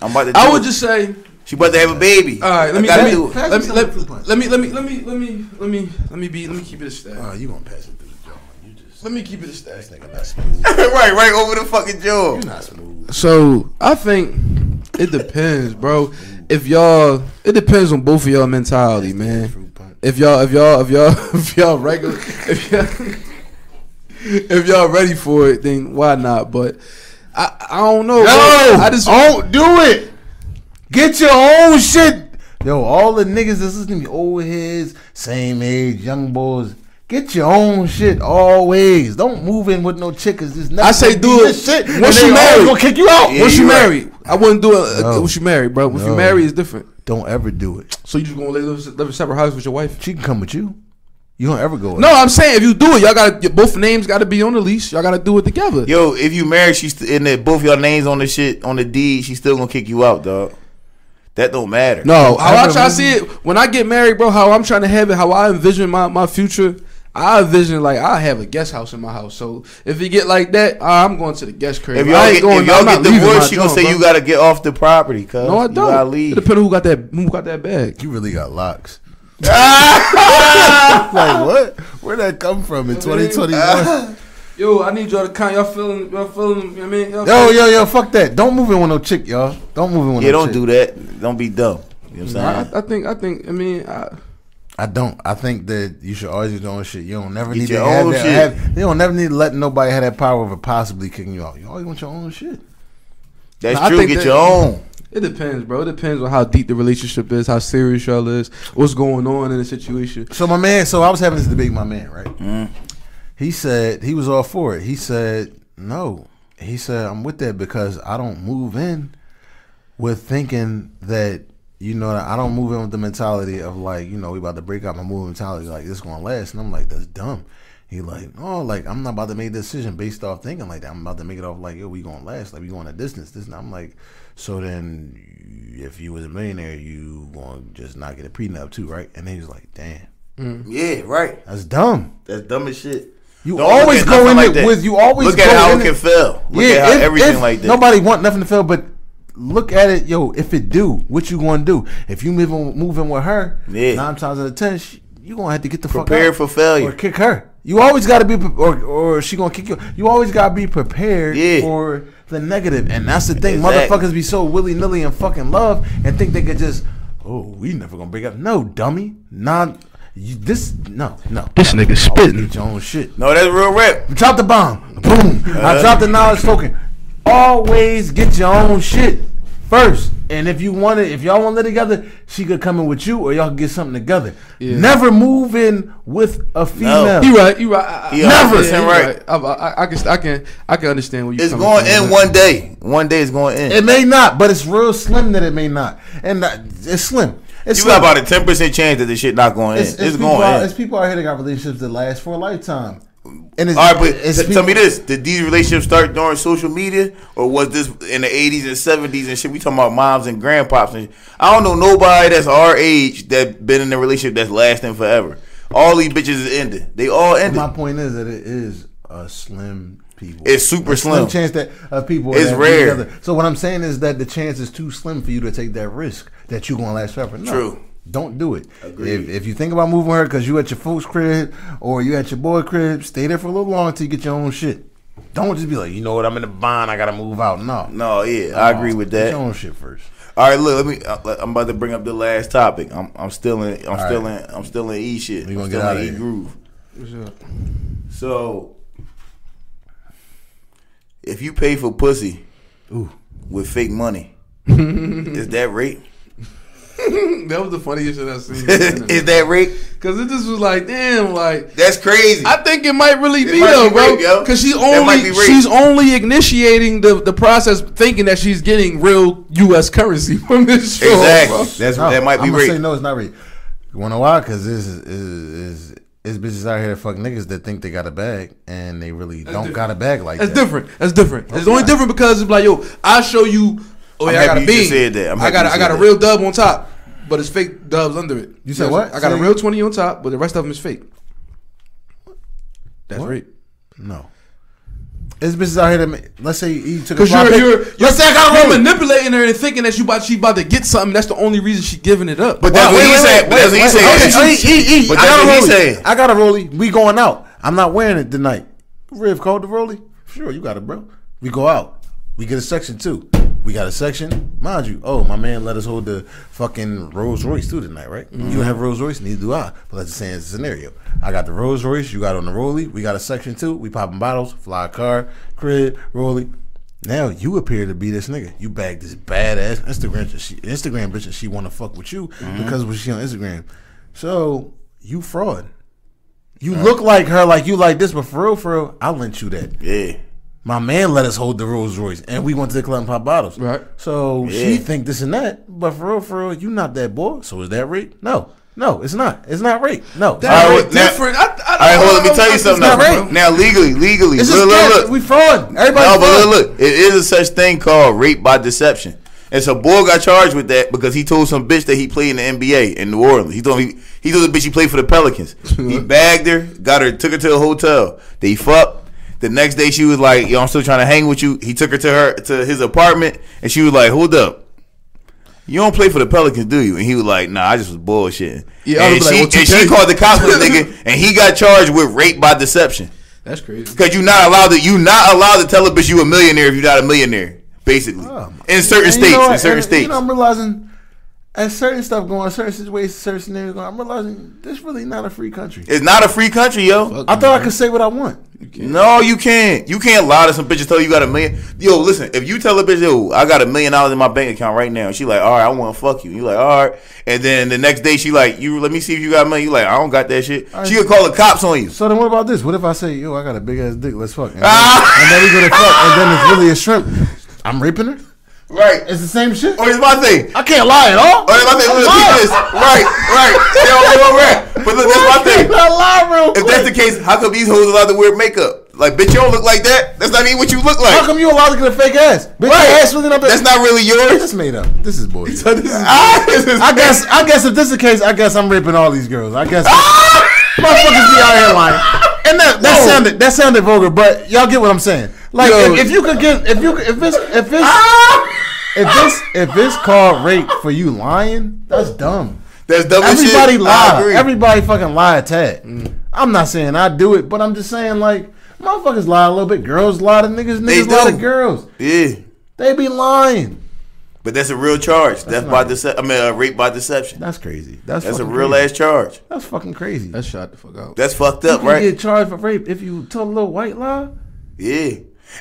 [SPEAKER 3] I'm about to. Do
[SPEAKER 2] I would
[SPEAKER 3] it.
[SPEAKER 2] just say,
[SPEAKER 3] She about to have a baby.
[SPEAKER 2] all right.
[SPEAKER 3] I
[SPEAKER 2] Let me
[SPEAKER 3] gotta
[SPEAKER 2] let me
[SPEAKER 3] do it.
[SPEAKER 2] let me let me let me let me let me let me let me let me be let me keep it a stack.
[SPEAKER 1] Oh, you gonna pass it through the jaw? You just
[SPEAKER 2] Let me keep it a stack.
[SPEAKER 1] nigga not smooth.
[SPEAKER 3] right, right over the fucking jaw.
[SPEAKER 1] Not smooth.
[SPEAKER 2] So I think it depends, bro. If y'all, it depends on both of y'all mentality, man.
[SPEAKER 1] Fruit punch.
[SPEAKER 2] If y'all, if y'all, if y'all, if y'all regular, if y'all, if y'all ready for it,
[SPEAKER 1] Oh!
[SPEAKER 2] then why not? But I, I don't know. bro. I just
[SPEAKER 1] don't do it. Get your own shit. Yo, all the niggas that's listening to me, old heads, same age, young boys. Get your own shit always. Don't move in with no chickers. There's nothing
[SPEAKER 2] I say
[SPEAKER 1] to
[SPEAKER 2] do
[SPEAKER 1] this
[SPEAKER 2] it
[SPEAKER 1] Shit, and
[SPEAKER 2] once
[SPEAKER 1] they
[SPEAKER 2] you
[SPEAKER 1] always
[SPEAKER 2] married.
[SPEAKER 1] gonna kick you out.
[SPEAKER 3] Yeah,
[SPEAKER 2] Once you
[SPEAKER 3] you right.
[SPEAKER 2] marry, I wouldn't do it. uh,
[SPEAKER 1] No.
[SPEAKER 2] Once you marry, bro. Once you
[SPEAKER 1] No.
[SPEAKER 2] marry, it's different.
[SPEAKER 1] Don't ever do it.
[SPEAKER 2] So you just gonna live, live in separate houses with your wife?
[SPEAKER 1] She can come with you. You don't ever go.
[SPEAKER 2] No, I'm saying if you do it, y'all got to both names got to be on the lease. Y'all got to do it together.
[SPEAKER 3] Yo, if you married, she's st- and that both your names on the shit on the deed, she's still gonna kick you out, dog. That don't matter.
[SPEAKER 2] No, how I
[SPEAKER 1] Ever
[SPEAKER 2] try to
[SPEAKER 1] really-
[SPEAKER 2] see it when I get married, bro. How I'm trying to have it, how I envision my, my future. I envision like I have a guest house in my house. So if you get like that, ah, I'm going to the guest crib.
[SPEAKER 3] If
[SPEAKER 2] I
[SPEAKER 3] y'all
[SPEAKER 2] ain't
[SPEAKER 3] get,
[SPEAKER 2] going-
[SPEAKER 3] if y'all
[SPEAKER 2] I'm
[SPEAKER 3] get
[SPEAKER 2] not leaving my
[SPEAKER 3] divorced, she gonna
[SPEAKER 2] joint,
[SPEAKER 3] say
[SPEAKER 2] bro.
[SPEAKER 3] you gotta get off the property, cuz
[SPEAKER 2] No, I
[SPEAKER 3] You gotta
[SPEAKER 2] don't. It
[SPEAKER 3] leave.
[SPEAKER 2] depends on who got that who got that bag.
[SPEAKER 1] You really got locks. like what? Where that come from in 2021?
[SPEAKER 2] Yo, I need y'all to count. Y'all feeling? Y'all feeling? You know what I mean, y'all
[SPEAKER 1] yo, yo, yo, fuck that. Don't move in with no chick, y'all. Don't move in with
[SPEAKER 3] Yeah,
[SPEAKER 1] no
[SPEAKER 3] don't
[SPEAKER 1] chick.
[SPEAKER 3] do that. Don't be dumb. You know what
[SPEAKER 2] I,
[SPEAKER 3] I'm saying?
[SPEAKER 2] I think. I think. I mean. I,
[SPEAKER 1] I don't. I think that you should always do your own shit. You don't never
[SPEAKER 3] Get
[SPEAKER 1] need
[SPEAKER 3] your
[SPEAKER 1] to have
[SPEAKER 3] own
[SPEAKER 1] that.
[SPEAKER 3] shit.
[SPEAKER 1] Have, you don't never need to let nobody have that power of possibly kicking you out. You always want your own shit.
[SPEAKER 3] That's
[SPEAKER 2] I
[SPEAKER 3] true.
[SPEAKER 2] think
[SPEAKER 3] Get
[SPEAKER 2] that-
[SPEAKER 3] your own.
[SPEAKER 2] It depends, bro. It depends on how deep the relationship is, how serious y'all is, what's going on in the situation.
[SPEAKER 1] So my man, so I was having this debate with my man, right? He said he was all for it. He said no. He said I'm with that because I don't move in with thinking that you know I don't move in with the mentality of like you know we about to break up. My move mentality like this gonna last, and I'm like that's dumb. He like no, like I'm not about to make a decision based off thinking like that. I'm about to make it off like yo, we gonna last, like we going a distance. This and I'm like, so then if you was a millionaire, you gonna just not get a prenup too, right? And then he was like, damn.
[SPEAKER 3] Yeah, right.
[SPEAKER 1] That's dumb.
[SPEAKER 3] That's dumb as shit.
[SPEAKER 1] You
[SPEAKER 3] Don't
[SPEAKER 1] always
[SPEAKER 3] look at
[SPEAKER 1] go
[SPEAKER 3] nothing
[SPEAKER 1] in
[SPEAKER 3] like
[SPEAKER 1] it
[SPEAKER 3] that.
[SPEAKER 1] with you always
[SPEAKER 3] look
[SPEAKER 1] go
[SPEAKER 3] at how
[SPEAKER 1] in
[SPEAKER 3] it can feel. Look
[SPEAKER 1] yeah,
[SPEAKER 3] at how
[SPEAKER 1] if-
[SPEAKER 3] everything
[SPEAKER 1] if
[SPEAKER 3] like that.
[SPEAKER 1] Nobody want nothing to fail, but look at it, yo. If it do, what you gonna do? If you move in, move in with her,
[SPEAKER 3] Yeah.
[SPEAKER 1] nine times out of ten, she, you gonna have to get the
[SPEAKER 3] Prepare
[SPEAKER 1] fuck
[SPEAKER 3] for
[SPEAKER 1] out
[SPEAKER 3] failure.
[SPEAKER 1] or kick her. You always gotta be, pre- or or she gonna kick you. You always gotta be prepared
[SPEAKER 3] Yeah.
[SPEAKER 1] for the negative, and that's the thing.
[SPEAKER 3] Exactly.
[SPEAKER 1] Motherfuckers be so willy nilly and fucking love and think they could just, oh, we never gonna break up. No, dummy, not. You, this no no
[SPEAKER 4] This nigga
[SPEAKER 1] Always
[SPEAKER 4] spitting.
[SPEAKER 1] get your own shit
[SPEAKER 3] no, that's real rap.
[SPEAKER 1] Drop the bomb. Boom.
[SPEAKER 3] Uh.
[SPEAKER 1] I dropped the knowledge token. Always get your own shit first. And if you want it, if y'all want to live together, she could come in with you or y'all can get something together.
[SPEAKER 2] Yeah.
[SPEAKER 1] Never move in with a female.
[SPEAKER 2] You right, you right. I, I,
[SPEAKER 3] Yeah,
[SPEAKER 2] I-
[SPEAKER 3] Never.
[SPEAKER 2] yeah, you
[SPEAKER 3] right.
[SPEAKER 2] I, I, I can, I can, I can understand where you.
[SPEAKER 3] It's
[SPEAKER 2] coming
[SPEAKER 3] going
[SPEAKER 2] from,
[SPEAKER 3] in
[SPEAKER 2] man.
[SPEAKER 3] one day. One day it's going in.
[SPEAKER 1] It may not, but it's real slim that it may not. And that- it's slim. It's
[SPEAKER 3] you
[SPEAKER 1] slim.
[SPEAKER 3] got about a ten percent chance that this shit not going in.
[SPEAKER 1] it's,
[SPEAKER 3] It's,
[SPEAKER 1] it's people
[SPEAKER 3] going
[SPEAKER 1] out,
[SPEAKER 3] in.
[SPEAKER 1] it's people out here that got relationships that last for a lifetime. And it's,
[SPEAKER 3] All right, but
[SPEAKER 1] it's
[SPEAKER 3] t-
[SPEAKER 1] people-
[SPEAKER 3] tell me this: Did these relationships start during social media, or was this in the '80s and '70s and shit? We talking about moms and grandpops and shit. I don't know nobody that's our age that been in a relationship that's lasting forever. All these bitches is ending. They all ended.
[SPEAKER 1] My point is that it is a slim people.
[SPEAKER 3] It's super
[SPEAKER 1] A
[SPEAKER 3] slim.
[SPEAKER 1] chance that of people.
[SPEAKER 3] It's
[SPEAKER 1] that be
[SPEAKER 3] rare.
[SPEAKER 1] together. So what I'm saying is that the chance is too slim for you to take that risk that you're gonna last forever. No,
[SPEAKER 3] True.
[SPEAKER 1] Don't do it.
[SPEAKER 3] Agreed.
[SPEAKER 1] If, if you think about moving her because you at your folks' crib or you at your boy crib, stay there for a little longer till you get your own shit. Don't just be like, you know what, I'm in the bond, I gotta move out. No,
[SPEAKER 3] no, yeah, I agree with
[SPEAKER 1] Get
[SPEAKER 3] that.
[SPEAKER 1] your
[SPEAKER 3] All
[SPEAKER 1] own shit first.
[SPEAKER 3] right, look, let me. I- let- I'm about to bring up the last topic. I'm, I'm still in. I'm
[SPEAKER 1] right.
[SPEAKER 3] still in. I'm still in E shit.
[SPEAKER 1] We
[SPEAKER 3] I'm
[SPEAKER 1] gonna
[SPEAKER 3] still
[SPEAKER 1] get outta
[SPEAKER 3] in E
[SPEAKER 1] here.
[SPEAKER 3] groove.
[SPEAKER 2] What's up?
[SPEAKER 3] So, if you pay for pussy
[SPEAKER 1] Ooh.
[SPEAKER 3] with fake money, is that rape?
[SPEAKER 2] That was the funniest shit I've seen.
[SPEAKER 3] is that rape?
[SPEAKER 2] Because it just was like, damn, like
[SPEAKER 3] That's crazy.
[SPEAKER 2] I think it might really be
[SPEAKER 3] might
[SPEAKER 2] though,
[SPEAKER 3] be
[SPEAKER 2] bro.
[SPEAKER 3] rape, yo.
[SPEAKER 2] Because she
[SPEAKER 3] That might
[SPEAKER 2] only
[SPEAKER 3] be rape.
[SPEAKER 2] she's only initiating the, the process, thinking that she's getting real U.S. currency from this show.
[SPEAKER 3] exactly.
[SPEAKER 2] Bro.
[SPEAKER 3] That's
[SPEAKER 1] No,
[SPEAKER 3] that might be
[SPEAKER 1] I'm
[SPEAKER 3] rape.
[SPEAKER 1] Gonna say no, it's not rape. You wanna why? Because this is is. is it's bitches out here that fuck niggas that think they got a bag and they really don't
[SPEAKER 2] different.
[SPEAKER 1] got a bag like
[SPEAKER 2] That's
[SPEAKER 1] that.
[SPEAKER 2] different. That's different. It's only different because it's like, yo, I show you. Oh
[SPEAKER 3] I'm
[SPEAKER 2] yeah, I got
[SPEAKER 3] happy
[SPEAKER 2] a
[SPEAKER 3] you just
[SPEAKER 2] bean.
[SPEAKER 3] said that. I'm
[SPEAKER 2] I
[SPEAKER 3] happy
[SPEAKER 2] got a,
[SPEAKER 3] you
[SPEAKER 2] I got a
[SPEAKER 3] said
[SPEAKER 2] real dub on top, but it's fake dubs under it.
[SPEAKER 1] You said
[SPEAKER 2] know
[SPEAKER 1] what?
[SPEAKER 2] I got a
[SPEAKER 1] Say-
[SPEAKER 2] real twenty on top, but the rest of them is fake. That's
[SPEAKER 1] What?
[SPEAKER 2] rape.
[SPEAKER 1] No. It's bitches out here that make, let's say you took a
[SPEAKER 2] Because
[SPEAKER 1] fly
[SPEAKER 2] you're,
[SPEAKER 1] pic.
[SPEAKER 2] you're, you're,
[SPEAKER 1] let's say I got
[SPEAKER 2] you're
[SPEAKER 1] a woman.
[SPEAKER 2] manipulating her and thinking that you about she about to get something. That's the only reason she giving it up.
[SPEAKER 3] But that's
[SPEAKER 1] Wait,
[SPEAKER 3] what he
[SPEAKER 1] wait,
[SPEAKER 3] said.
[SPEAKER 1] wait,
[SPEAKER 3] But that's what he
[SPEAKER 1] wait, wait,
[SPEAKER 3] said.
[SPEAKER 1] wait, wait, wait,
[SPEAKER 3] But
[SPEAKER 1] I
[SPEAKER 3] that's
[SPEAKER 1] got a
[SPEAKER 3] what he
[SPEAKER 1] rollie.
[SPEAKER 3] said.
[SPEAKER 1] I got a rollie. We going out. I'm not wearing it tonight. Riv called the rollie. Sure, you got it, bro. We go out. We get a section too. We got a section, mind you. Oh, my man let us hold the fucking Rolls Royce too tonight, right? You don't have Rolls Royce, neither do I. But let's say it's a scenario. I got the Rolls Royce. You got on the rollie. We got a section too. We popping bottles, fly car, crib, rollie. Now you appear to be this nigga. You bag this badass Instagram bitch. She, Instagram bitch, and she want to fuck with you because of what she on Instagram. So you fraud. You look like her, like you like this, but for real, for real, I lent you that.
[SPEAKER 3] Yeah.
[SPEAKER 1] My man let us hold the Rolls Royce, and we went to the club and pop bottles.
[SPEAKER 2] Right.
[SPEAKER 1] So she
[SPEAKER 3] Yeah.
[SPEAKER 1] think this and that, but for real, for real, you not that boy. So is that rape? No, no, it's not. It's not rape. No,
[SPEAKER 2] That
[SPEAKER 3] All
[SPEAKER 2] right,
[SPEAKER 3] right, now-
[SPEAKER 2] different. I, I,
[SPEAKER 3] All right, hold on. Let me tell you
[SPEAKER 2] it's
[SPEAKER 3] something.
[SPEAKER 2] not
[SPEAKER 3] Now,
[SPEAKER 2] right.
[SPEAKER 3] now legally, legally,
[SPEAKER 1] it's just
[SPEAKER 3] look, look, look.
[SPEAKER 1] We fraud. Everybody.
[SPEAKER 3] No, but
[SPEAKER 1] fraud.
[SPEAKER 3] look, look, it is a such thing called rape by deception. And so Boy got charged with that because he told some bitch that he played in the NBA in New Orleans. He told me he told the bitch he played for the Pelicans. he bagged her, got her, took her to a hotel. They fucked. The next day she was like, "Yo, I'm still trying to hang with you." He took her to her to his apartment, and she was like, "Hold up." You don't play for the Pelicans, do you? And he was like, Nah, I just was bullshitting.
[SPEAKER 2] Yeah, I
[SPEAKER 3] and,
[SPEAKER 2] was
[SPEAKER 3] she,
[SPEAKER 2] like, well,
[SPEAKER 3] and she
[SPEAKER 2] 2K.
[SPEAKER 3] called the cops on the nigga, and he got charged with rape by deception.
[SPEAKER 2] That's crazy.
[SPEAKER 3] Because you're not allowed to. You not allowed to tell a bitch you a millionaire if you're not a millionaire. Basically, in certain
[SPEAKER 1] And Oh you
[SPEAKER 3] states,
[SPEAKER 1] know
[SPEAKER 3] in
[SPEAKER 1] what?
[SPEAKER 3] certain
[SPEAKER 1] And,
[SPEAKER 3] states.
[SPEAKER 1] You know, I'm realizing as certain stuff going, certain situations, certain scenarios going, I'm realizing this really not a free country.
[SPEAKER 3] it's not a free country, yo.
[SPEAKER 1] I thought I could say what I want.
[SPEAKER 3] No, you can't. You can't lie to some bitches. Tell you, you got a million. Yo, listen. If you tell a bitch, yo, I got a million dollars in my bank account right now, and she like, all right, I want to fuck you. You like, all right. And then the next day, she like, you let me see if you got money. You like, I don't got that shit. She could call the cops on you.
[SPEAKER 1] So then, what about this? What if I say, "Yo, I got a big ass dick. Let's fuck," and then, and then we go to fuck, and then it's really a shrimp. I'm raping her.
[SPEAKER 3] Right.
[SPEAKER 1] It's the same shit.
[SPEAKER 3] Or it's my thing.
[SPEAKER 1] Oh, I can't lie at all.
[SPEAKER 3] Or it's my thing.
[SPEAKER 1] I'm
[SPEAKER 3] Look,
[SPEAKER 1] lying.
[SPEAKER 3] look this. Right. Right. Yo, yo, right. But look, that's my thing.
[SPEAKER 1] I lie real
[SPEAKER 3] If
[SPEAKER 1] quick.
[SPEAKER 3] that's the case, how come these hoes allowed to wear makeup? Like, bitch, you don't look like that. That's not even what you look like.
[SPEAKER 1] How come you allowed to get a fake ass? Bitch, your ass really not that.
[SPEAKER 3] That's not really yours.
[SPEAKER 1] That's made up. This is bullshit.
[SPEAKER 3] Ah, this is-
[SPEAKER 1] I guess I guess if this is the case, I guess I'm raping all these girls. I guess motherfuckers be out here lying. And that, that
[SPEAKER 3] No.
[SPEAKER 1] sounded that sounded vulgar, but y'all get what I'm saying. Like
[SPEAKER 2] Yo.
[SPEAKER 1] if, if you could get if you could- if it's if it's
[SPEAKER 3] Ah!
[SPEAKER 1] if it's if it's called rape for you lying, that's dumb.
[SPEAKER 3] That's dumb as shit.
[SPEAKER 1] Everybody
[SPEAKER 3] I
[SPEAKER 1] lie.
[SPEAKER 3] agree. Mm.
[SPEAKER 1] Everybody fucking lie a tad. I'm not saying I do it, but I'm just saying like motherfuckers lie a little bit. Girls lie to niggas. Niggas lie to
[SPEAKER 3] do.
[SPEAKER 1] girls.
[SPEAKER 3] yeah.
[SPEAKER 1] They be lying.
[SPEAKER 3] But that's a real charge. That's, by deception. I mean, uh, rape by deception.
[SPEAKER 1] That's crazy. That's
[SPEAKER 3] That's a
[SPEAKER 1] fucking
[SPEAKER 3] real
[SPEAKER 1] crazy.
[SPEAKER 3] ass charge.
[SPEAKER 1] That's fucking crazy.
[SPEAKER 2] That shot the fuck out.
[SPEAKER 3] That's fucked up,
[SPEAKER 1] You
[SPEAKER 3] right?
[SPEAKER 1] get charged for rape if you tell a little white lie.
[SPEAKER 3] Yeah.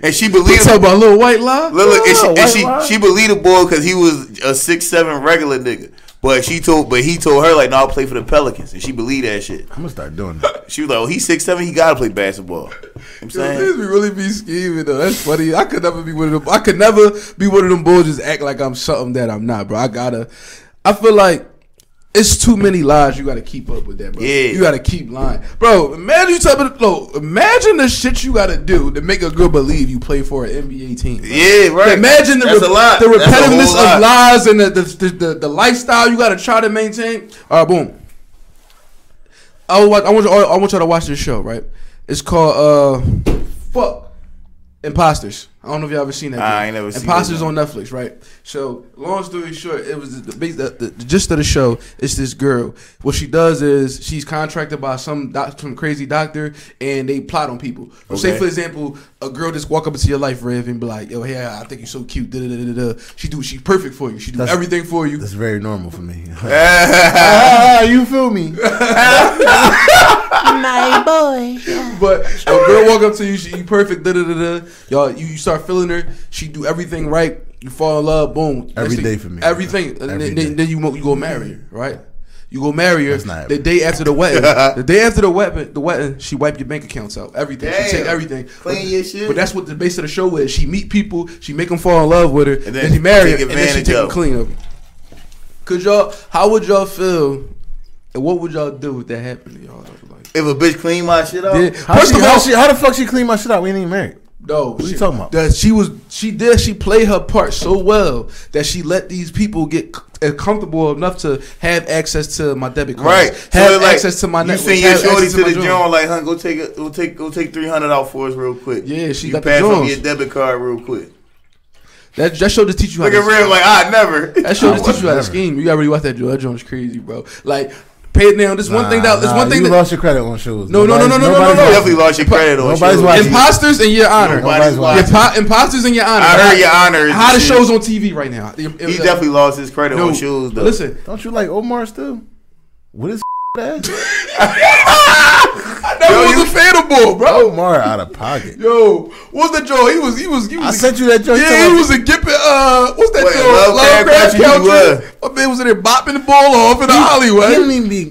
[SPEAKER 3] And she
[SPEAKER 2] You
[SPEAKER 3] believed
[SPEAKER 2] talk
[SPEAKER 3] him.
[SPEAKER 2] about little white lie?
[SPEAKER 3] Look, look, and she,
[SPEAKER 1] Oh,
[SPEAKER 3] and
[SPEAKER 1] white
[SPEAKER 3] she,
[SPEAKER 1] lie.
[SPEAKER 3] she believed the boy because he was a six seven regular nigga. But she told, but he told her like, "No, I'll play for the Pelicans," and she believed that shit.
[SPEAKER 1] I'm gonna start doing that.
[SPEAKER 3] She was like, "Oh, he's six seven. He gotta play basketball." You know what I'm
[SPEAKER 2] Yo,
[SPEAKER 3] saying,
[SPEAKER 2] Niggas be really be scheming though. That's funny. I could never be one of them. I could never be one of them boys just act like I'm something that I'm not, bro. I gotta. I feel like it's too many lies. You gotta keep up with that, bro.
[SPEAKER 3] Yeah.
[SPEAKER 2] You gotta keep lying, bro. Imagine you type of look, Imagine the shit you gotta do to make a girl believe you play for an NBA team. bro.
[SPEAKER 3] Yeah, right.
[SPEAKER 2] Imagine the,
[SPEAKER 3] That's
[SPEAKER 2] re-
[SPEAKER 3] a lot.
[SPEAKER 2] the
[SPEAKER 3] That's a whole
[SPEAKER 2] repetitiveness
[SPEAKER 3] lot.
[SPEAKER 2] of lies and the the, the, the the lifestyle you gotta try to maintain. All right, boom. I want, I want you, I want y'all to watch this show, right? It's called uh, fuck, Imposters. I don't know if y'all ever seen that.
[SPEAKER 3] I
[SPEAKER 2] joint.
[SPEAKER 3] ain't never seen
[SPEAKER 2] Imposters
[SPEAKER 3] that,
[SPEAKER 2] on Netflix, right? So, long story short, it was the, bas- the, the, the gist of the show. It's this girl. What she does is she's contracted by some doc, some crazy doctor, and they plot on people. So Say
[SPEAKER 3] Okay.
[SPEAKER 2] for example, a girl just walk up into your life, Rev, and be like, "Yo, hey, I think you're so cute." Da, da, da, da, da. She do, she perfect for you. She do
[SPEAKER 1] That's-
[SPEAKER 2] everything for you.
[SPEAKER 1] That's very normal for me. Ah, you feel me?
[SPEAKER 4] my boy.
[SPEAKER 2] But a girl walk up to you, she you perfect, da da da da. Y'all, you, you start feeling her. She do everything right. You fall in love. Boom. Next
[SPEAKER 1] Every
[SPEAKER 2] thing-
[SPEAKER 1] day for me.
[SPEAKER 2] Everything. And
[SPEAKER 1] Every
[SPEAKER 2] then,
[SPEAKER 1] day.
[SPEAKER 2] then- then you mo- you go marry her, right? You go marry her.
[SPEAKER 1] not
[SPEAKER 2] the
[SPEAKER 1] every-
[SPEAKER 2] day after the wedding. the day after the wedding, the wedding, she wipe your bank accounts out. Everything.
[SPEAKER 3] Damn.
[SPEAKER 2] She take everything.
[SPEAKER 3] Clean
[SPEAKER 2] but,
[SPEAKER 3] your shit.
[SPEAKER 2] But that's what the base of the show is. She meet people. She make them fall in love with her. And
[SPEAKER 3] then
[SPEAKER 2] then, she marry her.
[SPEAKER 3] take
[SPEAKER 2] And then she
[SPEAKER 3] advantage
[SPEAKER 2] take
[SPEAKER 3] of
[SPEAKER 2] them clean up. Cause y'all, how would y'all feel? And what would y'all do if that happened to y'all? Like,
[SPEAKER 3] if a bitch clean my shit up,
[SPEAKER 2] yeah.
[SPEAKER 1] How, she, how, she, how the fuck she clean my shit out? We ain't even married.
[SPEAKER 2] No,
[SPEAKER 1] What you
[SPEAKER 2] she-
[SPEAKER 1] talking about?
[SPEAKER 2] That she was, she did, she played her part so well that she let these people get c- uh, comfortable enough to have access to my debit card,
[SPEAKER 3] right?
[SPEAKER 2] Have
[SPEAKER 3] it's like,
[SPEAKER 2] access to my
[SPEAKER 3] You
[SPEAKER 2] network.
[SPEAKER 3] send your
[SPEAKER 2] have
[SPEAKER 3] shorty
[SPEAKER 2] access
[SPEAKER 3] to
[SPEAKER 2] my
[SPEAKER 3] the
[SPEAKER 2] joint.
[SPEAKER 3] joint, like, hun, go take, a, go take, go take three hundred out for us real quick.
[SPEAKER 2] Yeah, she
[SPEAKER 3] you
[SPEAKER 2] got the
[SPEAKER 3] pass over
[SPEAKER 2] joints.
[SPEAKER 3] your debit card real quick.
[SPEAKER 2] That, that show just teach you how.
[SPEAKER 3] Look
[SPEAKER 2] to
[SPEAKER 3] at real, like I never.
[SPEAKER 2] That show just
[SPEAKER 1] I
[SPEAKER 2] teach you how to
[SPEAKER 1] wasn't
[SPEAKER 2] scheme. You already watch that joint. That joint's crazy, bro. Like, pay it down. This one thing
[SPEAKER 1] Nah,
[SPEAKER 2] that, this
[SPEAKER 1] nah,
[SPEAKER 2] one thing
[SPEAKER 1] you
[SPEAKER 2] that
[SPEAKER 1] lost your credit on shows.
[SPEAKER 2] No, no, no, no, no, no,
[SPEAKER 1] nobody's
[SPEAKER 2] no, no.
[SPEAKER 1] watching.
[SPEAKER 3] definitely lost your credit on
[SPEAKER 1] Nobody's
[SPEAKER 3] shit.
[SPEAKER 1] watching.
[SPEAKER 2] imposters in your honor.
[SPEAKER 1] Nobody's
[SPEAKER 3] Nobody's
[SPEAKER 1] watching.
[SPEAKER 3] watching.
[SPEAKER 2] Impo- imposters in your honor.
[SPEAKER 3] I heard your honor is
[SPEAKER 2] How the
[SPEAKER 3] the
[SPEAKER 2] show's on TV right now? He
[SPEAKER 3] He definitely lost his credit on shoes though.
[SPEAKER 2] Listen,
[SPEAKER 1] Don't you like Omar still? What is ass?
[SPEAKER 2] That
[SPEAKER 3] Yo,
[SPEAKER 2] was
[SPEAKER 3] you
[SPEAKER 2] a unattainable, bro.
[SPEAKER 1] Omar out of pocket.
[SPEAKER 2] Yo, what's that Joe? He was, he was, he was.
[SPEAKER 1] I sent you that joke. You
[SPEAKER 2] Yeah,
[SPEAKER 1] talking
[SPEAKER 2] he
[SPEAKER 1] about-
[SPEAKER 2] was a gipping. Uh, what's that
[SPEAKER 3] Wait,
[SPEAKER 2] Joe?
[SPEAKER 3] Love
[SPEAKER 2] Love Craft
[SPEAKER 3] Craft Country,
[SPEAKER 2] Country. My man was in there bopping the ball off in the
[SPEAKER 1] He
[SPEAKER 2] alleyway
[SPEAKER 1] didn't even be.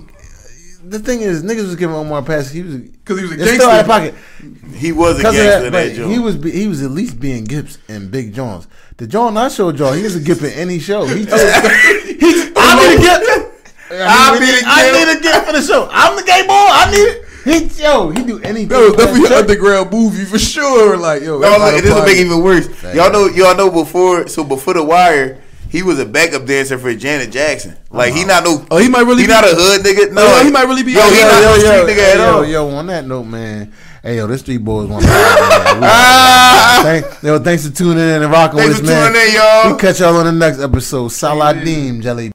[SPEAKER 1] The thing is, niggas was giving Omar passes. He was
[SPEAKER 2] because he was a
[SPEAKER 1] it's still out of
[SPEAKER 2] gangster.
[SPEAKER 1] pocket.
[SPEAKER 3] He was a
[SPEAKER 1] Because of
[SPEAKER 3] gangster
[SPEAKER 1] that,
[SPEAKER 3] in that
[SPEAKER 1] but he
[SPEAKER 3] joint.
[SPEAKER 1] was be, he was at least being Gips and Big Johns. The John I showed y'all, he was a Gip at any show. He told, he, I need a Gip.
[SPEAKER 3] I need a
[SPEAKER 1] I
[SPEAKER 3] Gip.
[SPEAKER 1] need a Gip for the show. I'm the gay boy. I need it. He yo, he do anything.
[SPEAKER 2] That was
[SPEAKER 1] for that
[SPEAKER 2] definitely an
[SPEAKER 1] show.
[SPEAKER 2] underground movie for sure. Like yo,
[SPEAKER 3] No,
[SPEAKER 2] that's
[SPEAKER 3] look,
[SPEAKER 2] out of
[SPEAKER 3] this will
[SPEAKER 2] pocket.
[SPEAKER 3] make it even worse. Y'all know, y'all know before. So before the wire, he was a backup dancer for Janet Jackson. Like
[SPEAKER 1] Uh-huh.
[SPEAKER 3] he not no.
[SPEAKER 2] Oh, he might really
[SPEAKER 3] he
[SPEAKER 2] be-
[SPEAKER 3] not a hood nigga. No,
[SPEAKER 2] Oh, he might really be-
[SPEAKER 3] Yo, he
[SPEAKER 2] Yo,
[SPEAKER 3] not a street nigga
[SPEAKER 1] yo,
[SPEAKER 3] at all.
[SPEAKER 1] Yo, on that note, man. Hey, yo, this three boys want. Thank, yo, thanks for tuning in and rocking
[SPEAKER 3] Thanks
[SPEAKER 1] with
[SPEAKER 3] for
[SPEAKER 1] us, man.
[SPEAKER 3] tuning in, y'all.
[SPEAKER 1] We catch y'all on the next episode. Saladim, Jelly.